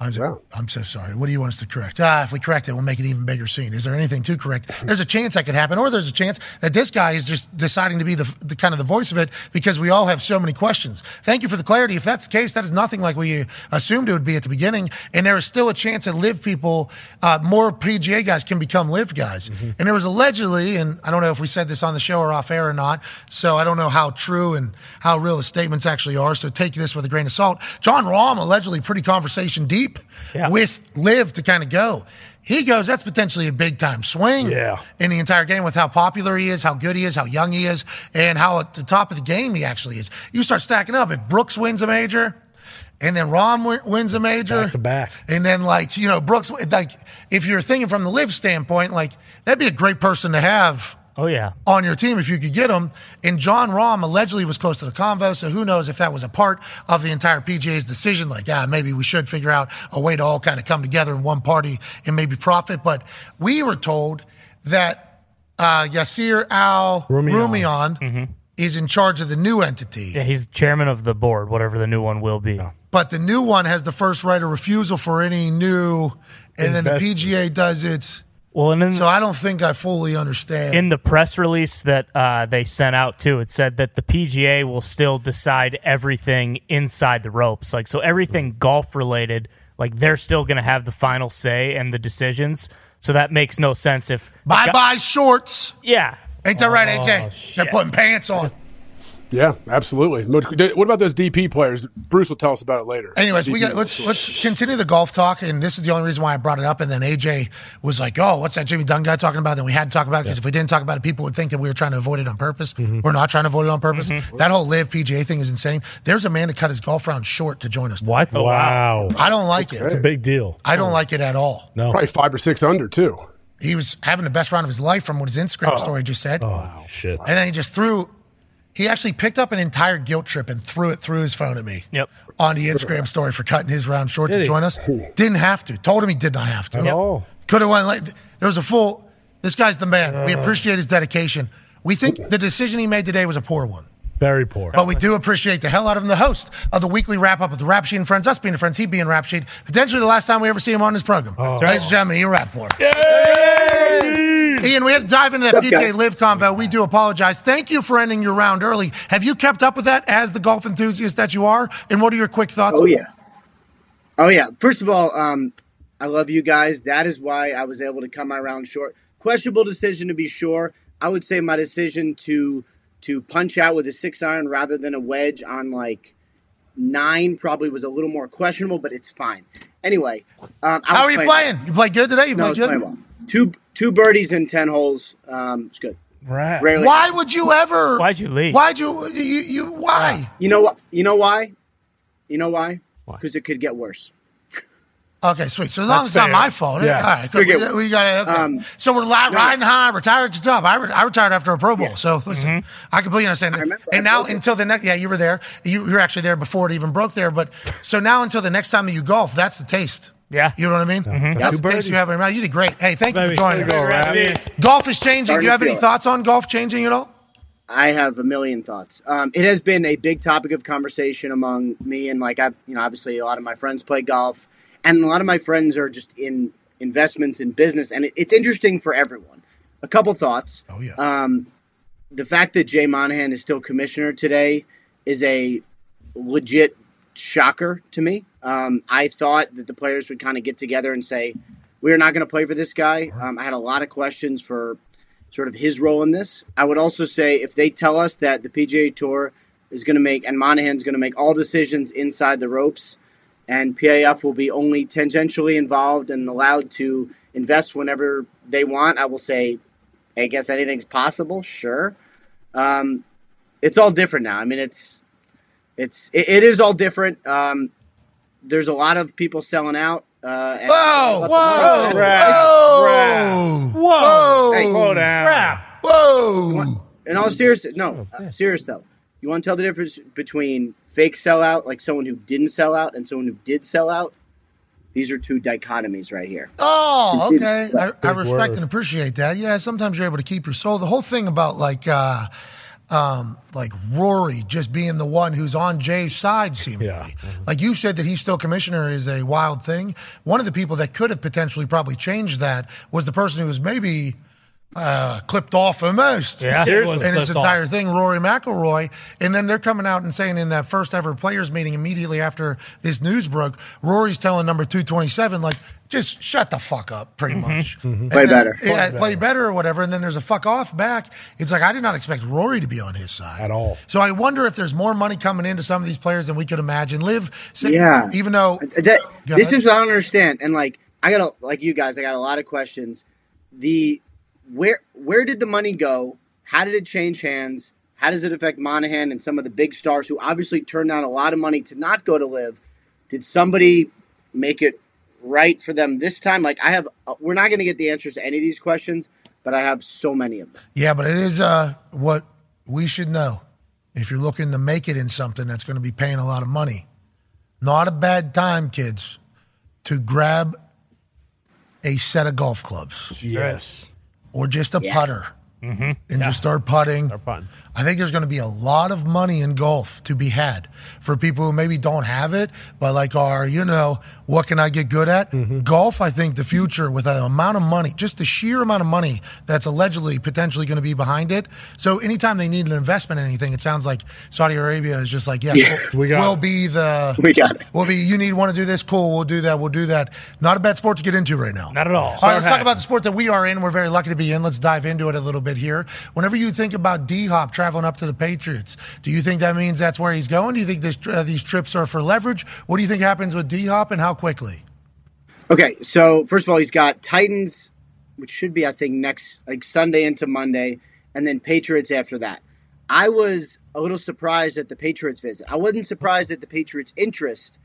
A: I'm, so, I'm so sorry. What do you want us to correct? Ah, if we correct it, we'll make it even bigger scene. Is there anything to correct? There's a chance that could happen, or there's a chance that this guy is just deciding to be the, the kind of the voice of it because we all have so many questions. Thank you for the clarity. If that's the case, that is nothing like we assumed it would be at the beginning, and there is still a chance that live people, uh, more PGA guys can become live guys. And there was allegedly, and I don't know if we said this on the show or off air or not, so I don't know how true and how real the statements actually are. So take this with a grain of salt. John Rahm allegedly pretty conversation deep with Live to kind of go. He goes, that's potentially a big time swing
B: Yeah.
A: in the entire game with how popular he is, how good he is, how young he is, and how at the top of the game he actually is. You start stacking up. If Brooks wins a major, and then Rom w- wins a major
B: Back to back.
A: and then like you know Brooks, like if you're thinking from the live standpoint, like that'd be a great person to have.
D: Oh yeah,
A: on your team if you could get him. And John Rahm allegedly was close to the convo, so who knows if that was a part of the entire PGA's decision? Like, ah, maybe we should figure out a way to all kind of come together in one party and maybe profit. But we were told that uh, Yasir Al Rumian.
B: Mm-hmm.
A: Is in charge of the new entity.
D: Yeah, he's chairman of the board, whatever the new one will be.
A: but the new one has the first right of refusal for any new, and then the
D: Investment.
A: PGA does its.
D: Well, and then
A: so I don't think I fully understand.
D: In the press release that uh, they sent out too, it said that the PGA will still decide everything inside the ropes. Like so,
B: Mm.
D: everything golf related, like they're still going to have the final say and the decisions. So that makes no sense if
A: bye bye shorts.
D: Yeah,
A: ain't that right,
D: Oh,
A: AJ?
D: shit.
A: They're putting pants on.
G: Yeah, absolutely. What about those DP players? Bruce will tell us about it later.
A: Anyways, we
G: DP
A: got let's let's continue the golf talk, and this is the only reason why I brought it up. And then AJ was like, "Oh, what's that Jimmy Dunn guy talking about?" Then we had to talk about it because if we didn't talk about it, people would think that we were trying to avoid it on purpose.
D: Mm-hmm.
A: We're not trying to avoid it on purpose.
B: Mhm.
A: That whole live PGA thing is insane. There's a man that cut his golf round short to join us.
B: What? Wow.
A: Oh, I don't like it.
B: It's a big deal.
A: I don't like it at all.
B: No.
G: Probably five or six under too.
A: He was having the best round of his life from what his Instagram
G: Oh.
A: story just said.
B: Shit.
A: And then he just threw. He actually picked up an entire guilt trip and threw it through his phone at me.
D: Yep.
A: On the Instagram story for cutting his round short
D: Did
A: to
D: he?
A: join us. Didn't have to. Told him he did not have to.
D: At Yep. all.
A: Could have went like there was a full this guy's the man.
G: Uh.
A: We appreciate his dedication. We think the decision he made today was a poor one.
B: Very poor.
A: But we do appreciate the hell out of him, the host of the weekly wrap up of the Rap Sheet and Friends, us being friends, he being Rap Sheet. Potentially the last time we ever see him on this program. Ladies and gentlemen, he a rap war. Ian, we had to dive into that
M: What's up,
A: PJ
M: guys?
A: Live convo. We do apologize. Thank you for ending your round early. Have you kept up with that as the golf enthusiast that you are? And what are your quick thoughts?
M: Oh, yeah. Oh yeah. First of all, um, I love you guys. That is why I was able to come my round short. Questionable decision to be sure. I would say my decision to to punch out with a six iron rather than a wedge on like nine probably was a little more questionable, but it's fine. Anyway, um, I
A: How
M: was
A: are you playing? You played good today? You
M: No, I was
A: played good?
M: playing well. Two two birdies in ten holes. Um, it's good.
B: Right.
M: Rarely-
A: Why would you ever?
M: Why'd you leave?
A: Why'd you? You? you why?
M: You know what? You know why? You know why? Because it could get worse.
A: Okay, sweet. So as long as it's not my fault, eh?
M: Yeah.
A: all right.
M: You're
A: Good. We,
M: good.
A: we got it. Okay. so we're li- riding high, retired at the top. I, re- I retired after a Pro Bowl, so listen, I completely understand. that. and now until the next, yeah, you were there. You, you were actually there before it even broke there. But so now until the next time that you golf, that's the taste.
D: Yeah,
A: you know what I mean. That's
D: Two
A: the taste
D: birdies.
A: you have in your mouth. You did great. Hey, thank you for joining
D: There you go,
A: us.
D: Ravi.
A: Golf is changing. Do
M: Starting
A: you have
M: to
A: any
M: feel it.
A: thoughts on golf changing at all?
M: I have a million thoughts. Um, it has been a big topic of conversation among me and like I, you know, obviously a lot of my friends play golf, and a lot of my friends are just in investments in business, and it, it's interesting for everyone. A couple thoughts. Oh yeah. Um, the fact that Jay Monahan is still commissioner today is a legit shocker to me. Um, I thought that the players would kind of get together and say, "We are not going to play for this guy." Um, I had a lot of questions for sort of his role in this. I would also say if they tell us that the PGA Tour is going to make and Monahan's going to make all decisions inside the ropes, and PAF will be only tangentially involved and allowed to invest whenever they want, I will say, I guess anything's possible. Sure, um, it's all different now. I mean, it's it's it, it is all different. Um, there's a lot of people selling out. Uh, and-
A: Whoa!
M: Whoa!
A: Whoa! Whoa!
M: Hey,
A: Slow down.
M: Whoa! In all seriousness, no, uh, serious though. You want to tell the difference between fake sellout, like someone who didn't sell out, and someone who did sell out? These are two dichotomies right here.
A: Oh, okay. I, I
M: Big word.
A: respect and appreciate that. Yeah, sometimes you're able to keep your soul. The whole thing about like, uh, um, like Rory just being the one who's on Jay's side, seemingly.
M: Mm-hmm.
A: Like you said that he's still commissioner is a wild thing. One of the people that could have potentially probably changed that was the person who was maybe uh, clipped off the most
B: Yeah. Seriously.
A: in its
B: Clipped off.
A: entire thing, Rory McIlroy. And then they're coming out and saying in that first ever players meeting immediately after this news broke, Rory's telling number 227, like, just shut the fuck up, pretty much. And
M: Play
A: then-
M: better.
A: Yeah,
M: Play
A: play better or whatever. And then there's a fuck off back. It's like, I did not expect Rory to be on his side.
B: At all.
A: So I wonder if there's more money coming into some of these players than we could imagine. Live, say-
M: Yeah.
A: even though
M: That-
A: Go
M: this
A: ahead.
M: is what I don't understand. And like I got a, like you guys, I got a lot of questions. The where where did the money go? How did it change hands? How does it affect Monahan and some of the big stars who obviously turned down a lot of money to not go to live? Did somebody make it right for them this time? Like I have, uh, we're not going to get the answers to any of these questions, but I have so many of them.
A: Yeah, but it is uh, what we should know. If you're looking to make it in something that's going to be paying a lot of money, not a bad time, kids, to grab a set of golf clubs.
B: Yes.
A: Or just a
B: Yes.
A: putter
B: Mm-hmm.
A: and just start putting. I think there's going to be a lot of money in golf to be had for people who maybe don't have it, but like are, you know, what can I get good at? Golf, I think the future with the amount of money, just the sheer amount of money that's allegedly potentially going to be behind it. So anytime they need an investment in anything, it sounds like Saudi Arabia is just like, yeah,
M: Yeah.
A: We'll,
M: We got
A: we'll
M: it.
A: be the,
M: We got it.
A: We'll be, you need want to do this? Cool. We'll do that. We'll do that. Not a bad sport to get into right now.
D: Not at all.
A: All right, let's talk about the sport that we are in. We're very lucky to be in. Let's dive into it a little bit. bit here. Whenever you think about D Hop traveling up to the Patriots, do you think that means that's where he's going? Do you think this, uh, these trips are for leverage? What do you think happens with D Hop and how quickly?
M: Okay, so first of all, he's got Titans, which should be I think next like Sunday into Monday, and then Patriots after that. I was a little surprised at the Patriots visit. I wasn't surprised at the Patriots interest.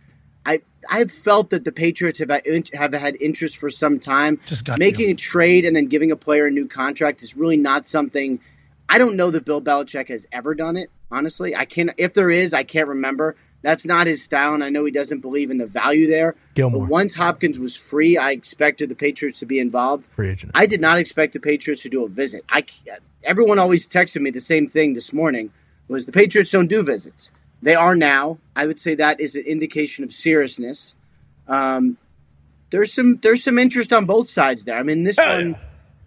M: I I have felt that the Patriots have had, have had interest for some time.
A: Just got
M: making a trade and then giving a player a new contract is really not something. I don't know that Bill Belichick has ever done it. Honestly, I can. If there is, I can't remember. That's not his style, and I know he doesn't believe in the value there.
B: Gilmore.
M: But once Hopkins was free, I expected the Patriots to be involved.
B: Free agent.
M: I did not expect the Patriots to do a visit. I everyone always texted me the same thing this morning was the Patriots don't do visits. They are now. I would say that is an indication of seriousness. Um, there's some there's some interest on both sides there. I mean, this one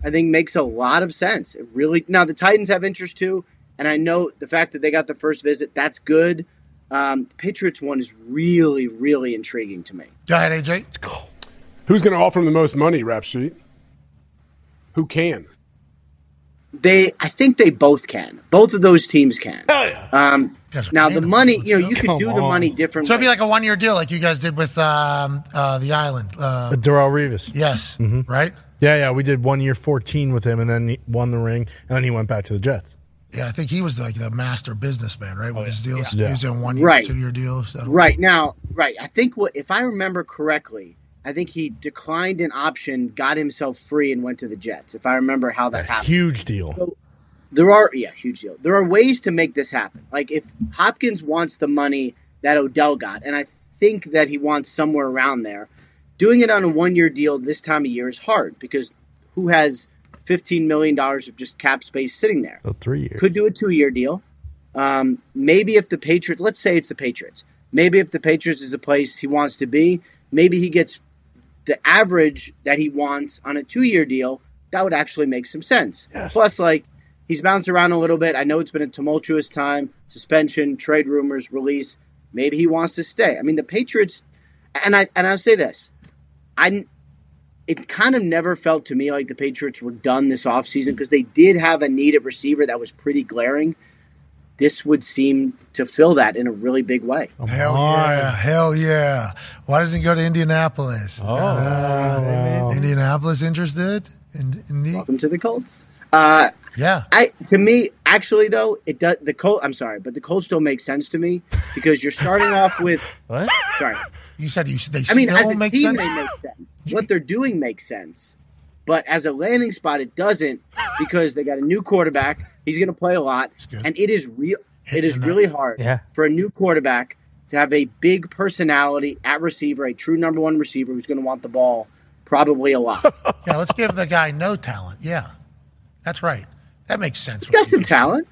M: I think makes a lot of sense. It really now the Titans have interest too, and I know the fact that they got the first visit that's good. Um, Patriots one is really really intriguing to me.
A: Go ahead, AJ. Let's
G: go. Who's going to offer him the most money, Rap Sheet? Who can?
M: They I think they both can. Both of those teams can. Um, now the money, you know, you could do the money differently.
A: So it'd be like a one year deal, like you guys did with um, uh, the island. Uh,
B: Darrell Revis. Mm-hmm.
A: Yes. Right?
B: Yeah, yeah. We did one year 14 with him and then he won the ring and then he went back to the Jets.
A: yeah, I think he was like the master businessman, right? With his deals,
B: Yeah.
A: he was doing one year,
M: Right.
A: two year deals. That'll-
M: Right now, right. I think what if I remember correctly, I think he declined an option, got himself free, and went to the Jets. If I remember how that happened,
B: Huge deal.
M: there are yeah, huge deal. There are ways to make this happen. Like if Hopkins wants the money that Odell got, and I think that he wants somewhere around there, doing it on a one-year deal this time of year is hard because who has fifteen million dollars of just cap space sitting there?
B: So three years.
M: Could do a two year deal. Um, maybe if the Patriots, let's say it's the Patriots, maybe if the Patriots is a place he wants to be, maybe he gets the average that he wants on a two year deal. That would actually make some sense. Plus, like, he's bounced around a little bit. I know it's been a tumultuous time suspension, trade rumors, release. Maybe he wants to stay. I mean, the Patriots, and I and I'll say this, I it kind of never felt to me like the Patriots were done this offseason because they did have a need at receiver that was pretty glaring. This would seem to fill that in a really big way.
A: Hell yeah! Hell yeah! Why doesn't he go to Indianapolis?
B: Oh,
A: Is that, uh, Indianapolis interested? In, in Welcome
M: to the Colts. Uh,
A: yeah.
M: I to me actually though it does the Colts. I'm sorry, but the Colts don't make sense to me because you're starting off with
D: what?
M: Sorry,
A: you said you they
M: I mean,
A: still
M: as a
A: make
M: team,
A: sense?
M: they make sense. What they're doing makes sense, but as a landing spot, it doesn't because they got a new quarterback. He's going to play a lot, and it is real. It is really hard
D: Yeah.
M: for a new quarterback to have a big personality at receiver, a true number one receiver who's going to want the ball probably a lot.
A: Yeah, let's give the guy no talent. Yeah, that's right. That makes sense. He's
M: got some talent.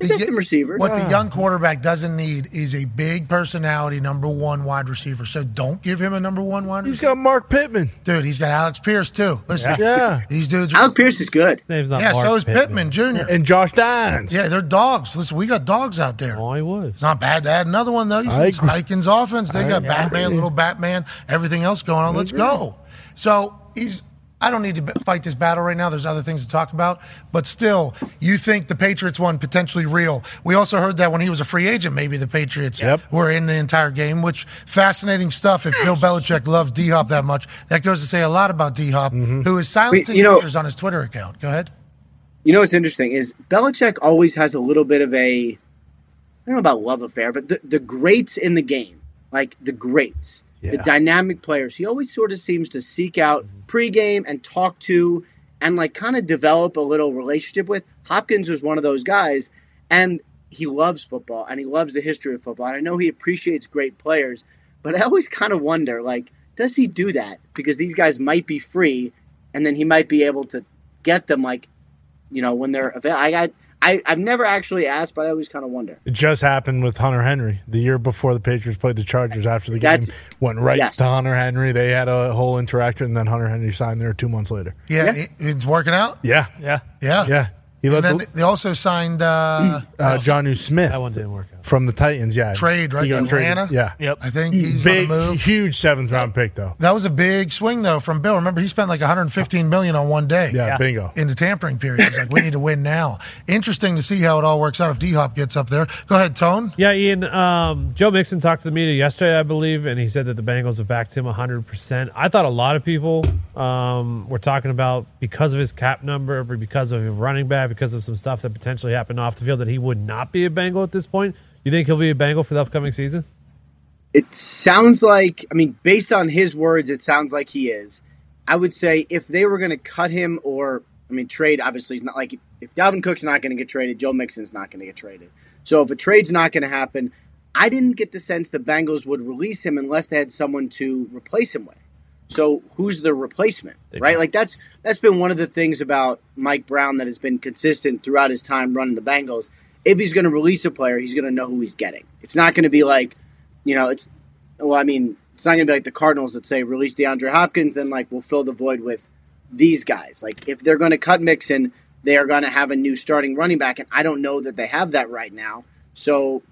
M: He's got some receivers.
A: What the young quarterback doesn't need is a big personality number one wide receiver. So don't give him a number one wide. He's
B: got Mark Pittman,
A: dude. He's got Alex Pierce too. Listen,
B: Yeah.
A: these dudes.
M: Alec Pierce is good.
C: Name's not
A: yeah,
C: Mark
A: so is
C: Pittman.
A: Pittman, Jr.
B: and Josh Dines.
A: Yeah, they're dogs. Listen, we got dogs out there.
C: Oh, he was.
A: It's not bad to add another one though. You
B: I
A: see
B: agree.
A: Steichen's offense. They
B: I
A: got
B: agree.
A: Batman, little Batman, everything else going on.
B: I
A: Let's
B: agree.
A: go. So he's. I don't need to b- fight this battle right now. There's other things to talk about. But still, you think the Patriots one potentially real. We also heard that when he was a free agent, maybe the Patriots were in the entire game, which fascinating stuff. If Bill Belichick loves D Hop that much, that goes to say a lot about D Hop,
B: Mm-hmm.
A: who is silencing
M: you know-
A: haters on his Twitter account. Go ahead.
M: You know what's interesting is Belichick always has a little bit of a, I don't know about love affair, but the, the greats in the game, like the greats, the dynamic players, he always sort of seems to seek out pregame and talk to and like kind of develop a little relationship with. Hopkins was one of those guys, and he loves football and he loves the history of football. And I know he appreciates great players, but I always kind of wonder, like, does he do that? Because these guys might be free and then he might be able to get them like you know, when they're available. I got, I, I've never actually asked, but I always kind of wonder.
B: It just happened with Hunter Henry the year before the Patriots played the Chargers. After the game,
M: That's-
B: went right
M: Yes.
B: to Hunter Henry. They had a whole interaction, and then Hunter Henry signed there two months later.
A: Yeah, it- it's working out.
B: Yeah,
D: yeah,
A: yeah,
B: yeah. He
A: and
B: let
A: then
B: the-
A: they also signed uh,
B: uh, John Smith.
C: That one didn't work out.
B: From the Titans, yeah.
A: Trade, right,
B: He got
A: to
B: traded.
A: Atlanta?
B: Yeah.
A: Yep. I think he's on the
B: Big,
A: move.
B: huge seventh round pick, though.
A: That was a big swing though from Bill. Remember, he spent like 115 million on one day.
B: Yeah, Yeah. bingo.
A: In the tampering period, it's like we need to win now. Interesting to see how it all works out if D Hop gets up there. Go ahead, Tone.
C: Yeah, Ian. Um, Joe Mixon talked to the media yesterday, I believe, and he said that the Bengals have backed him 100%. I thought a lot of people um, were talking about because of his cap number, because of his running back, because of some stuff that potentially happened off the field, that he would not be a Bengal at this point. You think he'll be a Bengal for the upcoming season?
M: It sounds like, I mean, based on his words, it sounds like he is. I would say if they were going to cut him or, I mean, trade, obviously, is not like if Dalvin Cook's not going to get traded, Joe Mixon's not going to get traded. So if a trade's not going to happen, I didn't get the sense the Bengals would release him unless they had someone to replace him with. So who's the replacement, right? Like that's that's been one of the things about Mike Brown that has been consistent throughout his time running the Bengals. If he's going to release a player, he's going to know who he's getting. It's not going to be like, you know, it's well, I mean, it's not going to be like the Cardinals that say release DeAndre Hopkins, then like we'll fill the void with these guys. Like if they're going to cut Mixon, they are going to have a new starting running back, and I don't know that they have that right now. So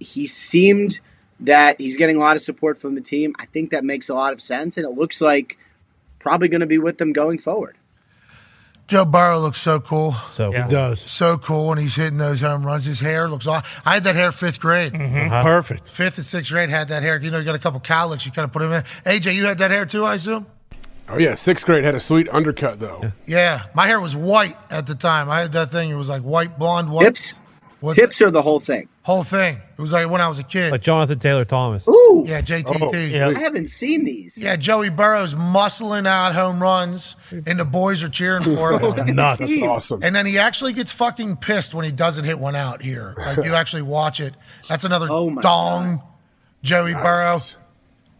M: he seemed that he's getting a lot of support from the team. I think that makes a lot of sense, and it looks like probably going to be with them going forward.
A: Joe Burrow looks so cool. So
B: He does.
A: So cool when he's hitting those home runs. His hair looks aw I had that hair fifth grade.
B: Uh-huh. Perfect.
A: Fifth and sixth grade had that hair. You know, you got a couple cowlicks. You kind of put them in. AJ, you had that hair too, I assume.
G: Oh yeah, sixth grade had a sweet undercut though.
A: Yeah, my hair was white at the time. I had that thing. It was like white, blonde, white.
M: Tips? Tips or the whole thing?
A: Whole thing. It was like when I was a kid.
C: Like Jonathan Taylor Thomas.
M: Ooh.
A: Yeah, JTT.
C: Oh, yeah. I
M: haven't seen these.
A: Yeah, Joey Burrow's muscling out home runs, and the boys are cheering for him.
B: Nuts. That's awesome.
A: And then he actually gets fucking pissed when he doesn't hit one out here. Like, you actually watch it. That's another
M: Oh
A: dong. Joey Burrow.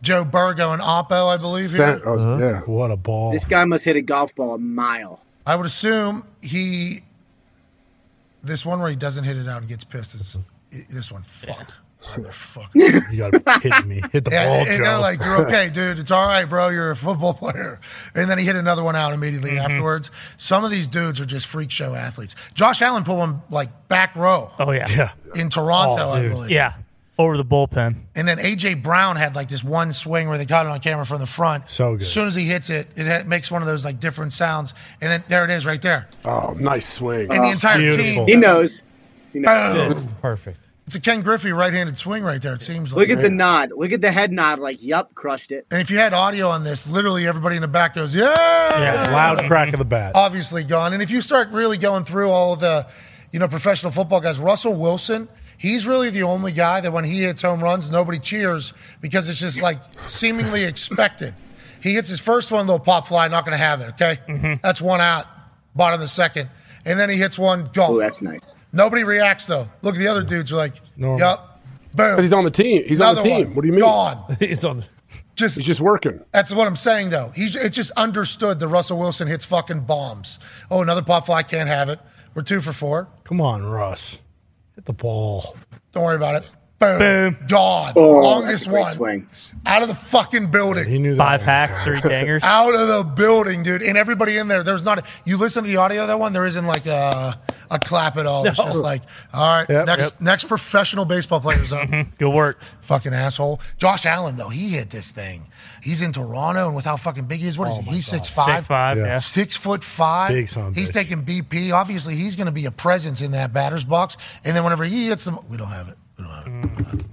A: Joe Burgo and Oppo, I believe. Here.
G: Sent- oh, yeah.
B: What a ball.
M: This guy must hit a golf ball a mile.
A: Oh. I would assume he. This one where he doesn't hit it out and gets pissed is this one. Fuck. Motherfucker.
B: You got to hit me. Hit the
A: Yeah,
B: ball,
A: and, and they're
B: Joe.
A: like, "You're okay, dude. It's all right, bro. You're a football player." And then he hit another one out immediately
D: Mm-hmm.
A: afterwards. Some of these dudes are just freak show athletes. Josh Allen put one like back row.
D: Oh yeah. Yeah.
A: in Toronto,
B: Oh,
A: I believe.
D: Yeah. Over the bullpen.
A: And then AJ Brown had like this one swing where they caught it on camera from the front.
B: So good.
A: As soon as he hits it, it ha- makes one of those like different sounds. And then there it is, right there.
G: Oh, nice swing.
A: And the entire team.
M: He
A: knows.
C: Perfect.
A: It's a Ken Griffey right-handed swing right there. It seems like.
M: Look at the nod. Look at the head nod. Like, yup, crushed it.
A: And if you had audio on this, literally everybody in the back goes, "Yeah!"
B: Yeah, loud crack of the bat.
A: Obviously gone. And if you start really going through all the, you know, professional football guys, Russell Wilson, he's really the only guy that when he hits home runs, nobody cheers because it's just like seemingly expected. He hits his first one, little pop fly, not going to have it. Okay, that's one out, bottom of the second, and then he hits one, gone.
M: Oh, that's nice.
A: Nobody reacts though. Look, the other dudes are like, "Yup." Boom.
G: 'Cause he's on the team. He's on the
A: Another
G: team.
A: one.
G: What do you mean?
A: Gone.
C: He's on.
A: Just
G: he's just working.
A: That's what I'm saying, though. He's it's just understood that Russell Wilson hits fucking bombs. Oh, another pop fly can't have it. We're two for four.
B: Come on, Russ. Hit the ball.
A: Don't worry about it. Boom,
B: Boom.
A: gone.
B: Oh,
A: Longest
B: that's a great
A: one
B: swing.
A: out of the fucking building.
B: he knew that
D: Five hacks, three dangers.
A: out of the building, dude. And everybody in there. There's not. A, you listen to the audio of that one. There isn't like a a clap at all. oh, It's
D: No.
A: just like, all right,
D: Yep,
A: next
D: yep.
A: next professional baseball player's up.
D: Good work.
A: Fucking asshole. Josh Allen though, he hit this thing. He's in Toronto, and with how fucking big he is, what is he? He's six five.
D: Six five, yeah.
A: Six foot five.
B: Big son of a
A: He's
B: bitch.
A: taking BP. Obviously, he's going to be a presence in that batter's box. And then whenever he hits them, we don't have it.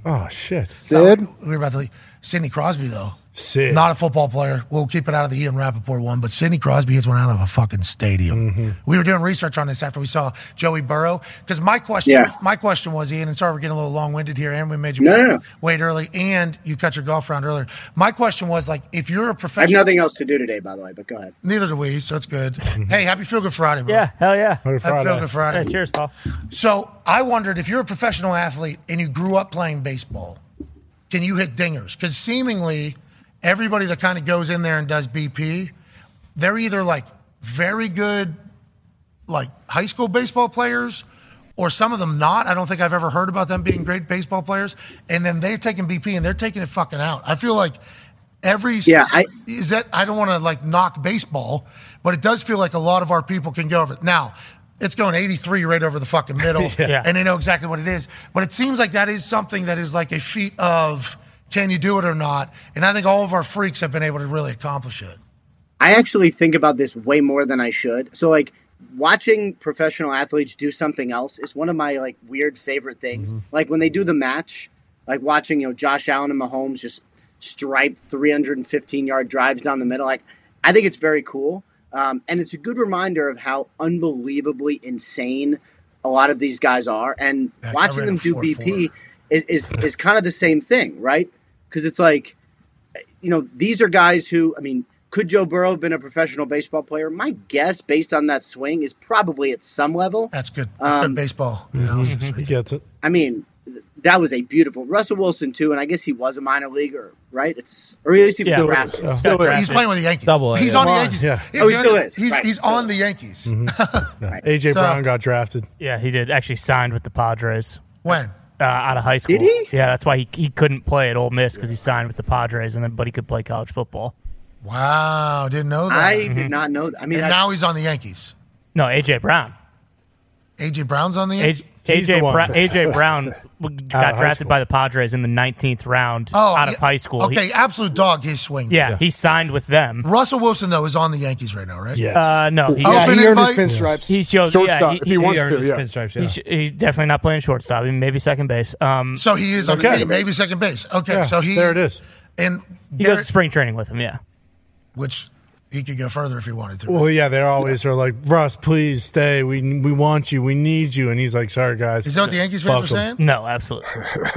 B: Oh, shit.
A: Sid? we were about to leave. Sidney Crosby, though.
B: Sid.
A: Not a football player. We'll keep it out of the Ian Rappaport one, but Sidney Crosby hits one out of a fucking stadium. We were doing research on this after we saw Joey Burrow. Because my question
M: Yeah.
A: my question was, Ian, and sorry we're getting a little long winded here, and we made you
M: No, no, no.
A: wait early, and you cut your golf round earlier. My question was like if you're a
M: I have
A: professional
M: nothing else to do today, by the way, but go ahead.
A: Neither do we, so that's good. hey, happy Feel Good Friday, bro.
D: Yeah, hell yeah.
A: Happy Feel Good Friday.
D: Yeah, cheers, Paul.
A: So I wondered if you're a professional athlete and you grew up playing baseball, can you hit dingers? Because seemingly everybody that kind of goes in there and does BP, they're either like very good, like high school baseball players, or some of them not. I don't think I've ever heard about them being great baseball players. And then they're taking BP and they're taking it fucking out. I feel like every
M: Yeah, I-
A: is that I don't want to like knock baseball, but it does feel like a lot of our people can go over it now. it's going 83 right over the fucking middle,
B: Yeah.
A: and they know exactly what it is. But it seems like that is something that is like a feat of can you do it or not? And I think all of our freaks have been able to really accomplish it.
M: I actually think about this way more than I should. So like watching professional athletes do something else is one of my like weird favorite things.
N: Mm-hmm.
M: Like when they do the match, like watching, you know, Josh Allen and Mahomes just stripe 315 yard drives down the middle. Like I think it's very cool. Um, and it's a good reminder of how unbelievably insane a lot of these guys are. And
N: Yeah, I
M: watching
N: read
M: them
N: a
M: do
N: 4-4.
M: BP is, is, is kind of the same thing, right? Because it's like, you know, these are guys who, I mean, could Joe Burrow have been a professional baseball player? My guess, based on that swing, is probably at some level.
A: That's good. That's
M: Um,
A: good baseball.
B: He gets it.
M: I mean, th- that was a beautiful Russell Wilson too, and I guess he was a minor leaguer, right? It's or at least he was
A: Still
M: drafted.
A: is. Still is. He's playing with the Yankees. Double A, He's yeah. on the Yankees.
B: Yeah.
A: If
M: Oh, he
A: you're
M: still
A: on-
M: is.
A: He's,
M: Right.
A: he's on the Yankees.
D: Mm-hmm.
B: No. AJ
D: So-
B: Brown got drafted.
D: Yeah, he did. Actually signed with the Padres.
A: When?
D: Uh, out of high school.
A: Did he?
D: Yeah, that's why he, he couldn't play at Ole Miss because he signed with the Padres, and then but he could play college football.
A: Wow, didn't know that. Mm-hmm.
D: I did Mhm. not
M: know that. I mean,
A: and
D: I-
A: now he's on the Yankees.
D: No, AJ Brown.
A: AJ Brown's on the
D: AJ,
A: Yankees.
D: AJ, Bra- AJ Brown
A: high
D: got drafted by the Padres in the 19th round out of
A: Oh, yeah.
D: high school. He-
A: Okay, absolute dog. His swing.
D: yeah, he signed with them.
A: Russell Wilson though is on the Yankees right now, right? Oh,
D: Uh, no, he,
A: Open invite?
D: He shows. Yeah, he,
A: earned his
D: He's he's definitely not playing shortstop. He- Maybe second base. Um,
A: So he is on the team, maybe second base. Okay,
D: Yeah,
A: so he
D: there it
A: is. And
D: He goes to spring training with him. Yeah.
A: which he could go further if he wanted to.
B: Well, yeah, they're always are like, Russ, please stay. We we want you. We need you. And he's like, sorry, guys.
A: Is that what the Yankees fans
B: Fuck
A: were
B: 'em.
A: saying?
D: No, absolutely.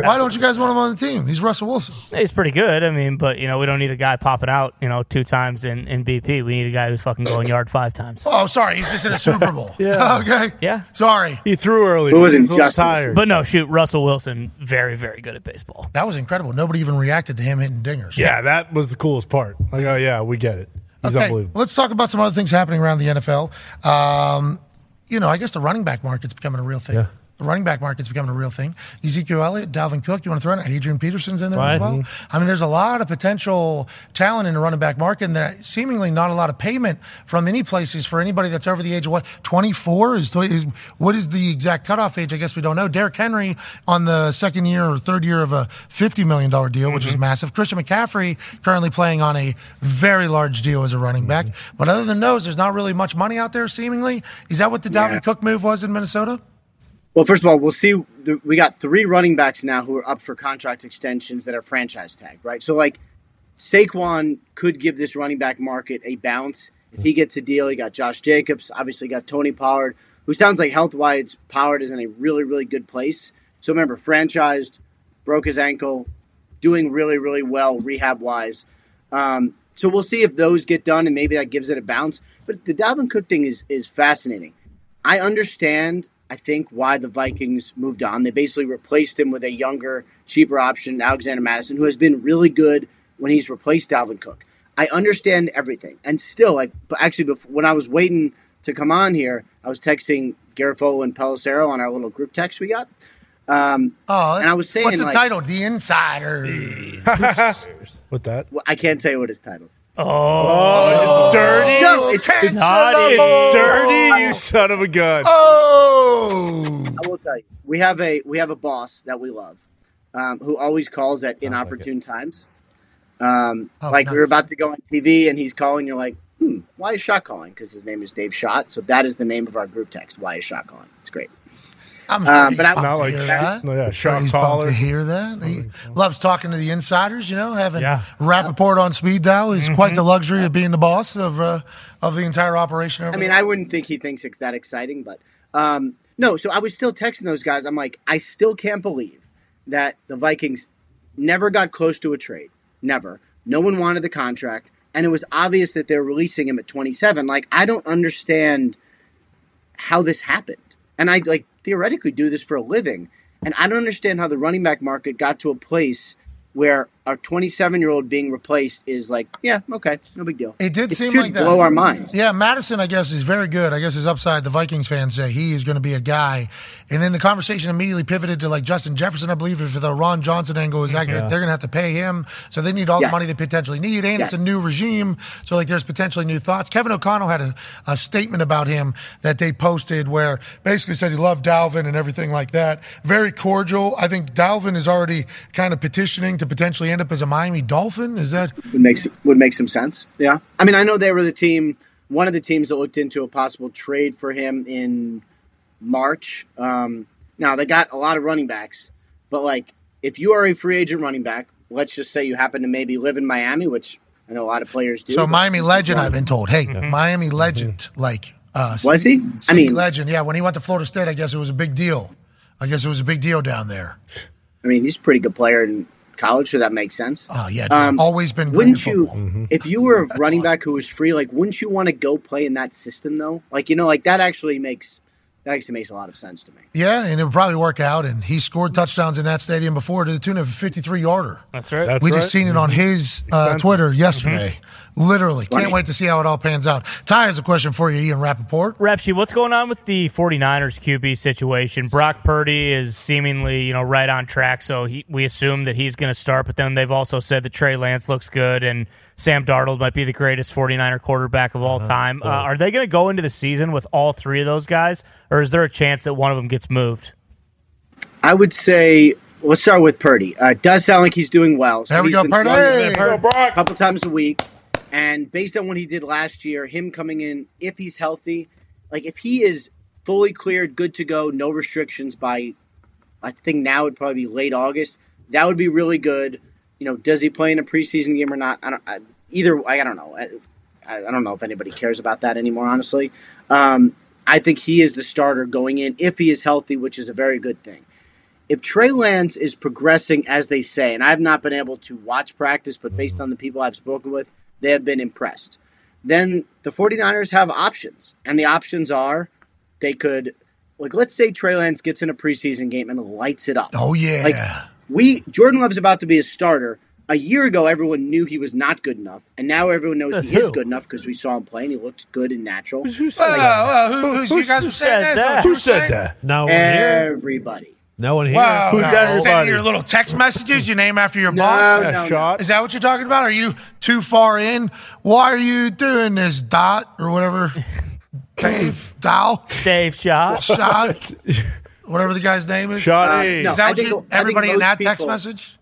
A: Why don't you guys want him on the team? He's Russell Wilson.
D: He's pretty good. I mean, but you know, we don't need a guy popping out. You know, two times in, in BP. We need a guy who's fucking going yard five times.
A: Oh, sorry, he's just in a Super Bowl. yeah. Okay.
D: Yeah.
A: Sorry.
B: He threw early.
D: But no, shoot, Russell Wilson, very very good at baseball.
A: That was incredible. Nobody even reacted to him hitting dingers.
B: Yeah, that was the coolest part. Like, oh yeah, we get it. He's
A: okay,
B: unbelievable.
A: let's talk about some other things happening around the NFL. Um, you know, I guess the running back market's becoming a real thing. The running back market's becoming a real thing. Ezekiel Elliott, Dalvin Cook, you want to throw in Adrian Peterson's in there
B: Right.
A: as well. I mean, there's a lot of potential talent in the running back market, and that seemingly not a lot of payment from any places for anybody that's over the age of what 24 is, is. What is the exact cutoff age? I guess we don't know. Derrick Henry on the second year or third year of a 50 million dollar deal, which
M: Mm-hmm.
A: is massive. Christian McCaffrey currently playing on a very large deal as a running back.
M: Mm-hmm.
A: But other than those, there's not really much money out there. Seemingly, is that what the Dalvin Cook move was in Minnesota?
M: Well, first of all, we'll see. The, we got three running backs now who are up for contract extensions that are franchise tagged, right? So, like, Saquon could give this running back market a bounce if he gets a deal. You got Josh Jacobs, obviously got Tony Pollard, who sounds like health wise Pollard is in a really really good place. So remember, franchised, broke his ankle, doing really really well rehab wise. Um, so we'll see if those get done and maybe that gives it a bounce. But the Dalvin Cook thing is is fascinating. I understand, I think, why the Vikings moved on. They basically replaced him with a younger, cheaper option, Alexander Madison, who has been really good when he's replaced Dalvin Cook. I understand everything. And still, like, but actually, before, when I was waiting to come on here, I was texting Garofalo and Pelissero on our little group text we got. Um,
A: oh,
M: and I was saying,
A: What's the
M: like-
A: title? The Insider.
B: With that,
M: well, I can't tell you what it's titled.
B: Oh, it's dirty.
M: No, it's,
B: it's naughty. It's dirty. You son of a gun.
A: Oh,
M: I will tell you, we have a we have a boss that we love, um, who always calls at inopportune times. Um,
N: Oh,
M: like we were
N: nice.
M: about to go on TV, and he's calling. You're like, hmm, why is Shot calling? Because his name is Dave Shot. So that is the name of our group text. Why is Shot calling? It's great.
A: I'm sure
M: Um,
A: he's
M: but I-
A: pumped
M: Not
A: to
M: like
A: hear
M: sh-
A: that.
M: no, yeah,
A: I'm
M: shock
A: he's pumped
M: collar.
A: to hear that. He loves talking to the insiders. You know, having Rappaport on speed dial is
M: Mm-hmm.
A: quite the luxury of being the boss of uh, of the entire operation. Over
M: I mean,
A: there.
M: I wouldn't think he thinks it's that exciting, but um, no. So I was still texting those guys. I'm like, I still can't believe that the Vikings never got close to a trade. Never. No one wanted the contract, and it was obvious that they're releasing him at 27. Like, I don't understand how this happened. And I like theoretically do this for a living, and I don't understand how the running back market got to a place where a 27 year old being replaced is like, yeah, okay, no big deal.
A: It did seem
M: should
A: like that.
M: blow our minds.
A: Yeah, Madison, I guess, is very good. I guess his upside, the Vikings fans say he is going to be a guy. And then the conversation immediately pivoted to like Justin Jefferson, I believe, if the Ron Johnson angle is accurate,
B: Yeah.
A: they're going to have to pay him. So they need all the
B: Yes.
A: money they potentially need. And it's
B: Yes.
A: a new regime. So like there's potentially new thoughts. Kevin O'Connell had a, a statement about him that they posted where basically said he loved Dalvin and everything like that. Very cordial. I think Dalvin is already kind of petitioning to potentially end up as a Miami Dolphin. Is that
M: would make would make some sense. Yeah, I mean, I know they were the team, one of the teams that looked into a possible trade for him in March. Um, now they got a lot of running backs, but like if you are a free agent running back, let's just say you happen to maybe live in Miami, which I know a lot of players do.
A: So
M: but-
A: Miami legend, I've been told. Hey, Miami
D: Mm-hmm.
A: legend, like uh,
M: Was he? I
A: city
M: mean-
A: legend. Yeah, when he went to Florida State, I guess it was a big deal. I guess it was a big deal down there.
M: I mean, he's a pretty good player in college, so that makes sense. Um,
A: Oh yeah, just always been. Great
M: wouldn't you
A: Mm-hmm.
M: if you were a running back who was free like wouldn't you want to go play in that system though like you know like that actually makes that actually makes a lot of sense to me
A: Yeah, and it would probably work out. And he scored touchdowns in that stadium before to the tune of a 53 yarder.
D: That's right. Mm-hmm.
A: we just seen it on his uh, Twitter yesterday. Literally, can't
D: Right.
A: wait to see how it all pans out. Ty has a question for you, Ian Rappaport.
D: Repsy, what's going on with the 49ers QB situation? Brock Purdy is seemingly, you know, right on track, so he, we assume that he's going to start, but then they've also said that Trey Lance looks good and Sam Darnold might be the greatest 49er quarterback of all
B: Uh-huh.
D: time. Uh, are they going to go into the season with all three of those guys, or is there a chance that one of them gets moved?
M: i would say let's start with purdy uh, it does sound like he's doing well
A: There we
M: he's
A: go,
M: been
A: Purdy.
M: throwing
A: There we go,
M: a couple times a week and based on what he did last year him coming in if he's healthy like if he is fully cleared good to go no restrictions by I think now would probably be late August. That would be really good. You know, does he play in a preseason game or not? I don't. I, either I don't know. I, I I don't know if anybody cares about that anymore. Honestly, um, I think he is the starter going in if he is healthy, which is a very good thing. If Trey Lance is progressing as they say, and I've not been able to watch practice, but based on the people I've spoken with, they have been impressed. Then the 49ers have options, and the options are they could like let's say Trey Lance gets in a preseason game and lights it up.
A: Oh, yeah.
M: Like we Jordan Love's about to be a starter. A year ago everyone knew he was not good enough, and now everyone knows
A: That's
M: he is
A: who?
M: good enough because we saw him play and he looked good and natural.
A: Who said Whoa, that? whoa, who- who's- you guys were saying that? Is that what you were saying?
C: No one here.
M: Everybody.
C: No one here.
A: Wow, Sending your little text messages, your name after your boss.
C: no, Yeah, no. shot.
A: Is that what you're talking about? Are you too far in? Why are you doing this, Dot or whatever? Dave, Dow,
D: Dave Shaw,
A: Shot, whatever the guy's name is.
M: Uh, no,
A: is
M: I
A: that what
M: think-
A: you,
M: I think
A: everybody in
M: most
A: that text
M: people-
A: message?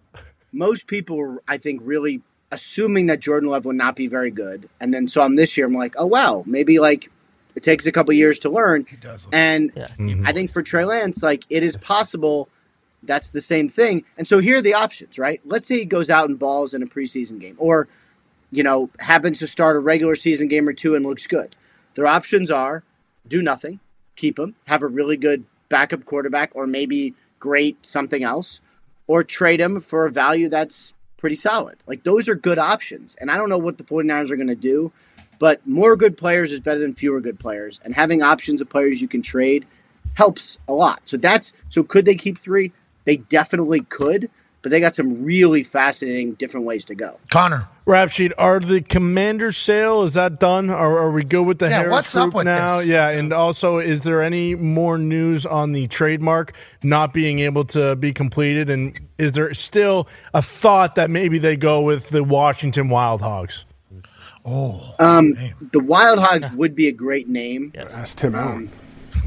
M: most people were, I think, really assuming that Jordan Love would not be very good, and then saw him this year. I'm like, oh wow, maybe like it takes a couple years to learn. He does and I think for Trey Lance, like it is possible that's the same thing. And so here are the options, right? Let's say he goes out and balls in a preseason game, or you know happens to start a regular season game or two and looks good. Their options are do nothing, keep him, have a really good backup quarterback, or maybe great something else or trade him for a value that's pretty solid. Like those are good options. And I don't know what the 49ers are going to do, but more good players is better than fewer good players. And having options of players you can trade helps a lot. So that's so could they keep 3? They definitely could, but they got some really fascinating different ways to go.
A: Connor.
B: Rap sheet. Are the commander sale is that done? Are, are we good with the
A: Yeah,
B: Harris
A: what's up
B: group
A: with
B: now?
A: this?
B: Yeah, and also, is there any more news on the trademark not being able to be completed? And is there still a thought that maybe they go with the Washington Wild Hogs?
A: Oh,
M: um, the Wild Hogs would be a great name. Um,
G: That's Tim Allen.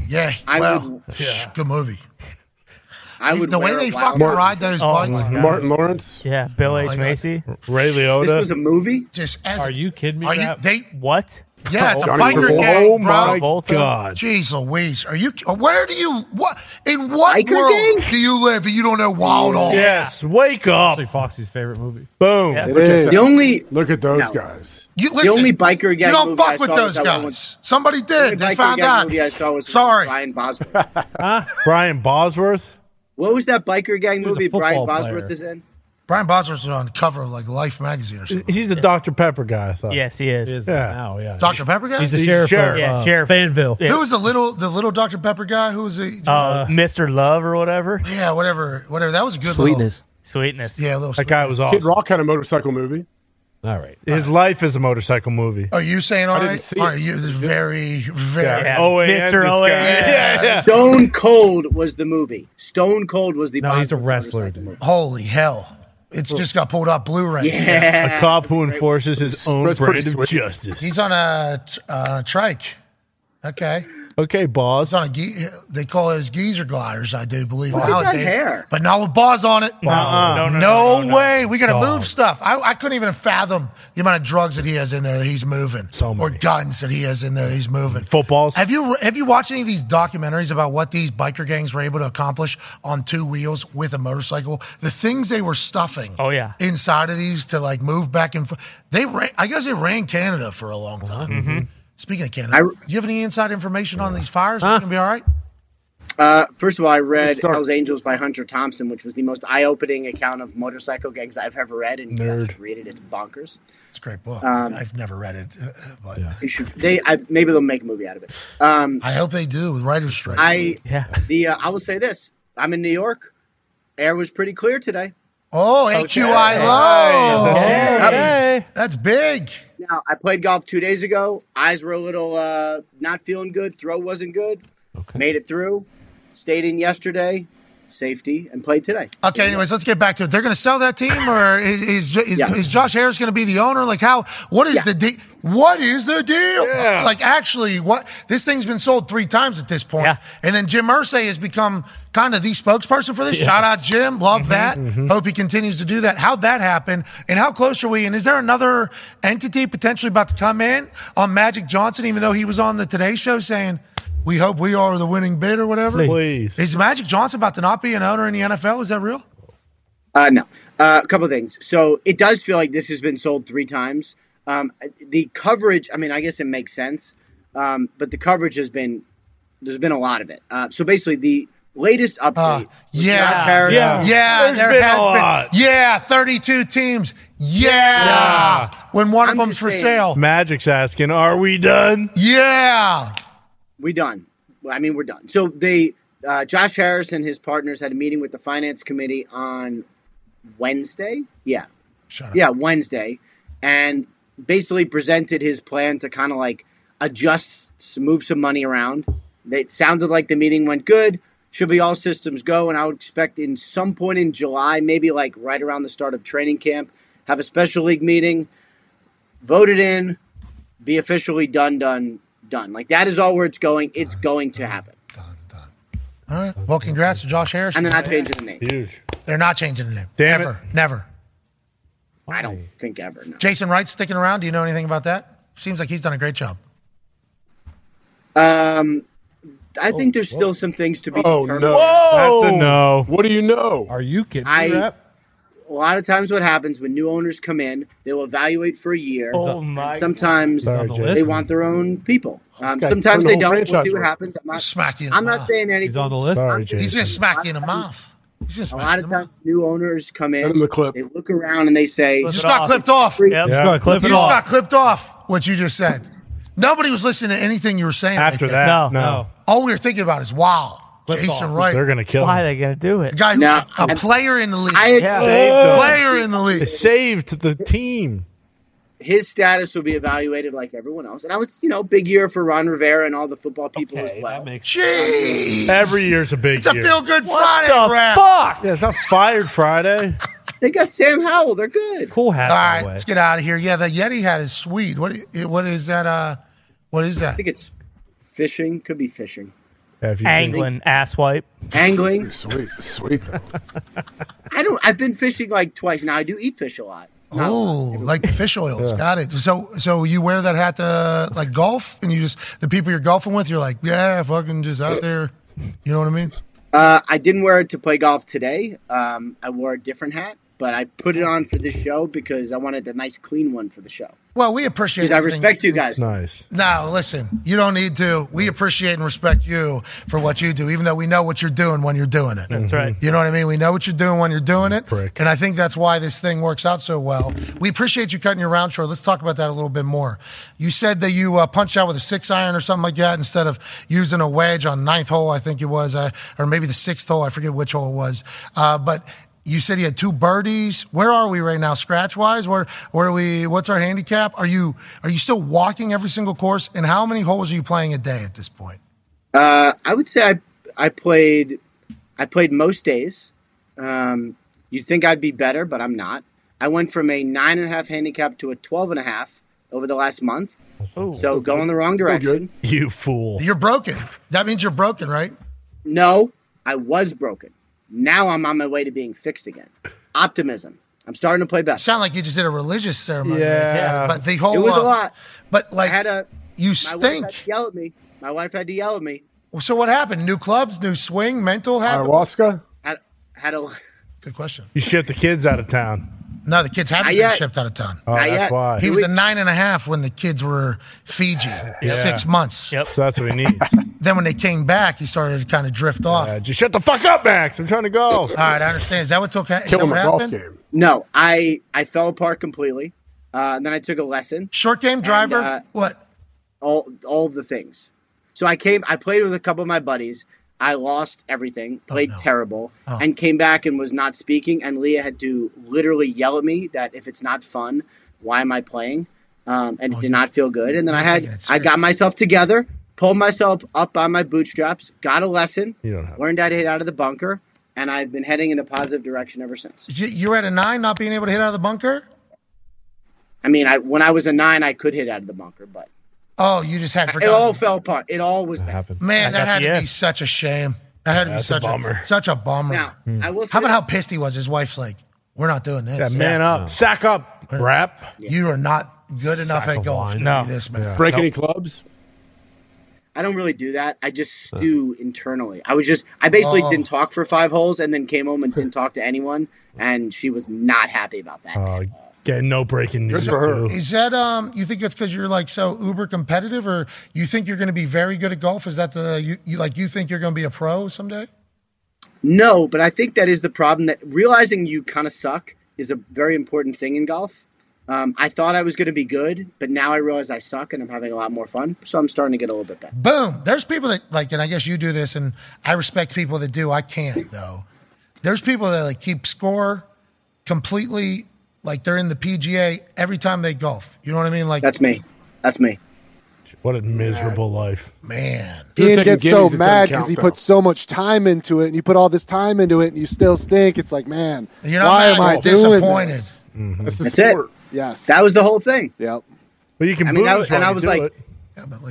A: Yeah,
M: I
A: well,
M: would-
A: psh, good movie.
M: I would
A: the way
M: wear
A: they
M: a
A: fucking
M: Wild Hog.
A: ride those
C: Oh
A: bikes. Oh,
G: Martin Lawrence.
D: Yeah, Bill H.
A: my God.
D: Macy.
B: Ray
M: This was a movie?
A: Just as
C: Are you kidding me?
A: Are you
C: Rap?
A: they?
D: What?
A: Yeah, it's a
B: Johnny
A: biker
B: Travolta.
A: gang,
B: Oh my
A: bro.
B: God.
A: Jeez Louise, are you? Where do you? What in what
M: Biker
A: world
M: gangs?
A: do you live? that You don't know Wild Hogs.
B: Yes, wake up!
C: Actually, Foxy's favorite movie.
B: Boom!
G: Look at
M: The
G: that.
M: only
G: Look at those
M: No.
G: guys.
A: You,
M: The
A: listen,
M: only biker gang
A: You don't
M: movie I
A: fuck with
M: saw was
A: those
M: that one
A: guys. Somebody
M: The
A: did. They
M: biker
A: found
M: gang
A: out.
M: movie I saw was
A: Sorry.
M: Brian Bosworth.
B: Brian Bosworth.
M: What was that biker gang
B: was a
M: movie Brian
B: football
M: Bosworth
B: player.
M: is in?
A: Brian Bosworth was on the cover of like Life magazine or something.
B: He's the Dr Pepper guy. I thought.
D: Yes, he is.
C: He is now, yeah.
A: Dr Pepper guy.
C: He's the sheriff.
B: sheriff.
C: Of,
D: Yeah,
C: uh,
D: sheriff.
C: Fanville.
A: Who was the little the little Dr Pepper guy? Who was the
D: Uh, Mr. Love or whatever.
A: yeah whatever whatever that was a good
N: Sweetness.
D: Sweetness.
A: Yeah, a little.
B: That guy was awesome.
G: Kid Rock had a motorcycle movie.
C: All right.
B: His life is a motorcycle movie.
A: Are you saying all
B: didn't
A: right?
B: see
A: All right, you this is very, very
B: Yeah, OAN, Mr. this OAN. guy.
A: Yeah, yeah.
M: Stone Cold was the movie. Stone Cold was the.
A: No, he's a
M: wrestler.
A: Holy hell! It's just got pulled up Blu-ray.
M: Yeah.
B: A cop who enforces his own
A: That's pretty
B: brand of
A: sweet.
B: justice.
A: He's on a t- uh, trike. Okay.
B: Okay, boss.
A: He's on a ge- they call those geezer gliders, I do believe
M: Look at that
A: nowadays.
M: hair.
A: But not with bars on it.
M: Uh-uh.
A: No,
M: No, no,
A: way. We got to
M: Dog.
A: move stuff. I, I couldn't even fathom the amount of drugs that he has in there that he's moving, so or guns that he has in there that he's moving.
B: Footballs.
A: Have you have you watched any of these documentaries about what these biker gangs were able to accomplish on two wheels with a motorcycle? The things they were stuffing.
D: Oh, yeah.
A: Inside of these to like move back and forth. They ran. I guess they ran Canada for a long time. Speaking of Canada, do you have any inside information on these fires? Are we gonna be all right?
M: Uh, first of all, I read
A: start.
M: Hell's Angels by Hunter Thompson, which was the most eye-opening account of motorcycle gangs I've ever read, and you guys
A: Nerd.
M: should read it. It's bonkers.
A: It's a great book.
M: Um,
A: I've never read it, uh, uh, but
M: You should. They I, maybe they'll make a movie out of it. Um,
A: I hope they do with writer's strike.
M: I the uh, I will say this: I'm in New York. Air was pretty clear today.
A: Oh, AQI low.
M: Okay.
A: That's big.
M: Now I played golf two days ago. Eyes were a little uh, not feeling good. Throw wasn't good. Made it through. Stayed in yesterday, safety, and played today.
A: Okay, anyways, let's get back to it. They're going to sell that team, or is is, is, is Josh Harris going to be the owner? Like, how? What is the deal? What is the deal? Like, actually, what this thing's been sold three times at this point, and then Jim Irsay has become kind of the spokesperson for this.
N: Yes.
A: Shout out, Jim. Love that. Hope he continues to do that. How'd that happen? And how close are we? And is there another entity potentially about to come in on Magic Johnson? Even though he was on the Today Show saying. We hope we are the winning bid or whatever.
B: Please.
A: Is Magic Johnson about to not be an owner in the NFL? Is that real?
M: Uh, no. Uh, a couple of things. So it does feel like this has been sold three times. Um, the coverage, I mean, I guess it makes sense, um, but the coverage has been, there's been a lot of it. Uh, so basically, the latest update. was Josh
A: Ah, Yeah,
M: Harris-
A: yeah, yeah. There has been, yeah, thirty-two teams. Yeah,
B: Yeah.
A: when one of them's for sale.
B: Magic's asking, "Are we done?"
A: Yeah.
M: we done. Well, I mean, we're done. So they, uh, Josh Harris and his partners had a meeting with the finance committee on Wednesday. Yeah,
A: Shut
M: Yeah, Wednesday, and basically presented his plan to kind of like adjust, s- move some money around. It sounded like the meeting went good. Should be all systems go, and I would expect in some point in July, maybe like right around the start of training camp, have a special league meeting, voted in, be officially done, done, done. Like that is all where it's going. It's going to happen.
A: All right. Well, congrats to Josh Harris.
M: And they're not changing the name.
B: Huge.
A: They're not changing the name.
B: Damn
A: never, never.
M: I don't think ever. No.
A: Jason Wright's sticking around. Do you know anything about that? Seems like he's done a great job.
M: Um, I think there's still some things to be.
G: Oh
M: determined.
G: no!
B: That's a no.
G: What do you know?
C: Are you kidding?
M: I a lot of times what happens when new owners come in, they'll evaluate for a year.
D: Oh, my
M: Sometimes
D: God. Sorry, Jason.
M: they want their own people. Um,
A: guy
M: sometimes
A: turned the
M: they
A: whole
M: don't. We'll
A: franchise
M: see what
A: around.
M: happens. I'm not
A: smack you. In
M: I'm
A: the
M: not
A: mouth.
M: saying anything.
A: He's gonna smack you in the mouth. He's gonna
M: A
A: smack
M: lot of
A: you in the
M: times new owners come in. They look around and they say,
A: mouth. You just got clipped off.
M: Yep.
B: Just got clipped
A: you just
B: off.
A: got clipped off. What you just said. Nobody was listening to anything you were saying right
B: After
A: there.
B: that, No, no. no.
A: All we were thinking about is wow, Jason Wright.
B: Oh, They're gonna kill
D: Why
B: him.
D: are they going to do it?
A: guy who's
D: No.
A: a player in the league.
M: I
B: Yeah.
A: a player in the league.
B: They saved the team.
M: His status will be evaluated like everyone else. And I was, you know, big year for Ron Rivera and all the football people as well. That
B: makes
A: Jeez.
B: Every year's a big.
M: It's a
B: year.
M: feel-good
B: What
M: Friday
B: the
M: rap.
B: Fuck. Yeah, it's not fired Friday.
M: They got Sam Howell. They're good.
B: Cool hat.
A: All right, let's get out of here. Yeah, the Yeti hat is sweet. What i- what is that? Uh, what is that? I
M: think it's fishing. Could be fishing.
D: Angling, asswipe.
M: Angling.
G: Sweet, sweet.
M: I don't. I've been fishing like twice now. I do eat fish a lot.
A: Oh, like the fish oils. Got it. So so you wear that hat to like golf, and you just the people you're golfing with, you're like, yeah, fucking just out there. You know what I mean?
M: Uh, I didn't wear it to play golf today. Um, I wore a different hat, but I put it on for this show because I wanted a nice, clean one for the show.
A: Well, we appreciate.
M: 'Cause I
A: everything-
M: respect you guys.
B: Nice.
A: No, listen, you don't need to. We appreciate and respect you for what you do, even though we know what you're doing when you're doing it.
M: Mm-hmm.
D: That's right.
A: You know what I mean? We know what you're doing when you're doing it. And I think that's why this thing works out so well. We appreciate you cutting your round short. Let's talk about that a little bit more. You said that you uh, punched out with a six iron or something like that instead of using a wedge on ninth hole, I think it was, uh, or maybe the sixth hole. I forget which hole it was. Uh, but You said he had two birdies. Where are we right now, scratch wise? Where where are we? What's our handicap? Are you are you still walking every single course? And how many holes are you playing a day at this point?
M: Uh, I would say I I played I played most days. Um, you'd think I'd be better, but I'm not. I went from a nine and a half handicap to a twelve and a half over the last month. so going the wrong direction.
B: You fool.
A: You're broken. That means you're broken, right?
M: No, I was broken. Now I'm on my way to being fixed again. Optimism. I'm starting to play better.
A: Sound like you just did a religious ceremony.
M: Yeah. Yeah.
A: But the whole
M: It was a
A: uh,
M: lot.
A: But like
M: I had a
A: you
M: My wife
A: stink.
M: had to yell at me. My wife had to yell at me.
A: So what happened? New clubs, new swing, mental habit.
G: Ayahuasca.
M: Had had a
A: Good question.
B: You shipped the kids out of town.
A: No, the kids haven't
M: Not
A: been
M: yet.
A: shipped out of town.
B: Oh, Not that's yet. why.
A: He was a nine and a half when the kids were Fiji, six months.
D: Yep.
B: So that's what he needs.
A: Then when they came back, he started to kind of drift off.
B: just shut the fuck up, Max. I'm trying to go. All
A: right, I understand. Is that what took? Is
B: Kill
A: that
B: him
A: what
B: at golf
A: happened?
G: game.
M: No, I I fell apart completely. Uh, and then I took a lesson. uh,
A: Short game driver? what?
M: All all the things. So I came. I played with a couple of my buddies. I lost everything. Played terrible,
A: Oh.
M: and came back and was not speaking. And Leah had to literally yell at me that if it's not fun, why am I playing? Um,
A: Oh,
M: and it did not feel good. And then I had I got myself together, pulled myself up by my bootstraps, got a lesson,
B: You don't have.
M: learned how to hit out of the bunker, and I've been heading in a positive direction ever since.
A: You, you were at a nine, not being able to hit out of the bunker.
M: I mean, I when I was a nine, I could hit out of the bunker, but
A: Oh, you just had
M: it
A: forgotten.
M: all fell apart. It all was bad.
A: Man,
M: I
A: that
M: got
A: had
M: the
A: to be
M: end.
A: such a shame. That had
M: Yeah,
A: to be
M: that's a
A: such a
M: bummer.
A: Such a bummer. Hmm.
M: Now, I will.
A: How about how pissed he was? His wife's like, "We're not doing this.
B: Yeah, man up. Sack up, rap.
A: You are not good enough
B: Sack
A: at
B: of
A: golf
B: wine.
A: to
B: No.
A: be this man.
B: Yeah.
G: Break any
B: Nope.
G: clubs?
M: I don't really do that. I just stew internally. I was just. I basically
A: Oh.
M: didn't talk for five holes, and then came home and didn't talk to anyone. And she was not happy about that.
B: Uh, get no breaking news. too.
A: Is that um? You think that's because you're like so uber competitive, or you think you're going to be very good at golf? Is that the you, you like you think you're going to be a pro someday?
M: No, but I think that is the problem. That realizing you kind of suck is a very important thing in golf. Um, I thought I was going to be good, but now I realize I suck, and I'm having a lot more fun. So I'm starting to get a little bit better.
A: Boom. There's people that like, and I guess you do this, and I respect people that do. I can't though. There's people that like keep score completely, like they're in the PGA every time they golf. You know what I mean? Like
M: that's me. That's me.
B: What a miserable life.
A: Man.
E: Ian gets so mad because he put so much time into it, and you put all this time into it, and you still stink. It's like, man,
A: You're not
E: why
A: mad,
E: am I
A: you're
E: doing
A: disappointed.
E: this?
G: That's
M: That's it.
E: Yes,
M: That was the whole thing.
E: Yep.
B: Well, you can
M: I mean,
B: boo
M: I
B: us
M: was, and
B: while
M: I
B: we
M: was
B: do
M: like,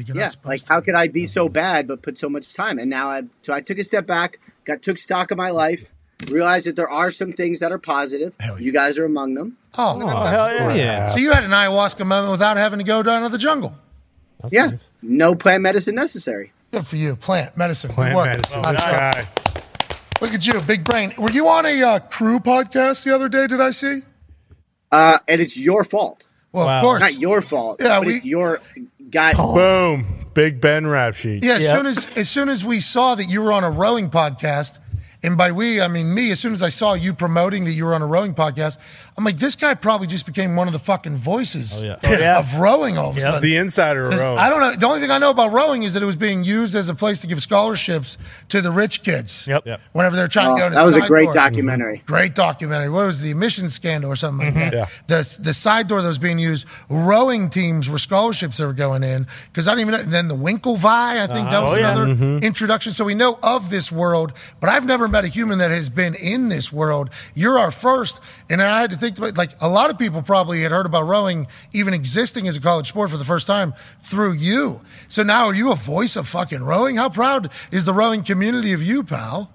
B: it.
M: yeah, like how could I be so bad but put so much time? And now I so I took a step back, got took stock of my life, realized that there are some things that are positive. You guys are among them.
A: Oh,
B: hell yeah.
A: So you had an ayahuasca moment without having to go down to the jungle.
M: yeah, no plant medicine necessary.
A: Good for you. Plant medicine. Good
B: Plant
A: work.
B: medicine.
A: Nice
B: This
A: work.
B: guy.
A: Look at you, big brain. Were you on a uh, crew podcast the other day? Did I see?
M: Uh, and it's your fault.
A: Well, of Wow. course.
M: not your fault.
A: Yeah,
M: Yeah, but
A: we-
M: it's your guy.
B: Boom. Big Ben rap sheet.
A: Yeah, as soon as as soon as we saw that you were on a rowing podcast, and by we I mean me, as soon as I saw you promoting that you were on a rowing podcast, I'm like, this guy probably just became one of the fucking voices
B: yeah. Oh, yeah.
A: of rowing all of a
B: Yeah.
A: sudden.
B: The insider of
A: 'Cause
B: rowing.
A: I don't know. The only thing I know about rowing is that it was being used as a place to give scholarships to the rich kids. Yep. Whenever they're trying
M: Oh,
A: to go. into
M: that was a
A: side
M: great
A: door.
M: documentary.
A: Great documentary. What was it, the emissions scandal or something like that?
B: Mm-hmm. Yeah.
A: The the side door that was being used, rowing teams were scholarships that were going in because I don't even know. And then the Winklevi, I think that
B: Uh-huh.
A: was
B: Oh, yeah.
A: another
B: Mhm.
A: introduction. So we know of this world, but I've never met a human that has been in this world. You're our first, and I had to think about like a lot of people probably had heard about rowing even existing as a college sport for the first time through you. So now are you a voice of fucking rowing? How proud is the rowing community of you, pal?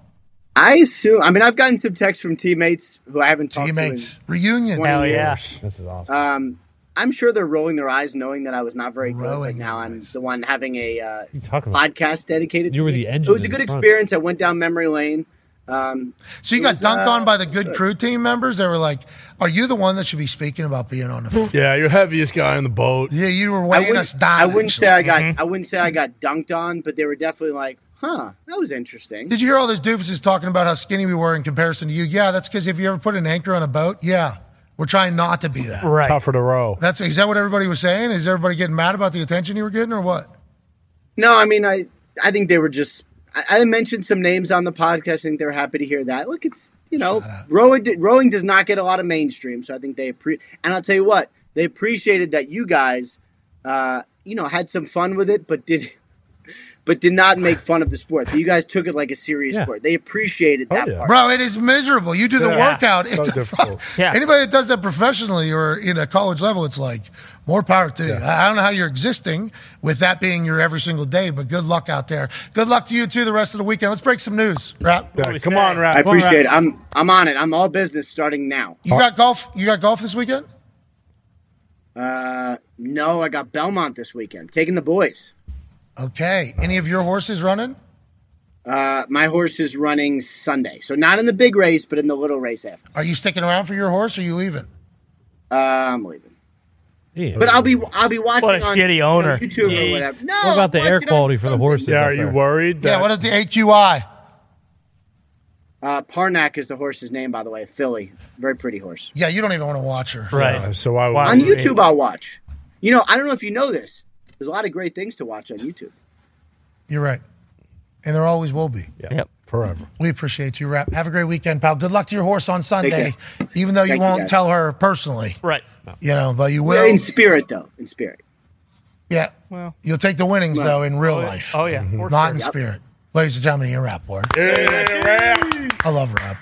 M: I assume. I mean, I've gotten some texts from teammates who I haven't talked
A: Teammates.
M: to.
A: Reunion.
M: 20 Hell yeah.
C: This is awesome.
M: in- um, I'm sure they're rolling their eyes, knowing that I was not very good. But now I'm the one having a uh,
C: talking about?
M: podcast dedicated.
C: You were the
M: It
C: engine.
M: was a
C: in
M: good
C: the front.
M: experience. I went down memory lane. Um,
A: So you
M: it
A: got
M: was,
A: dunked
M: uh,
A: on by the good crew team members. They were like, "Are you the one that should be speaking about being on the?"
B: Yeah, you're heaviest guy on the boat.
A: yeah, you were
M: I
A: weighing us
M: wouldn't,
A: down.
M: I wouldn't say I
A: actually.
M: got. I wouldn't say I got dunked on, but they were definitely like, "Huh, that was interesting."
A: Did you hear all those doofuses talking about how skinny we were in comparison to you? Yeah, that's because if you ever put an anchor on a boat, yeah, we're trying not to be that.
B: Tougher to row.
A: That's is that what everybody was saying? Is everybody getting mad about the attention you were getting, or what?
M: No, I mean, I I think they were just. I, I mentioned some names on the podcast. I think they were happy to hear that. Look, it's you know, rowing rowing does not get a lot of mainstream, so I think they appre- and I'll tell you what they appreciated that you guys, uh, you know, had some fun with it, but did but did not make fun of the sport. So you guys took it like a serious sport. They appreciated that part,
A: Bro, it is miserable. You do the
M: Yeah.
A: workout.
M: So
A: It's a
B: difficult.
M: Yeah.
A: Anybody that does that professionally or in a college level, it's like more power to you. I I don't know how you're existing with that being your every single day, but good luck out there. Good luck to you too the rest of the weekend. Let's break some news. Rap.
B: come on, Rap.
M: I appreciate it. I'm I'm on it. I'm all business starting now.
A: You got golf. You got golf this weekend.
M: Uh, no, I got Belmont this weekend. Taking the boys.
A: Okay. Any of your horses running?
M: Uh, my horse is running Sunday, so not in the big race, but in the little race after.
A: Are you sticking around for your horse or are you leaving?
M: Uh, I'm leaving. But I'll be I'll be watching. on, you know, YouTube or whatever. No,
C: what about the air quality for the horses?
M: Yeah,
C: up
M: are you
C: there?
B: worried?
A: Yeah, what is the AQI?
M: Uh, Parnak is the horse's name, by the way. Philly, very pretty horse.
A: Yeah, you don't even want to watch her.
B: Uh, so I would
M: on YouTube, I'll watch. You know, I don't know if you know this. There's a lot of great things to watch on YouTube.
A: You're right. And there always will be.
D: Yep.
B: Forever.
A: We appreciate you, Rap. Have a great weekend, pal. Good luck to your horse on Sunday,
M: care.
A: even though you
M: Thank you,
A: won't
M: guys.
A: tell her personally.
D: Right.
A: You know, but you will.
M: in spirit, though. In spirit.
A: Yeah.
D: Well,
A: You'll take the winnings,
M: Right.
A: though, in real
M: Oh, yeah.
A: life.
D: Oh, yeah. For
A: Not
D: sure.
A: in
D: Yep.
A: spirit. Ladies and gentlemen, Ian Rapport. I love rap.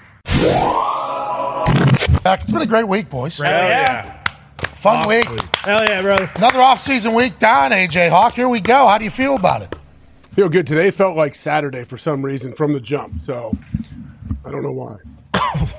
A: Back. It's been a great week, boys. Fun
B: Off
A: week.
B: week.
C: Hell yeah, bro.
A: Another off-season week down, AJ Hawk. Here we go. How do you feel about it?
G: Feel good today. Felt like Saturday for some reason from the jump. So I don't know why.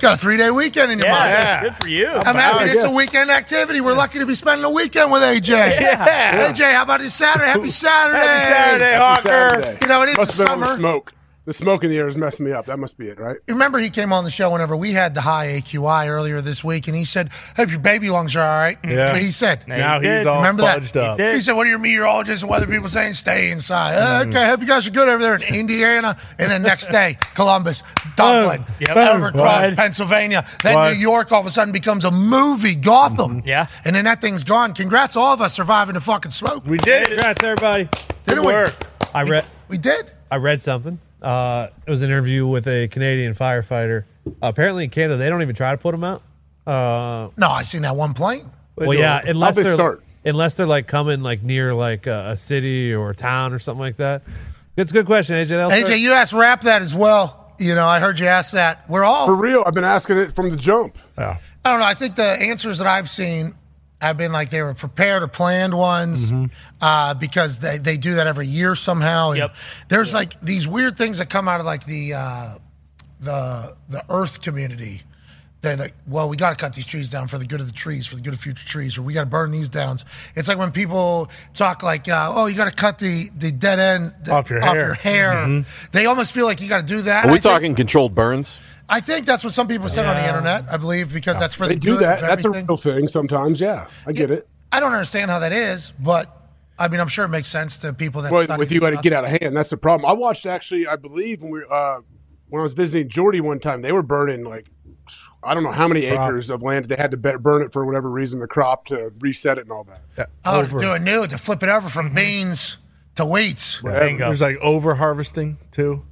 A: Got a three-day weekend in your mind.
D: Good for you.
A: I'm happy it's a weekend activity. We're lucky to be spending a weekend with AJ.
B: Yeah.
A: AJ, how about this Saturday? Happy Saturday.
B: Saturday,
G: Happy
B: Hawker.
G: Saturday.
A: You know, it is
G: Must
A: the
G: have been all
A: summer.
G: The smoke. The smoke in the air is messing me up. That must be it, right?
A: Remember, he came on the show whenever we had the high AQI earlier this week, and he said, Hope your baby lungs are all right. That's
B: Yeah.
A: what he said.
B: Now He he's did. all
A: Remember
B: fudged
A: that?
B: up. He
A: He,
B: did.
A: said, What are your meteorologists and weather people saying? Stay inside. Uh,
B: Mm-hmm. Um,
A: okay, hope you guys are good over there in Indiana. And then next day, Columbus, Dublin,
D: Yep.
A: Evercross,
D: Right.
A: Pennsylvania. Then
D: Right.
A: New York all of a sudden becomes a movie, Gotham.
D: Yeah.
A: And then that thing's gone. Congrats, to all of us surviving the fucking smoke.
B: We did it.
C: Congrats, everybody.
A: Didn't we? work.
C: I read.
A: We did.
C: I read something. Uh, it was an interview with a Canadian firefighter. apparently, in Canada, they don't even try to put them out. Uh,
A: No, I seen that one plane.
C: well, yeah,
A: How'd
C: unless
A: they
C: they're
A: start?
C: unless they're like coming like near like a, a city or a town or something like that. That's a good question, AJ. That'll start-
A: AJ, you asked Rap that as well. You know, I heard you ask that. We're all
G: For real, I've been asking it from the jump. Yeah.
A: I don't know. I think the answers that I've seen have been like they were prepared or planned ones
B: Mm-hmm.
A: uh, because they, they do that every year somehow. And There's like these weird things that come out of like the uh, the the Earth community. They're like, well, we got to cut these trees down for the good of the trees, for the good of future trees, or we got to burn these down. It's like when people talk like, uh, oh, you got to cut the, the dead end th-
B: Off your hair. Mm-hmm.
A: hair.
K: Mhm.
A: They almost feel like you got to do that.
K: Are
A: I
K: we
A: think-
K: talking controlled burns?
A: I think that's what some people said on the internet. I believe because that's for
G: They
A: the
G: do
A: good
G: that.
A: Of
G: That's a
A: everything.
G: real thing sometimes. Yeah, I get it.
A: I don't understand how that is, but I mean, I'm sure it makes sense to people that
G: Well,
A: study
G: with
A: this
G: you letting it
A: stuff.
G: get out of hand, that's the problem. I watched actually, I believe when we uh, when I was visiting Jordy one time, they were burning like I don't know how many
A: Crop.
G: acres of land. They had to be- burn it for whatever reason, the crop to reset it and all that.
A: Oh, to do it new, to flip it over from beans to wheats.
B: Mm-hmm. Right. Bingo. There's, like, over harvesting too.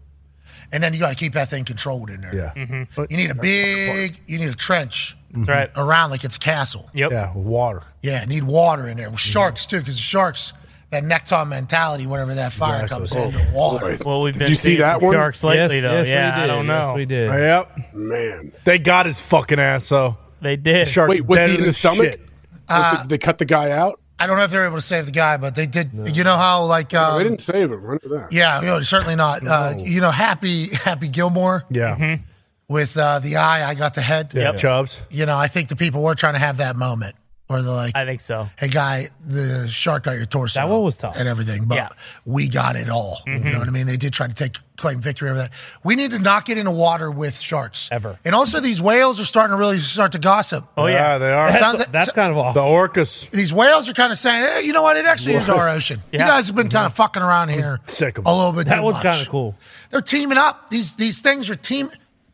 A: And then you got to keep that thing controlled in there.
B: Yeah.
G: Mm-hmm.
A: You need a big, you need a trench
B: That's right.
A: around like it's a castle.
D: Yep.
B: Yeah, water.
A: Yeah, need water in there.
B: Mm-hmm.
A: Well, sharks too, because sharks, that necktie mentality, whenever that fire
B: Exactly. Oh.
A: comes in, the water.
D: Well, we've
B: Did
D: been
B: you see
D: seeing
B: that
D: some
B: one?
D: sharks lately,
B: Yes,
D: though.
B: yes, we
D: yeah, I
B: did.
D: don't
B: Yes,
D: know.
B: we did. Yep.
G: Man,
B: They got his fucking ass though.
D: They did.
B: The shark's
G: Wait, was
B: dead
G: he in
B: as
G: the stomach?
B: shit.
A: Uh,
G: they cut the guy out.
A: I don't know if they were able to save the guy, but they did. You know how like um,
G: they didn't save him. I know that.
A: Yeah, you know, certainly not. Uh, you know, Happy Happy Gilmore.
B: Yeah.
A: Mm-hmm. With uh, the eye, I got the head.
B: Yeah. Chubbs.
A: You know, I think the people were trying to have that moment where they're like,
D: I think so.
A: "Hey, guy, the shark got your torso. That one was tough Mm-hmm. and everything, but we got it all. You know what I mean? They did try to take claim victory over that. We need to not get into water with sharks ever. Oh, And also, these whales are starting to really start to gossip.
D: Oh,
B: they are.
A: It sounds-
B: kind of awful. The orcas.
A: these whales are kind of saying, hey, you know what? It actually is our ocean. You
B: Yeah.
A: guys have been kind of
D: Mm-hmm.
A: fucking around here
B: Sick of
A: a little bit
B: That
A: too
B: was
A: much.
B: kinda cool.
A: They're teaming up. These these things are team.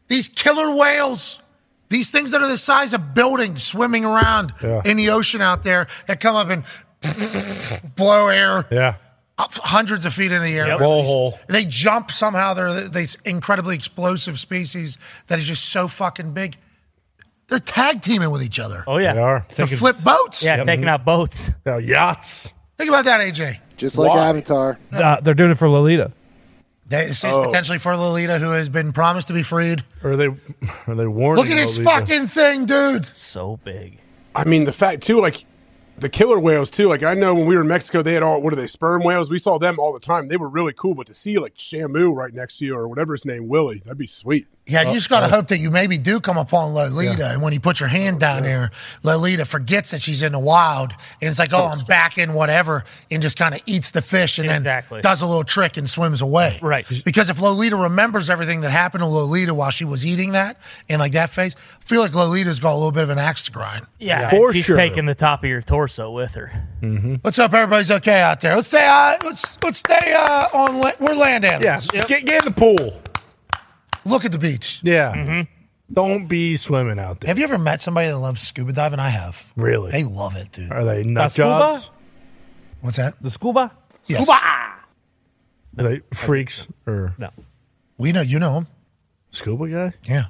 A: These killer whales. These things that are the size of buildings swimming around
B: Yeah.
A: in the ocean out there that come up and blow air.
B: Yeah.
A: up hundreds of feet in the air.
B: Yep.
A: They-
B: Roll hole.
A: They jump somehow. They're these incredibly explosive species that is just so fucking big. They're tag teaming with each other.
D: Oh yeah,
B: they are.
A: To flip boats.
D: Yeah, taking out boats.
B: No, yachts.
A: Think about that, AJ.
E: Just like
A: Why?
E: Avatar.
C: Uh, they're doing it for Lolita.
A: That is
B: Oh.
A: potentially for Lolita, who has been promised to be freed.
B: Or they, or they warned.
A: Look at his fucking thing, dude.
D: so Oh, big.
G: I mean, the fact too, like the killer whales too. Like I know when we were in Mexico, they had all what are they sperm whales? We saw them all the time. They were really cool. But to see like Shamu right next to you or whatever his name, Willie, that'd be sweet.
A: Yeah, you just
B: uh,
A: got to hope that you maybe do come upon Lolita. And when you put your hand down there, Lolita forgets that she's in the wild. And it's like, oh, I'm back in whatever, and just kind of eats the fish and
D: Exactly.
A: then does a little trick and swims away.
D: Right.
A: Because if Lolita remembers everything that happened to Lolita while she was eating that and like that face, I feel like Lolita's got a little bit of an axe to grind.
D: Yeah,
A: For
D: she's
A: sure.
D: taking the top of your torso with her.
A: Mm-hmm. What's up, everybody's okay out there? Let's stay. Uh, let's let's stay uh, on. la- We're land animals.
B: Yeah. Get, get in the pool.
A: Look at the beach.
B: Yeah.
C: Mm-hmm.
B: Don't be swimming out there.
A: Have you ever met somebody that loves scuba diving? I have.
B: Really?
A: They love it, dude.
B: Are they nut jobs?
A: What's that?
C: The scuba?
A: Yes.
B: Are they freaks or
C: no?
A: We know you know him.
B: Scuba guy.
A: Yeah.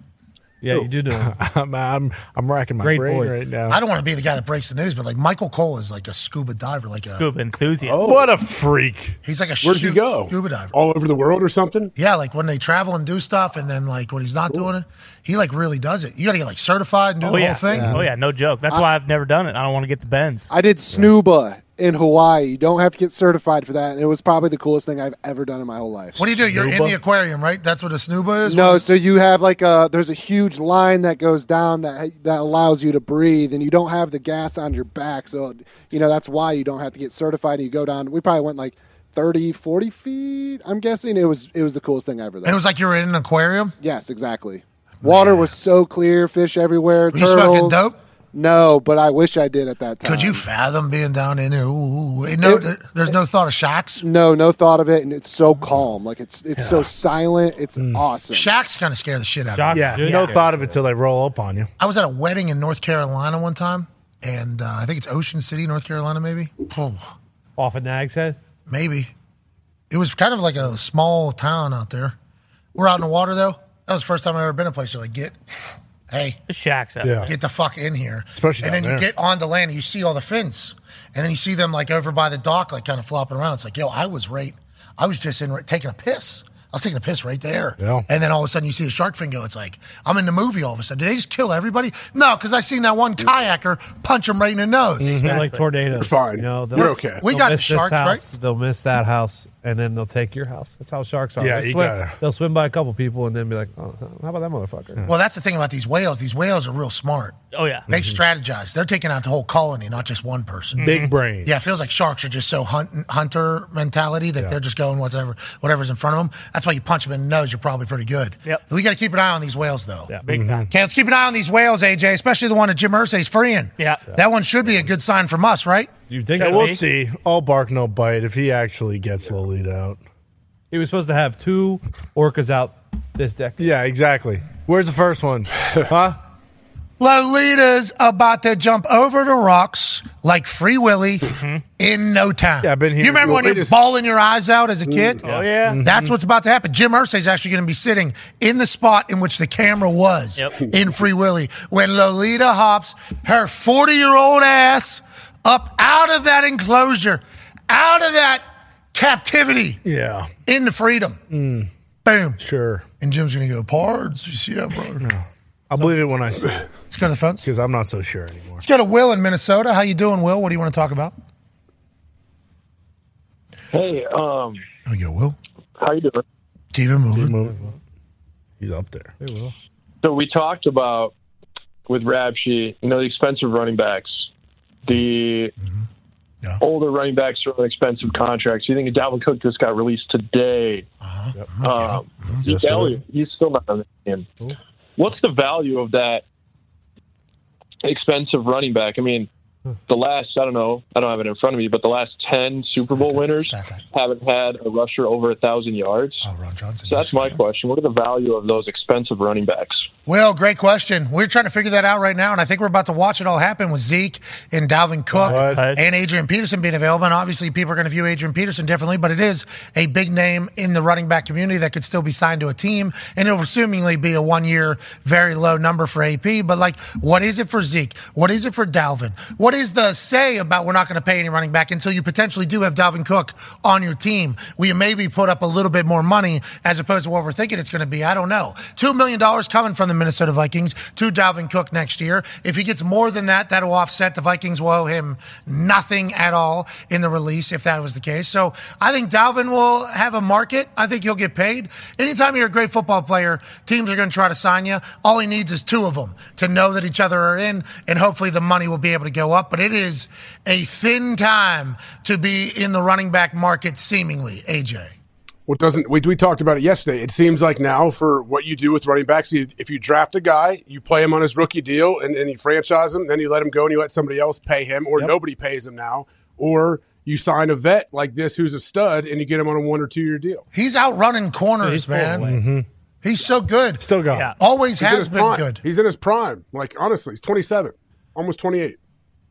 C: Yeah, you do know. him.
B: I'm, I'm I'm racking my
C: Great
B: brain
C: voice.
B: right now.
A: I don't want to be the guy that breaks the news, but like Michael Cole is like a scuba diver, like a
D: scuba enthusiast.
B: Oh. What a freak!
A: He's like a
G: Where'd he
A: shoot
G: go?
A: scuba diver.
G: All over the world or something?
A: Yeah, like when they travel and do stuff, and then like when he's not doing it, he like really does it. You got to get like certified and do
D: Oh
A: the
D: yeah.
A: whole thing.
D: Oh yeah, no joke. That's why I've never done it. I don't want to get the bends.
E: I did snooba in Hawaii. You don't have to get certified for that. And it was probably the coolest thing I've ever done in my whole life.
A: What do you do? You're in
E: Snuba?
A: the aquarium, right? That's what a snuba is.
E: No, so you have like a there's a huge line that goes down that that allows you to breathe, and you don't have the gas on your back, so you know that's why you don't have to get certified. And you go down. We probably went like 30, 40 feet. I'm guessing it was it was the coolest thing ever. Though.
A: And it was like you were in an aquarium.
E: yes, exactly. Water was so clear, fish everywhere.
A: you smoking
E: turtles.
A: dope?
E: No, but I wish I did at that time.
A: Could you fathom being down in there? Ooh, ooh, ooh. no,
E: It-
A: th- there's no thought of shocks.
E: No, no thought of it, and it's so calm. Like it's it's so silent. It's
A: Mm.
E: awesome.
A: Shacks kind of scare the shit out of me.
B: Yeah, no thought of it till they roll up on you.
A: I was at a wedding in North Carolina one time, and uh, I think it's Ocean City, North Carolina, maybe. Oh.
C: Off of Nag's Head?
A: Maybe. It was kind of like a small town out there. We're out in the water, though. That was the first time I've ever been a place where like, get, hey,
D: The shacks out there.
A: get the fuck in here.
D: Especially
A: and
D: down
A: then you
D: there.
A: get on the land and you see all the fins. And then you see them like over by the dock, like kind of flopping around. It's like, yo, I was right. I was just in taking a piss. I was taking a piss right there.
B: Yeah.
A: And then all of a sudden you see the shark fin go. It's like, I'm in the movie all of a sudden. Did they just kill everybody? No, because I seen that one kayaker punch him right in the nose.
C: They're Mm-hmm. like tornadoes.
G: fine.
C: You know, they'll-
G: You're okay.
A: We
C: they'll
A: got
C: miss this
A: sharks, right?
C: house, They'll miss that house, and then they'll take your house. That's how sharks are.
B: Yeah,
C: they'll,
B: you
C: swim,
B: gotta-
C: they'll swim by a couple people and then be like, oh, how about that motherfucker?
A: Well, that's the thing about these whales. These whales are real smart.
D: Oh yeah.
A: They strategize. They're taking out the whole colony, not just one person.
D: Mm-hmm.
B: Big brain.
A: Yeah, it feels like sharks are just so hunt, hunter mentality that they're just going whatever whatever's in front of them. That's why you punch them in the nose. You're probably pretty good.
D: Yep.
A: We got to keep an eye on these whales, though. Yeah,
D: big time.
A: Okay, let's keep an eye on these whales, AJ, especially the one that Jim Irsay's freeing.
D: Yeah.
A: That one should be a good sign from us, right?
C: You think
B: Yeah,
C: that
B: we'll
C: he-
B: see. All bark, no bite. If he actually gets Lolita out.
C: He was supposed to have two orcas out this deck.
B: Yeah, exactly. Where's the first one? Huh?
A: Lolita's about to jump over the rocks like Free Willy
D: Mm-hmm.
A: in no time. Yeah, I've been
B: here.
A: You remember when you're
B: Lolita's-
A: bawling your eyes out as a kid?
D: Oh, yeah. Mhm.
A: That's what's about to happen. Jim Irsay's actually going to be sitting in the spot in which the camera was
D: Yep.
A: in Free Willy when Lolita hops her 40 year old ass up out of that enclosure, out of that captivity
B: Yeah.
A: into freedom. Boom.
B: Mm. Sure.
A: And Jim's going to go, Pards, you see that, brother?
B: I believe it when I see it.
A: Let's go to the phones.
B: Because I'm not so sure anymore.
A: Let's go to Will in Minnesota. How you doing, Will? What do you want to talk about?
N: Hey,
G: uh,
N: um,
A: Oh, you Will.
N: how you doing?
A: Keep it moving.
B: He's up there. Hey, Will.
N: So we talked about with Rabshi, you know, the expensive running backs, the
A: Mm-hmm.
N: older running backs are on expensive contracts. You think Dalvin Cook just got released today?
A: Uh-huh.
N: Um, Zeke
B: Yes, sir.
N: Elliott, he's still not on the team. What's the value of that expensive running back? I mean, the last I don't know, I don't have it in front of me, but the last ten Super Bowl winners haven't had a rusher over a thousand yards.
A: Oh, Ron Johnson.
N: So that's my question. What are the value of those expensive running backs?
A: Well, great question. We're trying to figure that out right now, and I think we're about to watch it all happen with Zeke and Dalvin Cook and Adrian Peterson being available. And obviously, people are going to view Adrian Peterson differently, but it is a big name in the running back community that could still be signed to a team, and it'll assumingly be a one-year, very low number for AP. But like, what is it for Zeke? What is it for Dalvin? What is the say about we're not going to pay any running back until you potentially do have Dalvin Cook on your team? Will you maybe put up a little bit more money as opposed to what we're thinking it's going to be? I don't know. Two million dollars coming from the the Minnesota Vikings to Dalvin Cook next year. If he gets more than that, that'll offset. The Vikings will owe him nothing at all in the release if that was the case. So I think Dalvin will have a market. I think he'll get paid. Anytime you're a great football player, teams are going to try to sign you. All he needs is two of them to know that each other are in, and hopefully the money will be able to go up. But it is a thin time to be in the running back market, seemingly, AJ.
G: Well, doesn't we, we talked about it yesterday? It seems like now for what you do with running backs, you, if you draft a guy, you play him on his rookie deal, and, and you franchise him, then you let him go, and you let somebody else pay him, or
B: Yep.
G: nobody pays him now, or you sign a vet like this who's a stud, and you get him on a one or two year deal.
A: He's outrunning corners,
G: he's
A: man.
G: pulling
A: He's so good.
B: Still got
A: Always
G: He's in
A: has
G: his
A: been
G: prime.
A: good.
G: He's in his prime. Like honestly, he's twenty seven, almost twenty eight.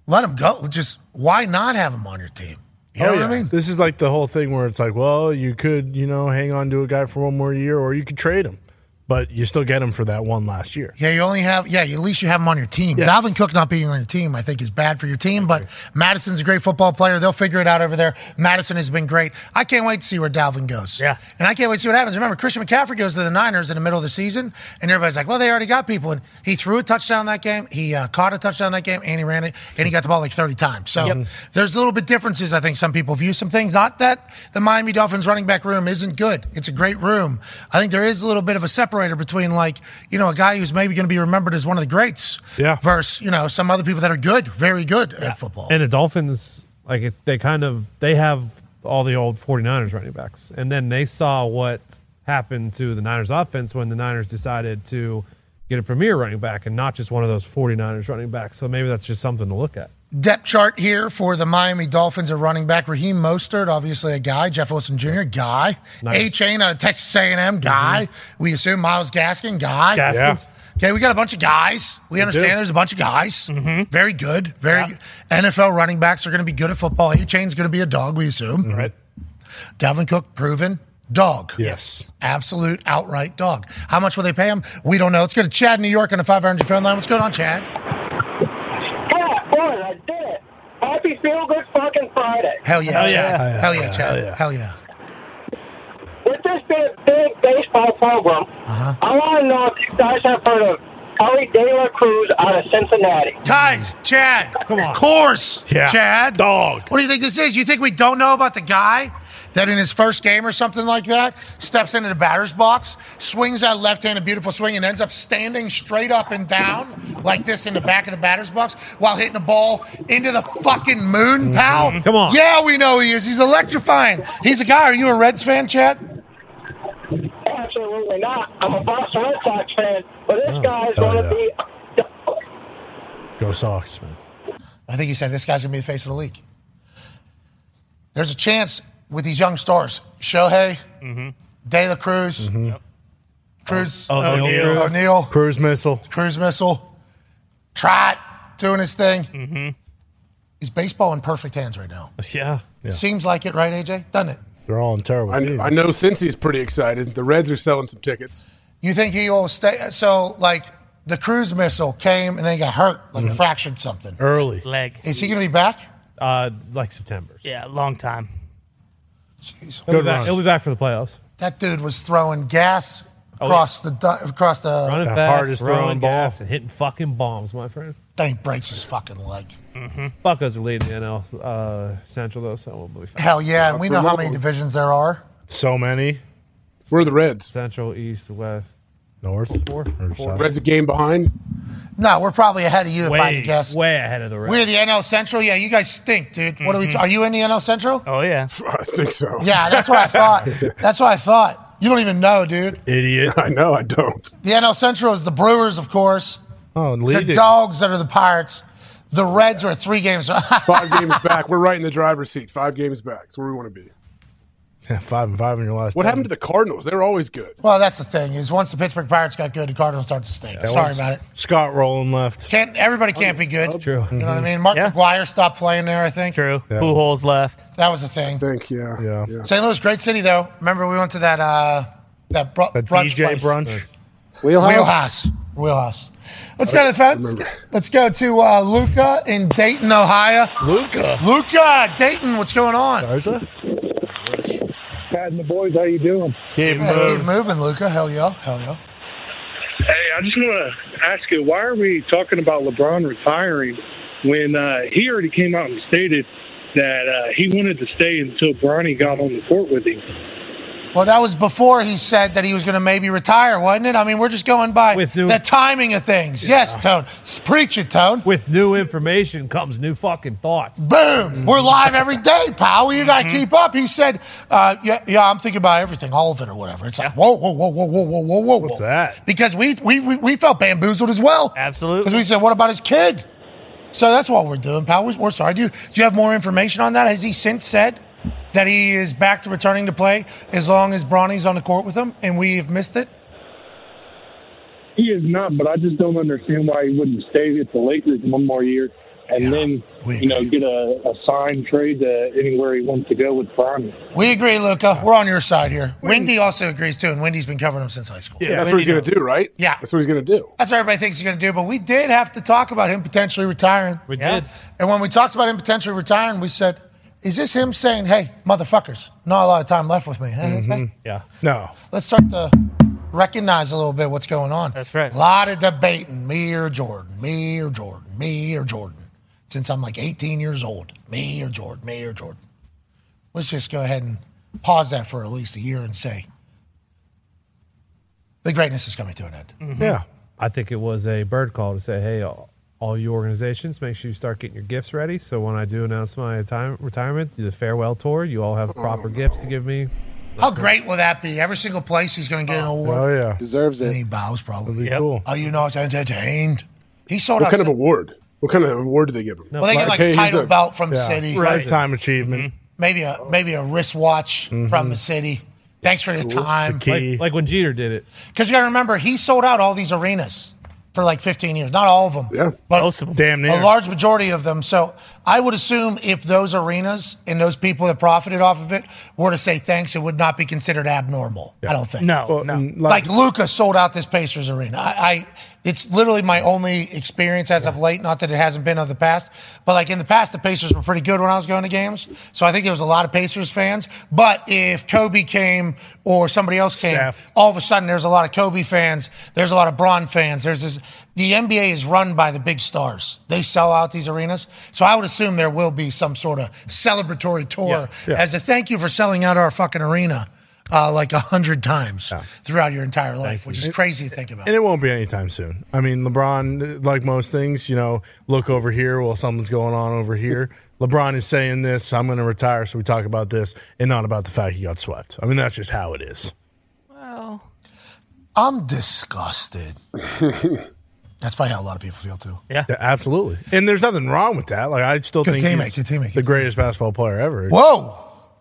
A: Let him go. Just why not have him on your team? You know
B: Oh,
A: what I
B: yeah.
A: mean?
B: This is like the whole thing where it's like, well, you could, you know, hang on to a guy for one more year, or you could trade him, but you still get him for that one last year.
A: Yeah, you only have yeah. At least you have him on your team. Dalvin Cook not being on your team, I think, is bad for your team. But Madison's a great football player. They'll figure it out over there. Madison has been great. I can't wait to see where Dalvin goes. Yeah, and I can't wait to see what happens. Remember, Christian McCaffrey goes to the Niners in the middle of the season, and everybody's like, "Well, they already got people." And he threw a touchdown that game. He uh, caught a touchdown that game, and he ran it, and he got the ball like thirty times. So Mm. there's a little bit differences. I think some people view some things. Not that the Miami Dolphins running back room isn't good. It's a great room. I think there is a little bit of a separator between like you know a guy who's maybe going to be remembered as one of the greats,
B: Yeah.
A: versus you know some other people that are good, very good at football.
C: And the Dolphins, like it- they kind of they have all the old 49ers running backs. And then they saw what happened to the Niners offense when the Niners decided to get a premier running back and not just one of those 49ers running backs. So maybe that's just something to look at.
A: depth chart here for the Miami Dolphins at running back. Raheem Mostert, obviously a guy. Jeff Wilson Jr., guy.
C: Nice.
A: A Chain out of Texas A&M, guy. We assume Miles Gaskin, guy.
B: Gaskins.
A: Okay, we got a bunch of guys. We, Mm-hmm.
B: We
A: understand
B: do.
A: there's a bunch of guys. Very good. Very NFL running backs are going to be good at football. A Chain's going to be a dog, we assume. Right. Dalvin Cook, proven dog.
B: Yes.
A: Absolute outright dog. How much will they pay him? We don't know. Let's go to Chad, in New York, on the 500 phone line. What's going on, Chad?
O: Yeah, boy, I did it. Happy Feel Good fucking Friday.
A: Hell yeah, Chad. Hell yeah, Chad. Hell yeah.
O: With this big, big baseball program,
B: Uh-huh.
O: I want to know if you guys have heard of Ellie De La Cruz out of Cincinnati.
A: Guys, Chad, of course,
O: Yeah.
A: Chad. Dog. What do you think this is? You think we don't know about the guy that in his first game or something like that steps into the batter's box, swings that left hand, a beautiful swing, and ends up standing straight up and down like this in the back of the batter's box while hitting a ball into the fucking moon, pal? Mm-hmm. Come on. Yeah, we know he is. He's electrifying. He's a guy. Are you a Reds fan, Chad?
O: Absolutely not. I'm a Boston Red Sox fan, but this guy's going to be.
B: Go Sox, Smith.
A: I think he said this guy's going to be the face of the league. There's a chance with these young stars, Shohei, De La Cruz, Cruz,
B: Mm-hmm. Oh, O'Neal.
A: O'Neal, O'Neal,
B: Cruise missile.
A: Cruz Missile, Trot doing his thing. Is baseball in perfect hands right now?
C: Yeah.
A: Seems like it, right, AJ? Doesn't it?
B: They're all in terrible.
G: I, I know Cincy's pretty excited. The Reds are selling some tickets.
A: You think he will stay? So, like, the Cruz Missile came and then he got hurt, like
C: Mm-hmm.
B: Mhm.
A: fractured something.
B: Early.
D: Leg.
A: Is he going to be back?
C: Uh, like September.
D: Yeah, long time.
C: He'll be, back, he'll be back for the playoffs.
A: That dude was throwing gas
C: Oh,
A: across the du- across the
C: Running
A: the
C: fast, throwing gas, and hitting fucking bombs, my friend. Mm-hmm.
A: Think breaks his fucking leg.
C: Buckos are leading the NL uh, Central though, so we'll be fine.
A: Hell yeah, and we know how many divisions there are.
B: So many.
G: We're the Reds.
C: Central, East, West,
B: North,
C: four,
G: Four. Reds a game behind.
A: No, Uh, we're probably ahead of you if I had to guess.
C: way ahead of the
A: We're the NL Central. Yeah, you guys stink, dude. What are we?
D: Mhm.
A: T- are you in the NL Central?
D: Oh yeah,
G: I think so.
A: Yeah, that's what I thought. that's what I thought. You don't even know, dude.
B: Idiot.
G: I know. I don't.
A: The NL Central is the Brewers, of course.
B: Oh, and
A: the
G: leading.
A: Dogs that are the Pirates. The Reds are three games.
G: Five games back. We're right in the driver's seat. Five games back. That's where we want to be.
B: five and five in your last.
G: What happened to the Cardinals? They were always good.
A: Well, that's the thing is once the Pittsburgh Pirates got good, the Cardinals start to stink. Sorry about it.
B: Scott Rowland left.
A: Can't everybody can't be good?
B: True. Mm-hmm.
A: You know what I mean? Mark McGuire stopped playing there, I think.
D: True. Pujols left.
A: That was the thing.
G: Thank you. Yeah.
A: St. Louis, great city though. Remember we went to that uh that br- brunch
B: DJ
A: place.
B: brunch.
A: Wheelhouse. Wheelhouse. Let's go to the phones. Let's go to uh, Luca in Dayton, Ohio.
B: Luca.
A: Luca, Dayton. What's going on?
P: Pat and the boys, how you doing?
A: Keep moving. Keep moving, Luca. Hell yeah. Hell yeah.
P: Hey, I just want to ask you, why are we talking about LeBron retiring when uh, he already came out and stated that uh, he wanted to stay until Bronny got on the court with him?
A: Well, that was before he said that he was going to maybe retire, wasn't it? I mean, we're just going by the timing of things. Yes, Tone. S- Preach it, Tone.
C: With new information comes new fucking thoughts.
A: Boom. We're live every day, pal. You got to keep up. He said, uh, yeah, yeah, I'm thinking about everything, all of it or whatever. It's like, whoa, whoa, whoa, whoa, whoa, whoa, whoa, whoa. What's
B: that?
A: Because we, we, we, we felt bamboozled as well.
D: Absolutely.
A: Because we said, what about his kid? So that's what we're doing, pal. We're, we're sorry. Do you, do you have more information on that? Has he since said that he is back to returning to play as long as Bronny's on the court with him and we have missed it?
P: He is not, but I just don't understand why he wouldn't stay at the Lakers one more year and then you know get a, a signed trade to anywhere he wants to go with Bronny.
A: We agree, Luca. We're on your side here. Wendy also agrees too, and Wendy's been covering him since high school.
G: Yeah, that's what he's going to do, right?
A: Yeah.
G: That's what he's going to do.
A: That's what everybody thinks he's going to do, but we did have to talk about him potentially retiring. We
C: Yeah. did.
A: And when we talked about him potentially retiring, we said, is this him saying, hey, motherfuckers, not a lot of time left with me? Hey, hey,
B: Mm-hmm. Yeah. No.
A: Let's start to recognize a little bit what's going on. That's right. A lot of debating, me or Jordan, me or Jordan, me or Jordan. Since I'm like 18 years old, me or Jordan, me or Jordan. Let's just go ahead and pause that for at least a year and say, the greatness is coming to an end.
G: Mm-hmm.
B: Yeah.
C: I think it was a bird call to say, hey, all, all you organizations, make sure you start getting your gifts ready. So when I do announce my time, retirement, do the farewell tour, you all have proper gifts to give me.
A: How great will that be? Every single place he's going to get an award.
B: Oh, yeah.
A: Deserves it. And he bows probably.
B: Yep. cool.
A: Oh, you know, it's entertained. He sold
G: What
A: out.
G: kind of award? What kind of award do they give him?
A: Well, they get, like, a
G: he's
A: title belt from the city. Right.
B: Lifetime achievement.
A: maybe a maybe a wristwatch from the city. Thanks for the time.
C: Like, like when Jeter did it.
A: Because you got to remember, he sold out all these arenas for like 15 years. Not all of them,
G: Yeah.
A: but
B: Damn near.
A: a large majority of them. So I would assume if those arenas and those people that profited off of it were to say thanks, it would not be considered abnormal. I don't think.
D: No,
B: Well,
D: no.
B: mm,
A: Like, Luca sold out this Pacers arena. I, I it's literally my only experience as of late. Not that it hasn't been of the past, but like in the past, the Pacers were pretty good when I was going to games. So I think there was a lot of Pacers fans. But if Kobe came or somebody else came,
B: Steph.
A: all of a sudden there's a lot of Kobe fans. There's a lot of Braun fans. There's this. The NBA is run by the big stars. They sell out these arenas. So I would assume there will be some sort of celebratory tour
B: Yeah, yeah.
A: as a thank you for selling out our fucking arena. Uh, like a hundred times throughout your entire life, which is crazy to think about.
B: And it won't be anytime soon. I mean, LeBron, like most things, you know, look over here while something's going on over here. LeBron is saying this, I'm going to retire, so we talk about this and not about the fact he got swept. I mean, that's just how it is.
A: Well, I'm disgusted. That's probably how a lot of people feel too.
D: Yeah.
B: absolutely. And there's nothing wrong with that. Like, I still
A: Good
B: think
A: teammate,
B: he's
A: good teammate,
B: the greatest basketball player ever.
A: Whoa,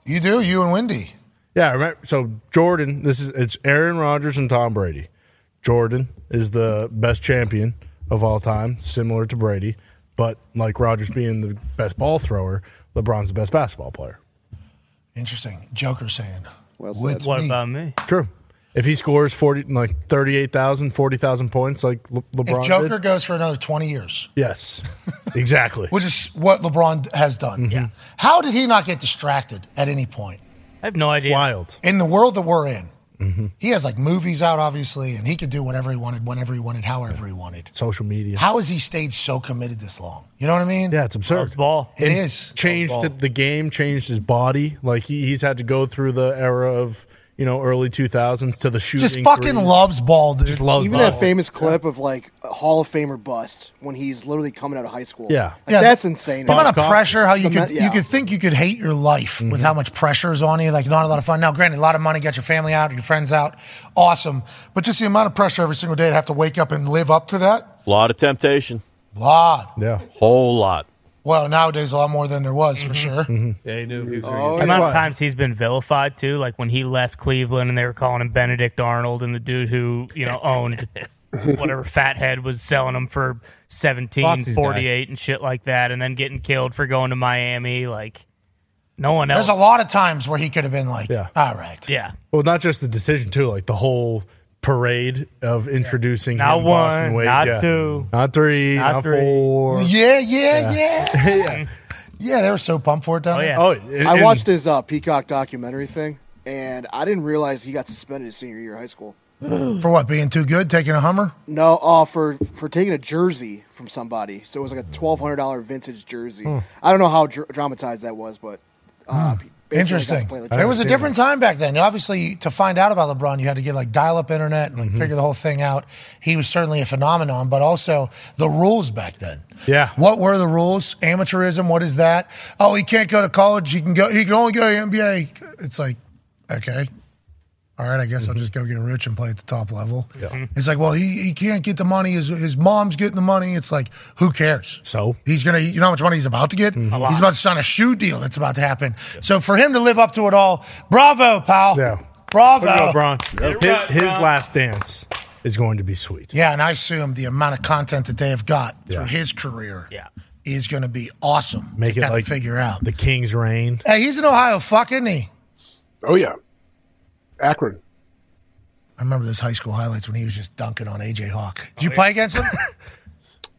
A: you do you and Wendy.
B: Yeah, right. So Jordan, this is it's Aaron Rodgers and Tom Brady. Jordan is the best champion of all time, similar to Brady, but like Rodgers being the best ball thrower, LeBron's the best basketball player.
A: Interesting. Joker saying. Well
D: said. What about me?
B: True. If he scores 40 like 38,000, 40,000 points like Le- LeBron
A: If Joker
B: did,
A: goes for another 20 years,
B: yes. exactly.
A: which is what LeBron has done,
B: Mm-hmm.
A: yeah. how did he not get distracted at any point?
D: I have no idea.
B: Wild.
A: In the world that we're in,
B: Mm-hmm.
A: he has like movies out, obviously, and he could do whatever he wanted, whenever he wanted, however he wanted.
B: Social media.
A: How has he stayed so committed this long? You know what I mean?
B: Yeah, it's absurd.
D: Ball.
A: It
B: And
A: is.
B: Changed the game, changed his body. Like he, he's had to go through the era of, you know, early 2000s to the shooting.
A: Just fucking
B: threes.
A: loves ball, dude. Just
B: loves
A: Even
F: Even
A: that
F: that famous clip of like a Hall of Famer bust when he's literally coming out of high school.
B: Yeah.
F: Like, that's insane.
A: The amount of pressure, how you
F: The ma-
A: could you
F: yeah.
A: could think you could hate your life
B: Mm-hmm.
A: with how much pressure is on you. Like not a lot of fun. Now, granted, a lot of money, got your family out, your friends out, awesome. But just the amount of pressure every single day to have to wake up and live up to that.
K: A lot of temptation.
A: Lot.
B: Yeah.
K: Whole lot.
A: Well, nowadays a lot more than there was for sure.
C: Yeah, he knew. He was
A: Mm-hmm. Oh,
D: the amount of
A: yeah.
D: times he's been vilified too, like when he left Cleveland and they were calling him Benedict Arnold, and the dude who you know owned whatever fathead was selling him for seventeen
C: Foxy's guy.
D: forty eight and shit like that, and then getting killed for going to Miami. Like no one else.
A: There's a lot of times where he could have been like, all right.
D: Yeah.
B: Well, not just the decision too, like the whole parade of introducing
D: Not
B: him Boston
D: one,
B: Wade.
D: not
B: Yeah.
D: two,
B: not three,
D: not
B: not,
D: three.
B: four.
A: Yeah, yeah,
B: Yeah.
A: yeah. yeah. they were so pumped for Oh, it down there.
F: I watched his uh, Peacock documentary thing, and I didn't realize he got suspended his senior year of high school.
A: For what? Being too good, taking a Hummer?
F: No, uh, for for taking a jersey from somebody. So it was like a twelve hundred dollar vintage jersey.
A: Hmm.
F: I don't know how dr- dramatized that was, but uh, basically I got to
A: Interesting.
F: play with
A: It was a
F: jersey.
A: different time back then. Obviously, to find out about LeBron, you had to get like dial-up internet and like
B: Mhm.
A: figure the whole thing out. He was certainly a phenomenon, but also the rules back then.
B: Yeah.
A: What were the rules? Amateurism. What is that? Oh, he can't go to college. He can go. He can only go to NBA. It's like, okay, all right. I guess I'll just go get rich and play at the top level.
B: Mm-hmm. Yeah. Mm-hmm.
A: It's like, well, he, he can't get the money. His his mom's getting the money. It's like, who cares?
B: So Mm-hmm.
A: he's gonna. You know how much money he's about to get?
B: lot.
A: He's about to sign a shoe deal that's about to happen. So for him to live up to it all, bravo, pal. Yeah. Bravo,
B: Way to go, Bron. His,
A: right,
B: his
A: Bron.
B: last dance is going to be sweet.
A: Yeah, and I assume the amount of content that they have got
B: Yeah.
A: through his career is going to be awesome
B: Make
A: to
B: it
A: kind
B: like
A: of figure out.
B: the King's reign.
A: Hey, he's an Ohio fuck, isn't he?
G: Oh yeah, Akron.
A: I remember those high school highlights when he was just dunking on AJ Hawk. Did you play against him?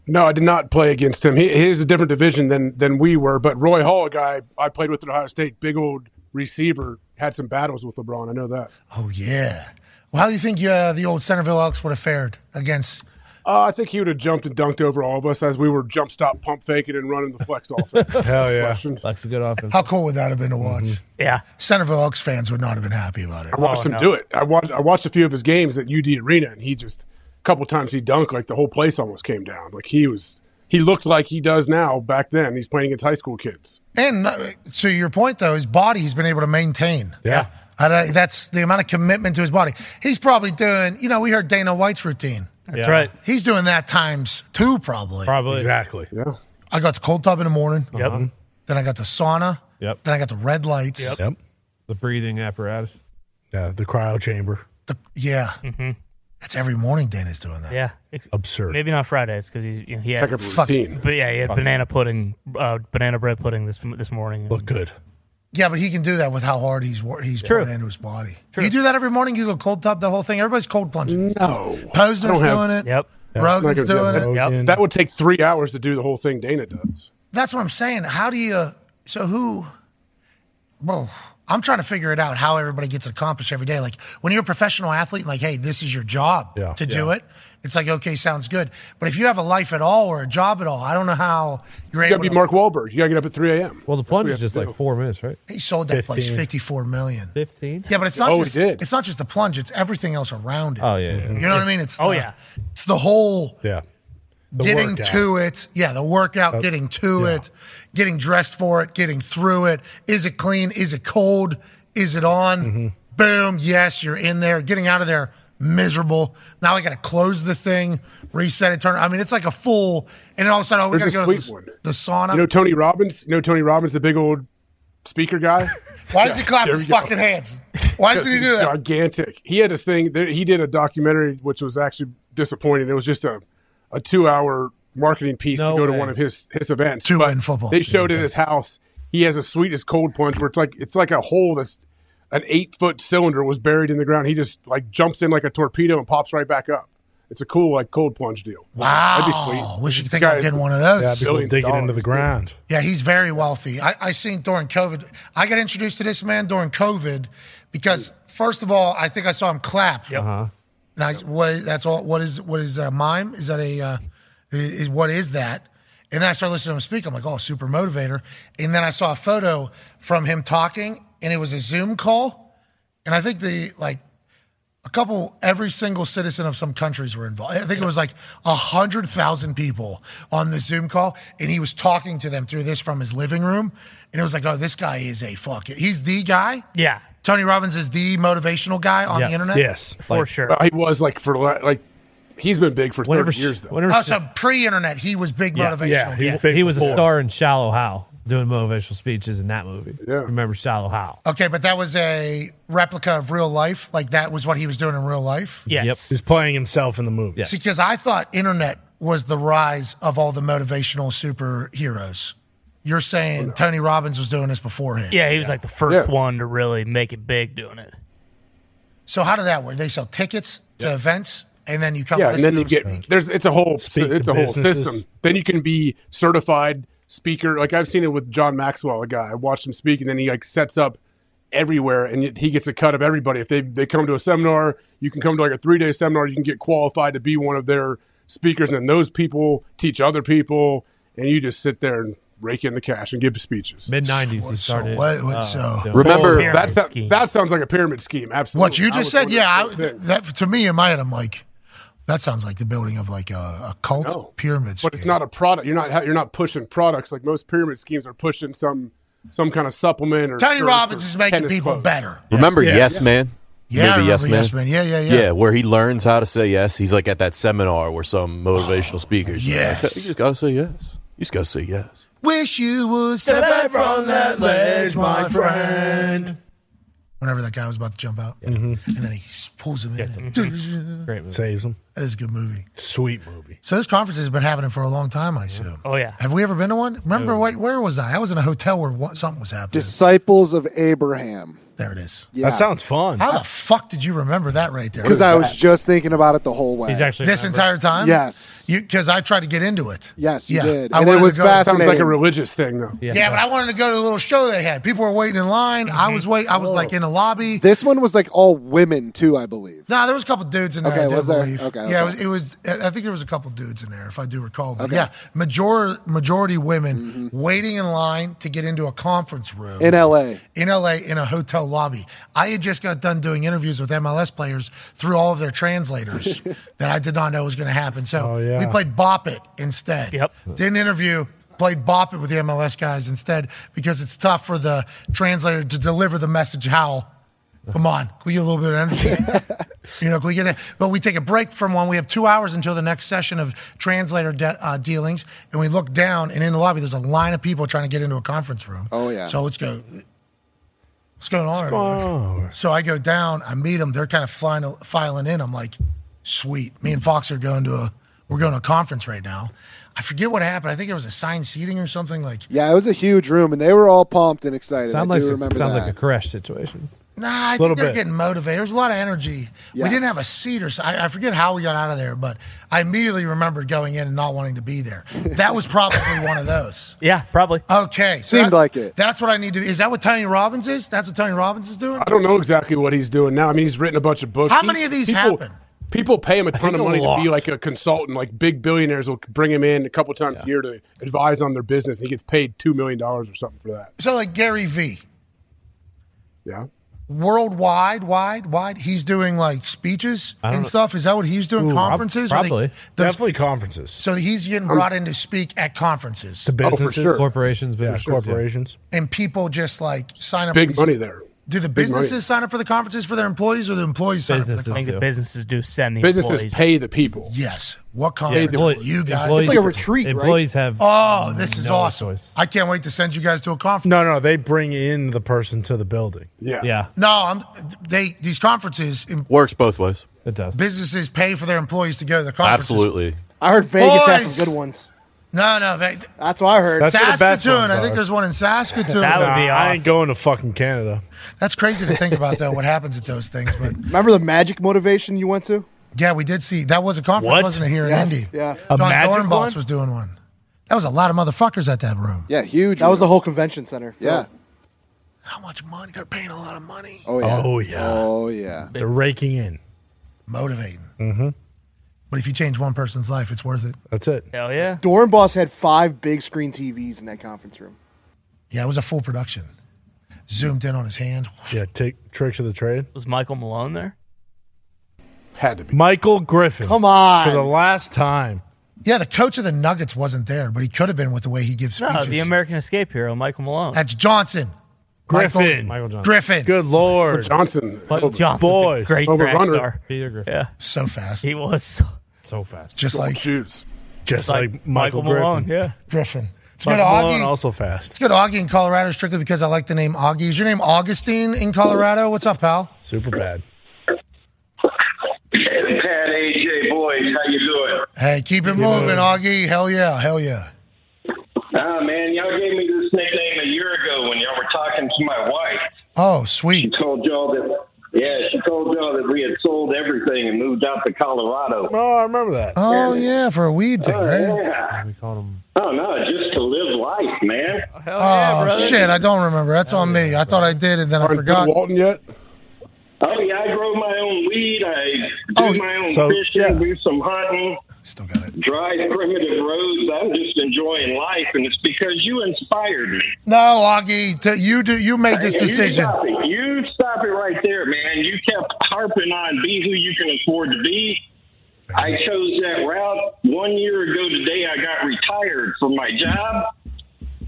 G: No, I did not play against him. He, he's a different division than than we were. But Roy Hall, a guy I played with at Ohio State, big old receiver, had some battles with LeBron. I know that.
A: oh yeah. Well, how do you think uh, the old Centerville Elks would have fared against?
G: Uh, I think he would have jumped and dunked over all of us as we were jump stop, pump faking, and running the flex offense.
B: Hell
G: yeah.
C: That's a good offense.
A: How cool would that have been to watch?
G: Mm-hmm.
D: Yeah.
A: Centerville Elks fans would not have been happy about it.
G: I watched him do it. I watched I watched a few of his games at UD Arena, and he just a couple times he dunked like the whole place almost came down. Like he was he looked like he does now back then. He's playing against high school kids.
A: And uh, to your point, though, his body he's been able to maintain.
G: Yeah.
A: I don't- that's the amount of commitment to his body. He's probably doing, you know, we heard Dana White's routine.
B: That's Yeah. right.
A: He's doing that times two, probably.
B: Probably. Exactly. Yeah.
A: I got the cold tub in the morning.
C: Yep. Uh-huh.
A: Then I got the sauna.
C: Yep.
A: Then I got the red lights.
C: Yep. The breathing apparatus.
B: Yeah, the cryo chamber.
A: Yeah. Mm-hmm. That's every morning Dana's doing that.
D: Yeah, Ex-
B: Absurd.
D: Maybe not Fridays because he's you know, he had
A: Like a Fuck. routine.
D: But yeah, he had
A: Fuck.
D: banana pudding, uh, banana bread pudding this this morning. Look
B: good.
A: Yeah, but he can do that with how hard he's wor- he's
D: True.
A: pouring into his body. You do that every morning. You go cold tub the whole thing. Everybody's cold plunging. No, Posner's
G: I don't have-
A: doing it. Rogan's doing it.
G: That, that would take three hours to do the whole thing Dana does.
A: That's what I'm saying. How do you? So who? Well, I'm trying to figure it out how everybody gets accomplished every day. Like when you're a professional athlete, like hey, this is your job
B: Yeah.
A: to do
B: Yeah.
A: it. It's like okay, sounds good. But if you have a life at all or a job at all, I don't know how you're
G: You gotta
A: able.
G: be
A: to,
G: Mark Wahlberg. You gotta get up at three AM.
C: Well, the
G: That's what
C: plunge
G: you
C: is
G: have
C: just
G: to
C: like
G: do.
C: four minutes, right?
A: He sold that place
C: 15.
A: 54 million.
C: 15?
A: Yeah, but it's not
C: Oh, he
A: just
C: did.
A: it's not just the plunge. It's everything else around it.
C: Oh, yeah, yeah.
A: You know what I mean? It's
C: Oh,
A: the,
C: yeah.
A: It's the whole
B: Yeah. The
A: getting
B: workout.
A: to it. Yeah, the workout,
B: Uh,
A: getting to
B: yeah.
A: it, getting dressed for it, getting through it. Is it clean? Is it cold? Is it on?
C: Mm-hmm.
A: Boom. Yes, you're in there. Getting out of there miserable. Now I got to close the thing, reset it, turn. I mean, it's like a full. And all of a sudden, oh, we got to
G: There's
A: go
G: a
A: to
G: sweet one.
A: the, the sauna.
G: You know Tony Robbins? You know Tony Robbins, the big old speaker guy?
A: Why does he clap
G: There
A: his
G: we go.
A: fucking hands? Why does he
G: He's
A: do that?
G: Gigantic. He had this thing. There, he did a documentary, which was actually disappointing. It was just a, a two hour marketing piece
A: No
G: to go
A: way.
G: to one of his his events.
A: Two
G: But
A: in football.
G: They showed in his house. He has a sweetest cold punch where it's like it's like a hole that's an eight foot cylinder was buried in the ground. He just like jumps in like a torpedo and pops right back up. It's a cool like cold plunge deal.
A: Wow,
G: that'd be sweet.
A: Wish you could think
G: This
A: about
G: guy
A: getting
G: is
A: one of those.
G: Yeah, people dig it into
B: the ground.
A: Yeah, he's very wealthy. I, I seen during COVID. I got introduced to this man during COVID because first of all, I think I saw him clap.
B: Uh-huh.
A: And I what that's all what is what is a mime? Is that a uh, is, what is that? And then I started listening to him speak. I'm like, oh, super motivator. And then I saw a photo from him talking, and it was a Zoom call. And I think the like a couple every single citizen of some countries were involved. I think it was like a hundred thousand people on the Zoom call, and he was talking to them through this from his living room. And it was like, oh, this guy is a fuck. He's the guy.
D: Yeah.
A: Tony Robbins is the motivational guy on the internet.
G: Well, he was like for li- like he's been big for
C: Whenever
G: 30
C: sh-
G: years though.
C: whenever
A: Oh, so pre-internet, he was big motivational.
C: he, he was a star in Shallow How doing motivational speeches in that movie. Yeah. Remember Shallow How?
A: Okay, but that was a replica of real life. Like that was what he was doing in real life.
C: Yes. He's playing himself in the movie.
A: Because I thought internet was the rise of all the motivational superheroes. You're saying Tony Robbins was doing this beforehand.
D: Yeah, he was like the first one to really make it big doing it.
A: So how did that work? They sell tickets to events, and then you come.
G: yeah, and
A: listen
G: then you
A: to
G: get
A: them
G: there's it's a whole
A: Speak
G: it's
A: to
G: a whole
A: businesses.
G: system. Then you can be certified speaker. Like I've seen it with John Maxwell, a guy I watched him speak, and then he like sets up everywhere, and yet he gets a cut of everybody. If they they come to a seminar, you can come to like a three day seminar. You can get qualified to be one of their speakers, and then those people teach other people, and you just sit there and rake in the cash and give speeches.
C: Mid nineties he started.
A: what- what-
C: uh,
A: so-
C: doing-
A: Remember-
G: Well, that, sou- that sounds like a pyramid scheme. Absolutely.
A: What you
G: I
A: just
G: was
A: said,
G: wondering
A: yeah, I,
G: the same thing.
A: that to me in my head, I'm like, that sounds like the building of like a, a cult pyramid.
G: but it's not a product. You're not you're not pushing products like most pyramid schemes are pushing some some kind of supplement or.
A: Tony
G: shirt
A: Robbins
G: or
A: is making
G: tennis
A: people
G: clothes.
A: better.
K: Remember
A: Yes.
K: Yes,
A: Yes.
K: Man?
A: Yeah, I
K: Movie
A: remember Yes Man. Yeah, yeah, yeah.
K: Yeah, where he learns how to say yes. He's like at that seminar where some motivational speakers.
A: yes.
K: you just gotta say yes. You just gotta say yes.
A: Wish you would step back from that ledge, my friend. Whenever that guy was about to jump out, and then he s- pulls him in.
C: Great movie. Saves Mm-hmm. him.
A: That is a good movie.
C: Sweet movie.
A: So this conference has been happening for a long time, I assume.
D: Oh yeah.
A: Have we ever been to one? Remember, wait, where was I? I was in a hotel where what, something was happening.
E: Disciples of Abraham.
A: There it is.
E: Yeah. That sounds
C: fun.
A: How the fuck did you remember that right there?
E: Because I was just thinking about it the whole way.
A: this entire time.
E: Yes.
A: because I tried to get into it.
E: Yes, you
A: Yeah.
E: did.
A: I
E: And it
A: wanted to
E: was
A: go- Sounds like
E: fascinating.
G: a religious thing, though.
A: Yeah, but I wanted to go to the little show they had. People were waiting in line. I
E: Mhm.
A: was wait. I was like in the lobby.
E: This one was like all women too, I believe.
A: No, there was a couple dudes in there.
E: Okay,
A: I do
E: was there?
A: believe.
E: Okay,
A: yeah,
E: okay.
A: It, was, it was. I think there was a couple dudes in there, if I do recall. But
E: Okay. Mm-hmm.
A: yeah, major majority women waiting in line to get into a conference room
E: In LA.
A: in LA in a hotel lobby. I had just got done doing interviews with MLS players through all of their translators that I did not know was going to happen.
E: Oh,
A: So we played Bop It instead. Yep. Didn't interview. Played Bop It with the MLS guys instead because it's tough for the translator to deliver the message how. Come on, can we get a little bit of energy? you know, can we get it? But we take a break from one. We have two hours until the next session of translator de- uh, dealings, and we look down, and in the lobby, there's a line of people trying to get into a conference room.
E: Oh, yeah.
A: So let's go. What's going on?
E: What's going
A: everyone? So I go down. I meet them. They're kind of flying, filing in. I'm like, sweet. Me and Fox are going to a we're going to a conference right now. I forget what happened. I think there was assigned seating or something like.
E: Yeah, it was a huge room, and they were all pumped and excited.
A: Sound
E: I
A: like
E: do
A: some-
E: remember
A: sounds
E: that.
A: like
C: a crash situation.
A: Nah, I
C: Little
A: think they're
C: bit.
A: getting motivated. There's a lot of energy. We didn't have a seat or so. I, I forget how we got out of there, but I immediately remembered going in and not wanting to be there. That was probably one of those.
D: Yeah, probably.
A: Okay, so
G: Seemed
A: that's-
G: like it.
A: That's what I need to. Is that what Tony Robbins is? That's what Tony Robbins is doing.
G: I don't know exactly what he's doing now. I mean, he's written a bunch of books.
A: How
G: Uh, He-
A: many of these
G: people-
A: happen?
G: People pay him a ton
A: think
G: of
A: a
G: money to
A: lot.
G: be like a consultant. Like big billionaires will bring him in a couple times a year to advise on their business. And he gets paid two million dollars or something for that.
A: So like Gary Vee,
G: Yeah.
A: worldwide, wide, wide. He's doing like speeches
G: I don't
A: and
G: know.
A: stuff. Is that what he's doing?
G: Ooh, prob-
A: conferences? Are they-
C: probably.
A: those-
C: Definitely conferences.
A: So he's getting
C: I'm-
A: brought in to speak at conferences.
C: To businesses, corporations, business
A: sure.
C: corporations.
A: and people just like sign up.
C: Big
A: for these-
C: money there.
A: Do the
C: Big money.
A: businesses sign up for the conferences for their employees, or the employees sign up for the
D: I think the
A: conferences?
D: businesses do send the
A: Businesses
D: employees.
G: pay the people.
A: Yes. What
D: Yeah,
A: conference?
D: employee-
A: will you guys.
D: employees- It's like a retreat, right?
C: employees have
A: Oh, this is
C: no
A: awesome!
C: choice.
A: I can't wait to send you guys to a conference.
C: No, no, they bring in the person to the building.
G: Yeah.
C: Yeah.
A: No, I'm, they these conferences, em-
K: Works both ways.
C: It does.
A: businesses pay for their employees to go to the conferences.
K: Absolutely.
F: I heard Vegas has some
A: Boys!
F: good ones.
A: No, no, they,
F: that's what I heard.
C: That's where the best
A: Saskatoon.
C: ones
A: I think
C: are.
A: there's one in Saskatoon.
C: Nah, I ain't going to fucking Canada.
A: That's crazy to think about, though. What happens at those things? But
F: Remember the magic motivation you went to?
A: yeah, we did see that was a conference,
F: What?
A: wasn't it? Here
F: Yes,
A: in Indy,
F: yeah.
A: John
F: A magic
A: Dornbos
F: one?
A: was doing one. That was a lot of motherfuckers at that room.
F: Yeah, huge. That was the whole convention center. Yeah.
A: How much money? They're paying a lot of money.
F: Oh yeah.
C: Oh, yeah.
F: Oh yeah.
C: They're raking in.
A: Motivating.
C: Mm-hmm.
A: But if you change one person's life, it's worth it.
C: That's it.
D: Hell yeah.
F: Dornbos had five big screen TVs in that conference room.
A: Yeah, it was a full production. Zoomed in on his hand.
C: Yeah, take tricks of the trade.
D: Was Michael Malone there?
G: Had to be.
C: Michael Griffin.
F: Come on.
C: For the last time.
A: Yeah, the coach of the Nuggets wasn't there, but he could have been with the way he gives speeches.
D: No, the American escape hero, Michael Malone.
A: That's Johnson. Michael,
C: Griffin. Michael Johnson.
A: Griffin.
C: Good lord.
G: Johnson.
D: Michael Johnson's a
C: Boys.
D: great
C: Over
D: track
C: runner.
D: star.
C: Peter Griffin.
D: Yeah.
A: So fast.
D: He was.
C: so fast.
A: Just like-
G: shoes.
B: Just like, Michael, Griffin.
A: Griffin. Let's go to
B: Michael Malone
A: Augie.
B: also fast.
A: Let's go to Augie in Colorado strictly because I like the name Augie. Is your name Augustine in Colorado? What's up, pal?
B: Super bad.
J: Pat, AJ, boys, how you doing?
A: Hey, keep it moving, Augie. Hell yeah, hell yeah.
J: Ah, man, y'all gave me this nickname a year ago when y'all were talking to my wife.
A: Oh, sweet.
J: Told y'all that, yeah, she told y'all that we had sold everything and moved out to Colorado.
B: Oh, I remember that.
A: Oh yeah, for a weed thing, right?
J: Yeah. Oh no, just to live life, man.
A: Oh shit, I don't remember. That's on me. I thought I did, and then I forgot.
G: Walton yet?
J: Oh yeah, I grow my own weed. I do my own
A: so,
J: fishing,
A: yeah.
J: do some hunting.
A: Oh, Still got it.
J: Dry primitive roads. I'm just enjoying life, and it's because you inspired me.
A: No, Augie, t- you do. You made this
J: Hey,
A: decision.
J: You stop, it. you stop it right there, man. You kept harping on be who you can afford to be. I chose that route one year ago today. I got retired from my job.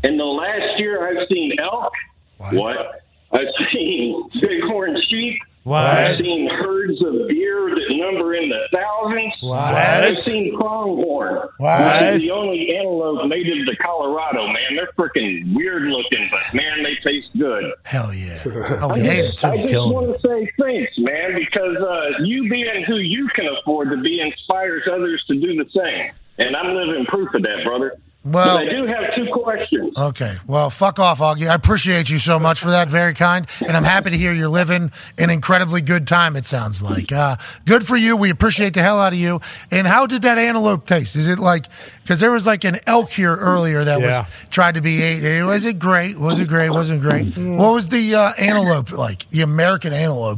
J: In the last year, I've seen elk. What? I've seen bighorn sheep.
C: What?
J: I've seen herds of deer that number in the thousands.
C: What?
J: I've seen pronghorn.
C: What?
J: This is the only antelope native to Colorado, man. They're freaking weird looking, but man, they taste good.
A: Hell yeah. Oh,
J: I just, I just want to say thanks, man, because uh, you being who you can afford to be inspires others to do the same. And I'm living proof of that, brother.
A: Well-
J: but I do have two questions.
A: Okay. Well, fuck off, Augie. I appreciate you so much for that. Very kind. And I'm happy to hear you're living an incredibly good time, it sounds like. Uh, good for you. We appreciate the hell out of you. And how did that antelope taste? Is it like, because there was like an elk here earlier that
B: Yeah.
A: was tried to be ate. It wasn't great. Wasn't great. Wasn't great. What was the uh, antelope like? The American antelope?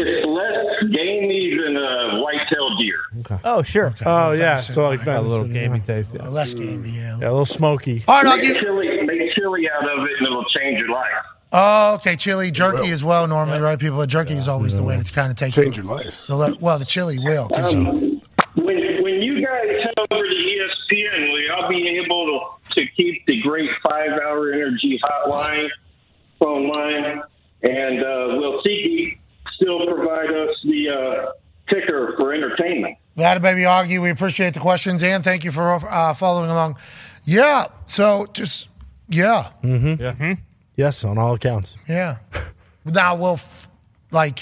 J: It's less gamey than a white-tailed deer.
C: Oh, sure. Oh, yeah. So like that little gamey taste. Yeah.
A: Less gamey, yeah.
C: a little smoky.
J: make chili, make chili out of it, and it'll change your life.
A: Oh, okay. Chili, jerky as well, normally, right? People, jerky is always the way to kind of take change
G: your life. Um,
A: well, the chili will. 'cause-
J: When when you guys head over to E ESPN, will y'all be able to, to keep the great five hour energy hotline phone line? And uh, will Tiki still provide us the uh, ticker for entertainment?
A: That baby Augie, we appreciate the questions and thank you for uh, following along. Yeah, so just yeah,
B: Mm-hmm. Yeah. Yes, on all accounts.
A: yeah. now will f- like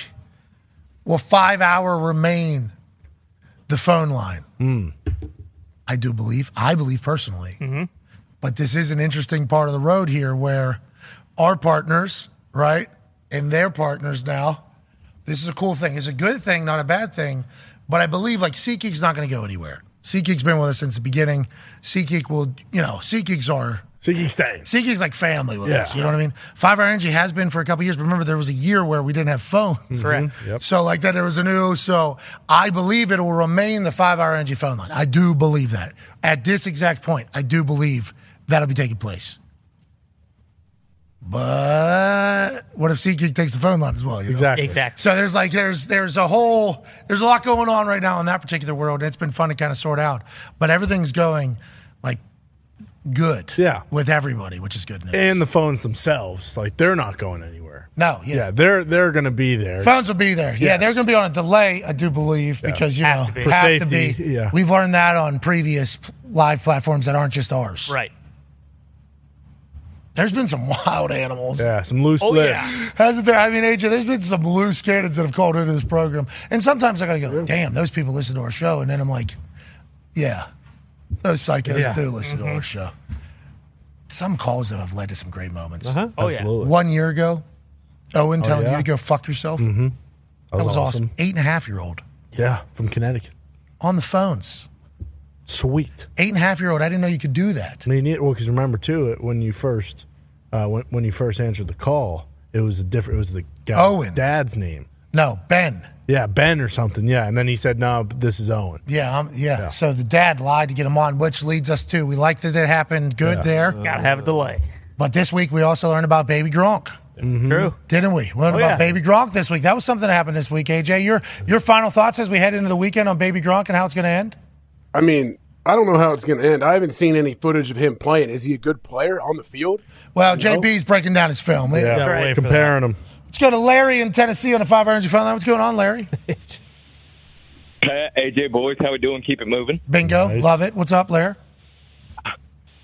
A: will five hour remain the phone line?
B: Mm.
A: I do believe. I believe personally.
B: Mm-hmm.
A: But this is an interesting part of the road here where our partners, right, and their partners now. This is a cool thing. It's a good thing, not a bad thing. But I believe like SeatGeek's not going to go anywhere. SeatGeek's been with us since the beginning. SeatGeek will, you know, SeatGeeks are.
B: SeatGeek staying.
A: SeatGeek's like family with
B: Yeah.
A: us. You know what I mean? Five Hour Energy has been for a couple years, but remember there was a year where we didn't have phones.
B: Correct. Mm-hmm. Yep.
A: So like that, there was a new. So I believe it will remain the five hour energy phone line. I do believe that at this exact point, I do believe that'll be taking place. But what if SeatGeek takes the phone line as well? You know?
B: Exactly. Exactly.
A: So there's like there's there's a whole there's a lot going on right now in that particular world. It's been fun to kind of sort out, but everything's going like good. Yeah. With everybody, which is good news.
B: And the phones themselves, like they're not going anywhere.
A: No,
B: yeah, they're they're going to be there.
A: Phones will be there. Yeah,
B: Yes.
A: they're going to be on a delay, I do believe,
B: Yeah.
A: because you
B: Have to
A: know
B: be.
A: have
B: For safety,
A: to be.
B: yeah.
A: We've learned that on previous p- live platforms that aren't just ours.
D: Right.
A: There's been some wild animals.
B: Yeah, some loose
A: Oh,
B: lips.
A: Hasn't there? I mean, AJ, there's been some loose cannons that have called into this program, and sometimes I got to go, damn, those people listen to our show, and then I'm like, yeah, those psychos
B: Yeah.
A: do listen to
B: Mhm.
D: Mm-hmm.
A: our show. Some calls that have led to some great moments.
B: Uh-huh. Oh, yeah. Absolutely.
A: One year ago, Owen
B: Oh,
A: telling
B: yeah.
A: you to go fuck yourself.
B: Mhm.
A: That was, awesome. Eight and a half year old
B: Yeah, from Connecticut.
A: on the phones.
B: Sweet.
A: Eight and a half year old. I didn't know you could do that.
B: I mean, it, well, because remember too, it, when you first uh, when when you first answered the call, it was a different. It was the guy,
A: Owen.
B: dad's name.
A: No, Ben.
B: Yeah, Ben or something. Yeah, and then he said, "No, but this is Owen."
A: Yeah, um, yeah, So the dad lied to get him on, which leads us to we like that it happened. Good
B: Yeah.
A: there.
D: Gotta have a delay.
A: But this week we also learned about Baby Gronk.
D: True.
A: Didn't we? We learned
D: Oh,
A: about
D: yeah.
A: Baby Gronk this week. That was something that happened this week. AJ, your your final thoughts as we head into the weekend on Baby Gronk and how it's going to end?
G: I mean, I don't know how it's going to end. I haven't seen any footage of him playing. Is he a good player on the field?
A: Well, JB's breaking down his film.
G: Yeah, Yeah, wait for
B: comparing them.
A: Let's go to Larry in Tennessee on the 5 Energy phone line. What's going on, Larry?
Q: Pat, AJ, boys, how we doing? Keep it moving.
A: Bingo. Love it. What's up, Lair?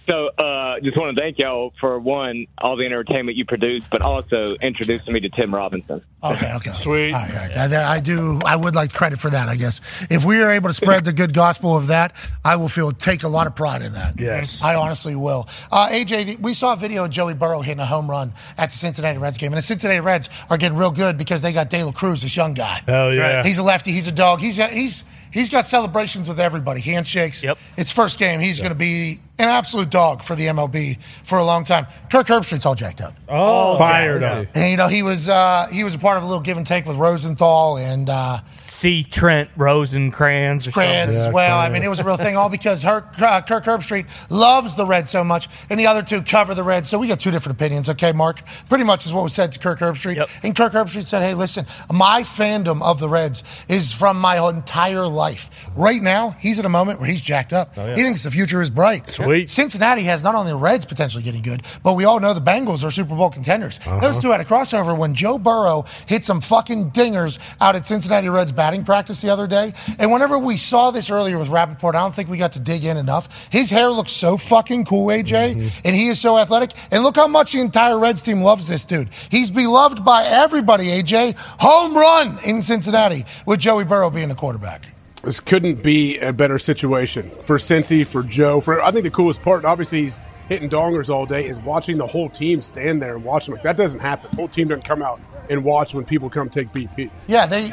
Q: So, uh, just want to thank y'all for one, all the entertainment you produce, but also introducing me to Tim Robinson.
A: Okay, okay. Sweet. All right, all right. That- that I do. I would like credit for that, I guess. If we are able to spread the good gospel of that, I will feel take a lot of pride in that.
B: Yes.
A: I honestly will. Uh, AJ, th- we saw a video of Joey Burrow hitting a home run at the Cincinnati Reds game, and the Cincinnati Reds are getting real good because they got De La Cruz, this young guy.
B: Hell yeah.
A: He's a lefty. He's a dog. He's got, he's he's got celebrations with everybody. Handshakes. Yep. It's first game. He's going to be an absolute dog for the MLB for a long time. Kirk Herbstreit's all jacked up.
B: Oh, fired up.
A: And you know he was uh, he was a part of a little give and take with Rosenthal and uh,
D: See Trent Rosencrans. or
A: Kranz
D: something.
A: as well. I mean, it was a real thing, all because her, uh, Kirk Herbstreit loves the Reds so much, and the other two cover the Reds. So we got two different opinions, okay, Mark? Pretty much is what was said to Kirk Herbstreit. And Kirk Herbstreit said, hey, listen, my fandom of the Reds is from my whole entire life. Right now, he's at a moment where he's jacked up.
B: Oh, yeah.
A: He thinks the future is bright.
B: Sweet.
A: Cincinnati has not only the Reds potentially getting good, but we all know the Bengals are Super Bowl contenders.
B: Uh-huh.
A: Those two had a crossover when Joe Burrow hit some fucking dingers out at Cincinnati Reds batting practice the other day. And whenever we saw this earlier with Rappaport, I don't think we got to dig in enough. His hair looks so fucking cool, AJ, and he is so athletic. And look how much the entire Reds team loves this dude. He's beloved by everybody, AJ. Home run in Cincinnati with Joey Burrow being the quarterback.
G: This couldn't be a better situation for Cincy, for Joe. For I think the coolest part, and obviously, he's hitting dongers all day, is watching the whole team stand there and watch them. Like that doesn't happen. The whole team doesn't come out and watch when people come take BP.
A: Yeah, they.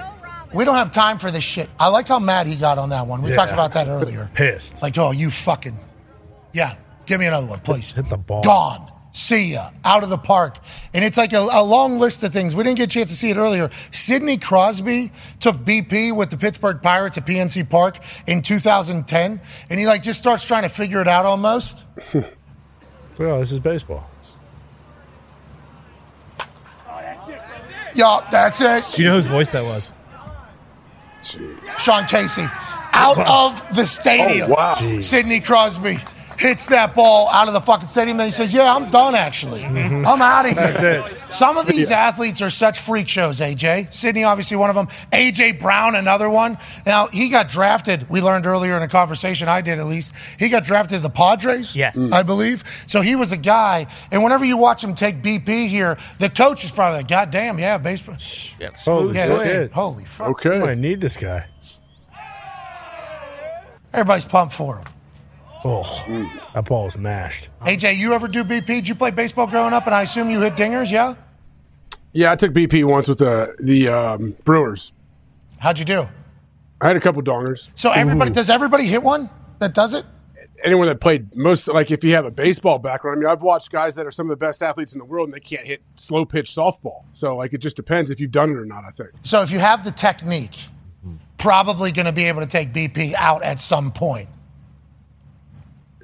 A: We don't have time for this shit. I like how mad he got on that one. We
G: Yeah.
A: talked about that earlier.
B: Pissed.
A: It's like, oh, you fucking. Yeah, give me another one, please.
B: Hit the ball.
A: Gone. See ya. Out of the park. And it's like a, a long list of things. We didn't get a chance to see it earlier. Sidney Crosby took BP with the Pittsburgh Pirates at PNC Park in 2010. And he like just starts trying to figure it out almost.
B: Well, this is baseball.
A: Yup, that's it.
C: Do you know whose voice that was?
A: Sean Casey out of the stadium.
B: Oh, wow. Jeez.
A: Sidney Crosby hits that ball out of the fucking stadium. Then he says, "Yeah, I'm done. Actually,
C: Mm-hmm.
A: I'm out of here."
B: That's
A: it. Some of these
B: Yeah.
A: athletes are such freak shows. AJ Sidney, obviously one of them. AJ Brown, another one. Now he got drafted. We learned earlier in a conversation I did, at least he got drafted to the Padres.
D: Yes. Mm.
A: I believe. So he was a guy, and whenever you watch him take BP here, the coach is probably like, "God damn, yeah, baseball."
B: Holy
A: yeah, that's
B: shit.
A: it. Holy fuck.
B: Okay. I need this guy.
A: Everybody's pumped for him.
B: Oh, that ball is mashed.
A: AJ, you ever do BP? Did you play baseball growing up? And I assume you hit dingers, yeah?
G: Yeah, I took BP once with the the um, Brewers.
A: How'd you do?
G: I had a couple dongers.
A: So everybody does everybody hit one that does it?
G: anyone that played most like if you have a baseball background, I mean, I've watched guys that are some of the best athletes in the world and they can't hit slow pitch softball. So like it just depends if you've done it or not. I think.
A: So if you have the technique,
D: Hmm.
A: probably going to be able to take BP out at some point.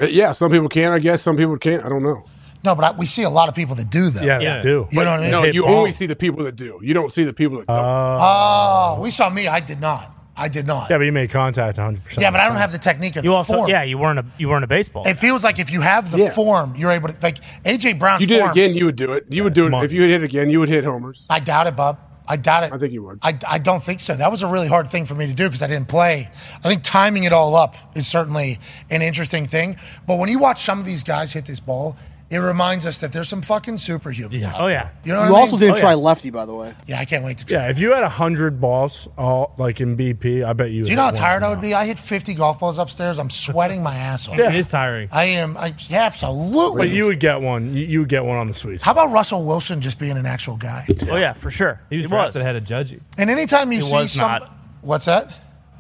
G: Uh, Yeah, some people can. I guess some people can't. I don't know.
A: No, but I, we see a lot of people that do that. You know what I mean?
G: No, you only see the people that do. You don't see the people that.
A: oh, we saw me. I did not. I did not.
B: Yeah, but you made contact 100%.
A: Yeah, but I don't have the technique of
D: You
A: the
D: also,
A: form.
D: yeah, you weren't a you weren't a baseball.
A: It feels like if you have the form, you're able to like AJ Brown's
G: you did it
A: form.
G: again, you would do it. You would do it if you hit it again. You would hit homers.
A: I doubt it, Bub. I doubt it. I think you would. I, I don't think so. That was a really hard thing for me to do because I didn't play. I think timing it all up is certainly an interesting thing. But when you watch some of these guys hit this ball, it reminds us that there's some fucking superhuman. out
B: Oh,
A: there. You know what I mean?
F: also didn't try lefty, by the way.
A: Yeah, I can't wait to try.
B: Yeah, if you had 100 balls, all like in BP, I bet you.
A: Do you know how tired I would be? I hit 50 golf balls upstairs. I'm sweating my ass off.
B: Yeah. It is tiring.
A: I am. I, yeah, absolutely.
B: But you would get one. You, you would get one on the sweet
A: How about Russell Wilson just being an actual guy?
D: Oh yeah, for sure. He was
C: drafted ahead of Judgy.
A: And anytime you
D: He
A: see
D: was
A: some,
D: not.
A: what's that?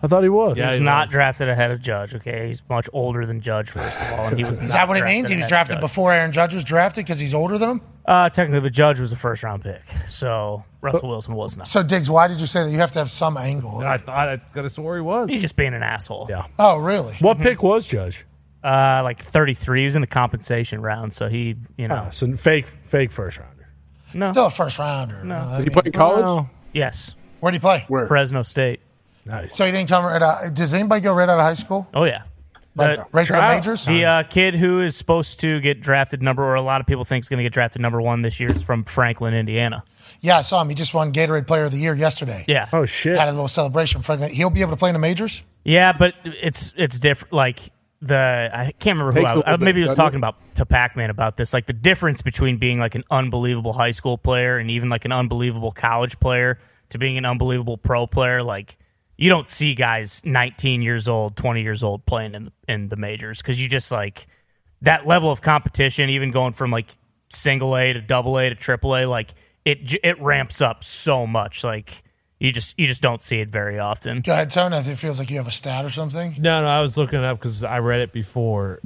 B: I thought he was.
D: he's not drafted ahead of Judge. Okay, he's much older than Judge. First of all, and he was.
A: Is
D: not
A: that what it
D: drafted
A: means? He
D: ahead
A: was
D: of
A: drafted
D: Judge.
A: before Aaron Judge was drafted because he's older than him.
D: Uh, technically, but Judge was a first round pick, so Russell Wilson was not.
A: So Diggs, why did you say that? You have to have some angle.
D: I
C: thought I could have swore he was.
D: He's just being an asshole.
B: Yeah.
A: Oh, really?
B: What pick was Judge?
D: Uh, like thirty three. He was in the compensation round, so he, you know,
B: Ah, so fake, fake first rounder.
D: No,
A: still a first rounder. No. I mean-
D: Yes.
A: Where did he play?
D: Where? Fresno State.
B: Nice.
A: So he didn't come right out. Does anybody go right out of high school?
D: Oh yeah.
A: Like, race to the
D: Trout,
A: majors?
D: The uh, kid who is supposed to get drafted number, or a lot of people think is going to get drafted number one this year, is from Franklin, Indiana.
A: Yeah, I saw him. He just won Gatorade Player of the Year yesterday.
D: Yeah.
A: Oh shit. Had a little celebration. For him. He'll be able to play in the majors.
D: Yeah, but it's it's different. Like the I can't remember who
A: Takes
D: I,
A: a little
D: I maybe was
A: bit, doesn't
D: talking
A: it?
D: about to Pac Man about this. Like the difference between being like an unbelievable high school player and even like an unbelievable college player to being an unbelievable pro player. Like you don't see guys 19 years old, 20 years old playing in in the majors because you just like that level of competition. Even going from like single A to double A to triple A, like it j- it ramps up so much. Like you just you just don't see it very often.
A: Go ahead, Tony. If it feels like you have a stat or something.
C: No, no, I was looking it up because I read it before.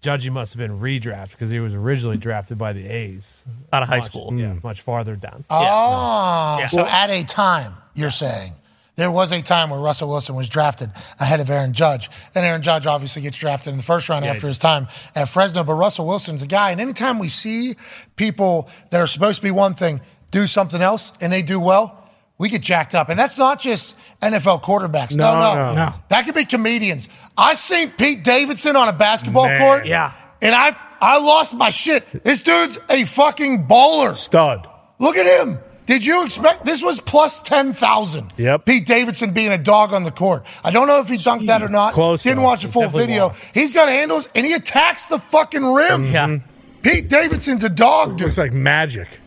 C: Judgy must have been redrafted because he was originally drafted by the A's
D: out of high
C: Much-
B: Hmm.
D: school.
C: Yeah, much farther down.
A: Oh,
C: Yeah.
A: so
C: Well-
A: at a time, you're saying there was a time where Russell Wilson was drafted ahead of Aaron Judge. Then Aaron Judge obviously gets drafted in the first round
R: Yeah, he
A: after his time at Fresno. But Russell Wilson's a guy, and anytime we see people that are supposed to be one thing do something else and they do well. We get jacked up. And that's not just NFL quarterbacks. No,
B: No,
A: no.
B: no. No.
A: That could be comedians. I seen Pete Davidson on a basketball
B: Man.
A: court.
B: Yeah.
A: And I I lost my shit. This dude's a fucking baller.
B: Stud.
A: Look at him. Did you expect this was plus 10,000? Yep. Pete Davidson being a dog on the court. I don't know if he dunked that or not.
B: Close,
A: Didn't
B: though.
A: watch the
B: He
A: full
B: definitely
A: video. He's got handles and he attacks the fucking rim.
D: Yeah.
A: Pete Davidson's a dog, dude.
B: Mm-hmm. Looks like magic.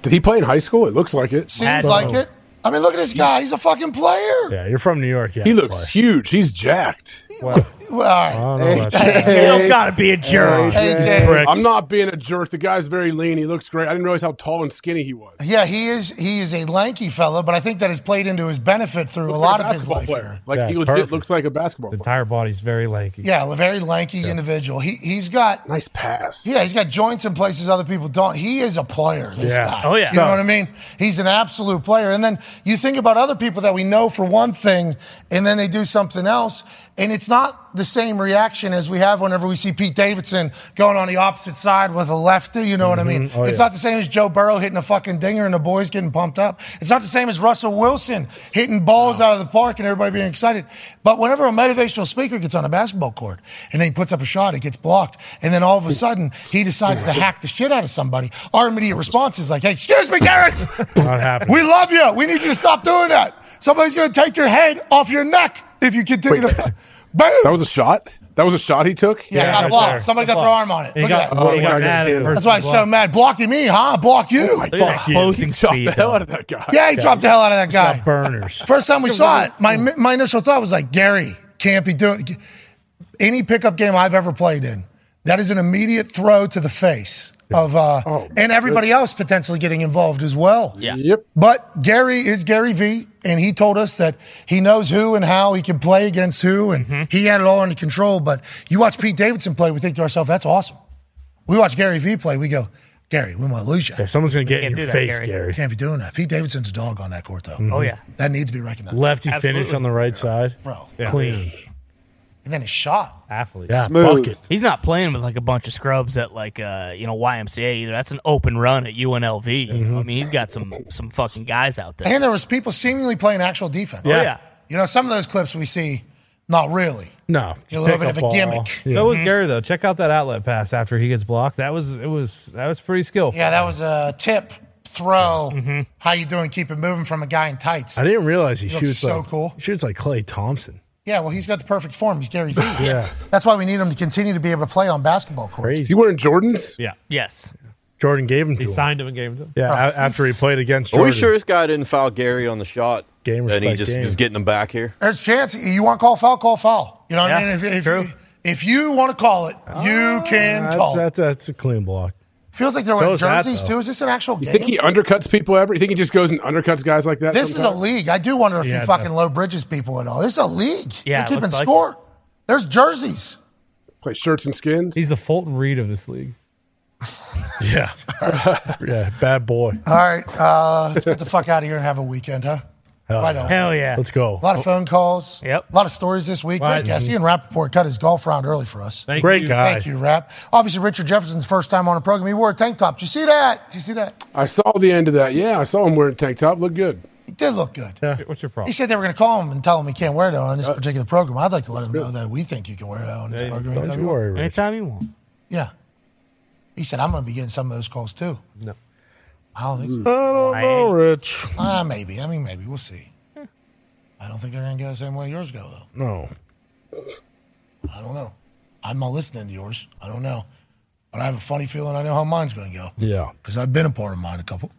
G: Did he play in high school? It looks like it.
A: Seems like it. I mean, look at this guy. He's a fucking player.
B: Yeah, you're from New York. Yeah,
G: He looks huge. He's jacked.
A: Well, all
B: don't know about
A: Hey,
B: that.
A: Jay. You don't gotta be a jerk. Hey, Jay. Prick.
G: I'm not being a jerk. The guy's very lean. He looks great. I didn't realize how tall and skinny he was.
A: Yeah, he is. He is a lanky fella, but I think that has played into his benefit through a
G: Looks
A: lot
G: like
A: of his
G: basketball
A: life.
G: player.
A: here.
G: Like
B: Yeah,
G: he legit
B: perfect.
G: looks like a basketball
C: His entire body's very lanky.
A: Yeah, a very lanky individual. He he's got
G: nice pass.
A: Yeah, he's got joints in places other people don't. He is a player. This
B: Yeah.
A: guy.
B: Oh, yeah.
A: You know what I mean? He's an absolute player. And then you think about other people that we know for one thing, and then they do something else, and it's not the same reaction as we have whenever we see Pete Davidson going on the opposite side with a lefty. You know what I mean?
B: Mhm. Oh,
A: it's
B: yeah.
A: not the same as Joe Burrow hitting a fucking dinger and the boys getting pumped up. It's not the same as Russell Wilson hitting balls out of the park and everybody being excited. But whenever a motivational speaker gets on a basketball court and then he puts up a shot, it gets blocked, and then all of a sudden he decides to hack the shit out of somebody, our immediate response is like, "Hey, excuse me, Garrett,
B: Not happening.
A: we love you. We need you to stop doing that. Somebody's going to take your head off your neck if you continue to." fu- Boom!
G: That was a shot. That was a shot he took.
A: Yeah, got blocked. Somebody got their arm on it. Look at that.
G: Oh, what I gotta do.
A: That's why he's so mad. Blocking me, huh? Block you.
G: Fuck you. He dropped the hell out of that guy.
A: Yeah, he dropped the hell out of that guy.
B: Burners.
A: First time we saw it, my my initial thought was like, Gary can't be doing any pickup game I've ever played in. That is an immediate throw to the face of uh, and everybody else potentially getting involved as well.
G: Yeah. Yep.
A: But Gary is Gary V, and he told us that he knows who and how he can play against who, and he had it all under control. But you watch Pete Davidson play, we think to ourselves, that's awesome. We watch Gary V play, we go, Gary, we might lose you.
B: Yeah, someone's gonna get in
A: Can't
B: your
A: do that,
B: face,
A: Gary.
B: Gary.
A: Can't be doing that. Pete Davidson's a dog on that court, though.
B: Mhm. Oh, yeah.
A: that needs to be recognized.
B: Lefty finish on the right side,
A: bro.
B: Clean.
A: and then a shot.
C: Athlete.
B: Yeah, Smooth. bucket.
D: He's not playing with like a bunch of scrubs at like uh you know YMCA either. That's an open run at UNLV. You
B: Mm-hmm.
D: know? I mean, he's got some some fucking guys out there.
A: And there was people seemingly playing actual defense.
D: Oh, Yeah. yeah.
A: You know, some of those clips we see, not really.
B: No,
A: a little bit of a gimmick.
C: So
D: Mm-hmm.
C: was Gary though. Check out that outlet pass after he gets blocked. That was it was that was pretty skillful.
A: Yeah, that was a tip throw. How you doing? Keep it moving from a guy in tights.
B: I didn't realize he,
A: He looks
B: shoots
A: so
B: like, cool. Shoots like Clay Thompson.
A: Yeah, well, he's got the perfect form. He's Gary Vee.
B: Yeah.
A: That's why we need him to continue to be able to play on basketball courts.
B: Crazy.
G: Is he wearing Jordans?
C: Yeah.
D: Yes.
B: Jordan gave him.
C: He signed him and gave him to him.
B: Yeah, a- after he played against
K: Are
B: Jordan.
K: we sure this guy didn't foul Gary on the shot? Game and he
B: respect
K: just
B: game.
K: is getting him back here.
A: There's a chance. You want to call foul, call foul. You know what I
K: Yeah,
A: mean? If, if, if you want to call it, you
B: Oh,
A: can
B: That's,
A: call it.
B: that's, that's a clean block.
A: Feels like they're
B: So
A: wearing
B: is that,
A: jerseys,
B: though.
A: too. Is this an actual
G: You
A: game?
G: think he undercuts people every? You think he just goes and undercuts guys like that?
A: This is a
G: sometimes?
A: league. I do wonder if
G: Yeah,
A: you fucking
G: that-
A: low bridges people at all. This is a league.
G: Yeah, it
A: Yeah, You're keeping
G: looks like
A: score. There's jerseys.
G: Play shirts and skins.
C: He's the Fulton Reed of this league.
B: yeah. yeah, bad boy.
A: All right, uh, let's get the fuck out of here and have a weekend, huh?
B: Hell
A: Why
B: yeah.
A: don't?
B: Hell yeah. Let's go.
A: A lot of phone calls.
B: Yep.
A: A lot of stories this week.
B: Why
A: Right. Yeah,
B: don't-
A: seeing Rappaport cut his golf round early for us.
B: Thank Great you. guy.
A: Thank you, Rap. Obviously, Richard Jefferson's first time on a program. He wore a tank top. Did you see that? Did you see that?
G: I saw the end of that. Yeah, I saw him wearing a tank top. Looked good.
A: He They look good.
C: What's your problem?
A: He said they were going to call him and tell him he can't wear it on this particular program. I'd like to let him know that we think you can wear it on this
D: Hey,
A: program.
D: don't
A: anytime
D: you
A: want.
D: worry, Rich. Anytime you want.
A: Yeah. He said, I'm going to be getting some of those calls too.
C: No.
A: I don't think
B: I
A: so.
B: don't know, Rich.
A: Ah, maybe. I mean, maybe. We'll see. I don't think they're going to go the same way yours go, though.
B: No.
A: I don't know. I'm not listening to yours. I don't know. But I have a funny feeling I know how mine's going to go
B: Yeah.
A: because I've been a part of mine a couple.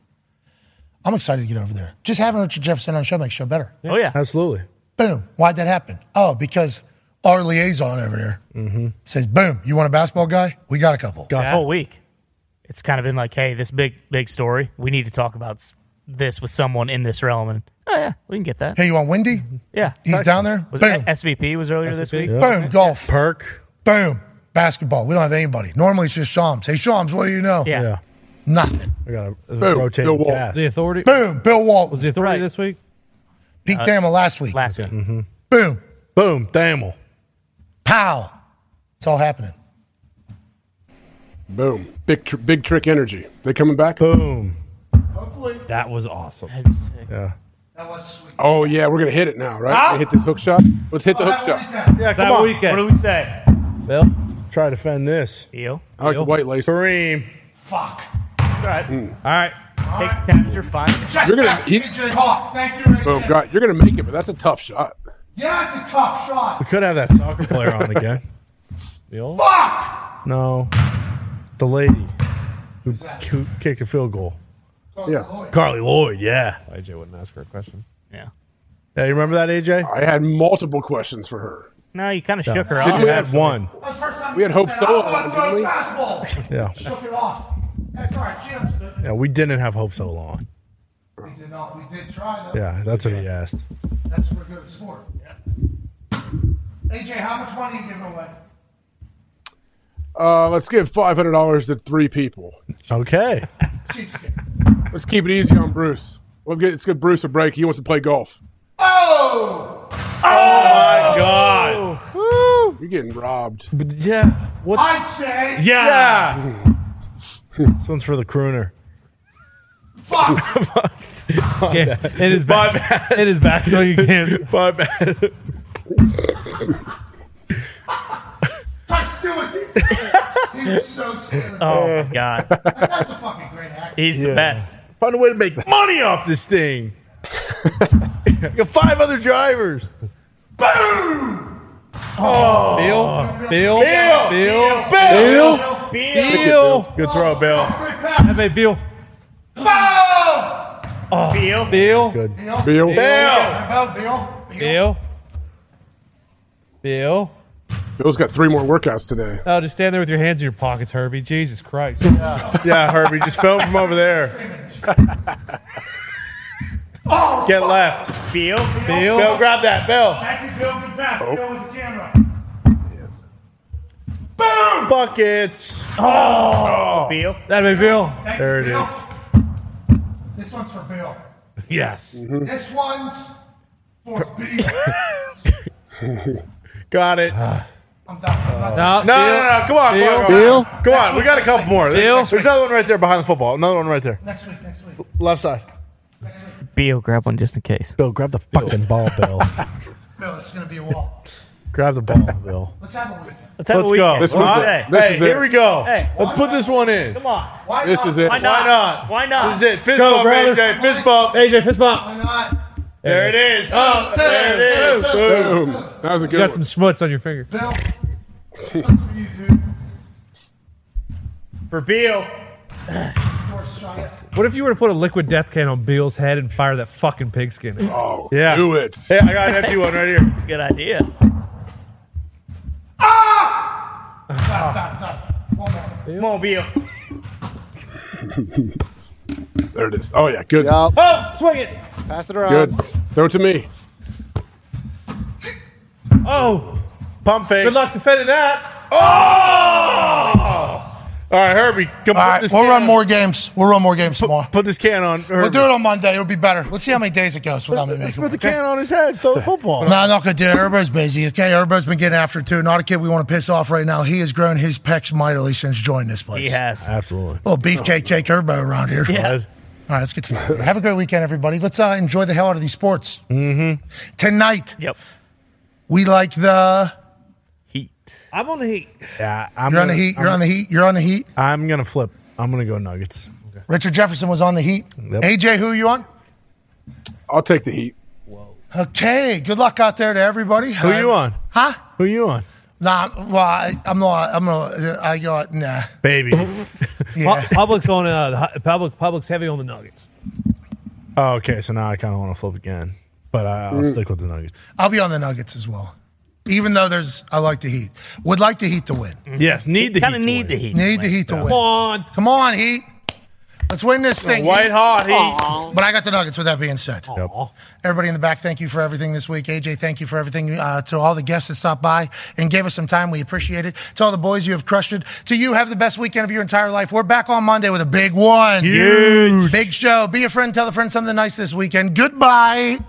A: I'm excited to get over there. Just having Richard Jefferson on the show makes the show better.
D: Oh, yeah.
B: Absolutely.
A: Boom. Why'd that happen? Oh, because our liaison over there
D: Mm-hmm.
A: says, boom, you want a basketball guy? We got a couple.
D: The whole week, it's kind of been like, hey, this big big story. We need to talk about s- this with someone in this realm, and oh yeah, we can get that.
A: Hey, you want Wendy?
D: Yeah,
A: He's down there.
D: Was
A: Boom.
D: it SVP was earlier this week.
A: Boom. Golf.
B: Perk.
A: Boom. Basketball. We don't have anybody. Normally it's just Shams. Hey, Shams, what do you know?
D: Yeah.
A: Nothing.
B: I got a
A: Boom.
B: rotating
A: Bill Walton.
B: cast.
C: The authority.
A: Boom. Bill Walton.
C: Was the authority this week?
A: Pete uh, Thamel last week.
D: Last week.
A: Boom.
B: Mm-hmm. Boom. Thamel.
A: Pow. It's all happening.
G: Boom. Big tr- big trick energy. They coming back?
B: Boom.
C: That was awesome.
B: Yeah.
G: Oh yeah, we're gonna hit it now, right?
B: Huh?
G: Hit this hook shot. Let's hit the hook shot.
B: Yeah,
G: come on.
B: Weekend.
D: What do we say?
C: Bill?
B: Try to defend this.
D: Yo.
G: I like the white lace. Hmm.
B: Kareem.
A: Fuck.
D: All right.
B: All right.
D: Take the temperature. Fine.
G: You're gonna, he,
A: Thank you,
G: boom, God, you're gonna make it, but that's a tough shot.
A: Yeah, it's a tough shot.
B: We could have that soccer player on again. The old
A: Fuck!
B: No. The lady who, who kicked a field goal.
G: Yeah.
B: Carly Lloyd, yeah.
C: AJ wouldn't ask her a question.
D: Yeah.
B: Yeah, you remember that, AJ?
G: I had multiple questions for her.
D: No, you kind of
B: No.
D: shook her
B: Didn't
D: off.
B: we have one?
G: We had Hope Solo on, didn't we?
A: Fastball.
B: Yeah.
A: Shook it off. That's all right. She understood.
B: Yeah, we didn't have Hope so long.
A: We did not. We did try, though.
B: Yeah, that's what he asked.
A: That's what we're good at sport. AJ, how much money are you giving away?
G: Uh, let's give five hundred dollars to three people.
B: Okay.
G: Let's keep it easy on Bruce. We'll get, let's give Bruce a break. He wants to play golf.
A: Oh!
B: my God.
G: Woo, you're getting robbed.
B: But yeah. What?
A: I'd say.
B: this one's for the crooner. Fuck.
C: Yeah, it is back. It is back, so you can.
B: My bad.
A: Touch Stewart. he was so scared.
D: Oh my god.
A: That's a fucking great actor.
D: He's the best.
B: Find a way to make money off this thing. you got five other drivers.
C: Oh, Bill, Bill, Bill, Bill,
B: Bill.
C: Bill,
B: Bill. Good throw, Bill.
C: Have a Bill. Oh,
D: Bill,
C: Bill,
B: Good.
G: Bill.
A: Bill. Bill.
C: Bill, Bill.
G: Bill's got three more workouts today.
C: Oh, just stand there with your hands in your pockets, Herbie. Jesus Christ.
B: Yeah, Herbie, just film from over there.
A: Oh,
B: Get left.
D: Bill.
C: Bill.
B: Bill, grab that. Bill.
A: Thank you, Bill. Good pass. Bill with the camera.
B: Buckets.
D: Oh, Bill.
C: That'd be Bill.
A: Thank
B: There it
A: you, Bill.
B: is.
A: This one's for Bill.
C: Yes.
A: This one's for Bill.
B: Got it.
A: I'm done. I'm not done.
C: No,
B: Ah. No, no, no, no. Come on, come on, come on.
E: Bill?
B: Come on. We got a couple more.
C: Bill?
B: There's another one right there behind the football. Another one right there.
A: Next week, next week.
B: Left side.
D: Bill, grab one just in case.
B: Bill, grab the fucking ball, Bill.
A: Bill, it's going to be a wall.
B: grab the ball, Bill.
A: Let's have a weekend.
D: Let's have
B: Let's
D: a weekend.
B: go. This
D: What
G: one's
D: do you
G: it.
D: say?
G: This
B: Hey,
G: is
B: here we go.
D: Hey.
B: Let's put this one in.
D: Come on.
A: Why
G: This
A: not?
G: is it.
D: Why
B: Why not?
D: Why not?
B: This is it. Fist
C: Go,
B: bump,
C: brother.
B: AJ. Fist bump.
C: AJ, fist bump.
A: Why not?
B: There it is.
A: Oh,
B: there it is.
G: Boom. That was a
C: You
G: good
C: got
G: one.
C: some schmutz on your finger.
A: Bill. This one's for you, dude.
D: For Bill.
A: Doris Shire.
C: What if you were to put a liquid death can on Bill's head and fire that fucking pigskin?
G: Oh,
B: Yeah.
G: do it.
B: Hey, I got an empty one right here.
D: Good idea.
A: Done, done, done. One more.
D: Come on, Bill.
G: There it is. Oh yeah, good.
E: Yup.
C: Oh, swing it.
E: Pass it around.
G: Good. Throw it to me.
B: Oh.
C: Pump fake. Good luck defending that.
B: Oh. All right, Herbie. Come
A: All
B: put
A: right,
B: this
A: we'll
B: can
A: run
B: on-
A: more games. We'll run more games tomorrow.
B: Put this can on. Herbie.
A: We'll do it on Monday. It'll be better. Let's see how many days it goes without me
B: Let's
A: making.
B: put the can on his head. Throw the football.
A: No, I'm not going to do it. Everybody's busy, okay? Everybody's been getting after it, too. Not a kid we want to piss off right now. He has grown his pecs mightily since joining this place.
D: He has.
B: Absolutely.
A: Oh, Little beefcake Jake Herbo around here.
D: Yeah.
B: Bud.
A: All right, let's get to it. Have a great weekend, everybody. Let's uh, enjoy the hell out of these sports. Mm-hmm. Tonight, yep. we like the.
C: I'm on the heat.
B: Yeah, I'm
A: You're on
B: gonna-
A: the heat, you're
B: I'm-
A: on the heat, you're on the heat.
B: I'm gonna flip. I'm gonna go Nuggets.
A: Richard Jefferson was on the heat. AJ, who are you on?
G: I'll take the Heat.
A: Okay, good luck out there to everybody.
B: Who you on?
A: Huh?
B: Who you on?
A: Nah, well, I, I'm not. I'm not. I got nah.
B: Baby.
A: Yeah.
C: Pu- Public's on uh, the hu- public. Public's heavy on the Nuggets.
B: Oh, okay, so now I kind of want to flip again, but I, I'll
A: Mm.
B: stick with the Nuggets.
A: I'll be on the Nuggets as well. Even though there's, I like the Heat. Would like the Heat to win.
B: Mm-hmm. Yes, need the
A: Kinda
B: heat. to
A: need
B: win.
A: the Heat. Need the Heat to win. Come on, come on, Heat. Let's win this thing.
B: White hot Heat. Aw.
A: But I got the Nuggets. With that being said, everybody in the back, thank you for everything this week. AJ, thank you for everything uh, to all the guests that stopped by and gave us some time. We appreciate it. To all the boys, you have crushed it. To you, have the best weekend of your entire life. We're back on Monday with a big one.
B: Huge.
A: Big show. Be a friend. Tell a friend something nice this weekend. Goodbye.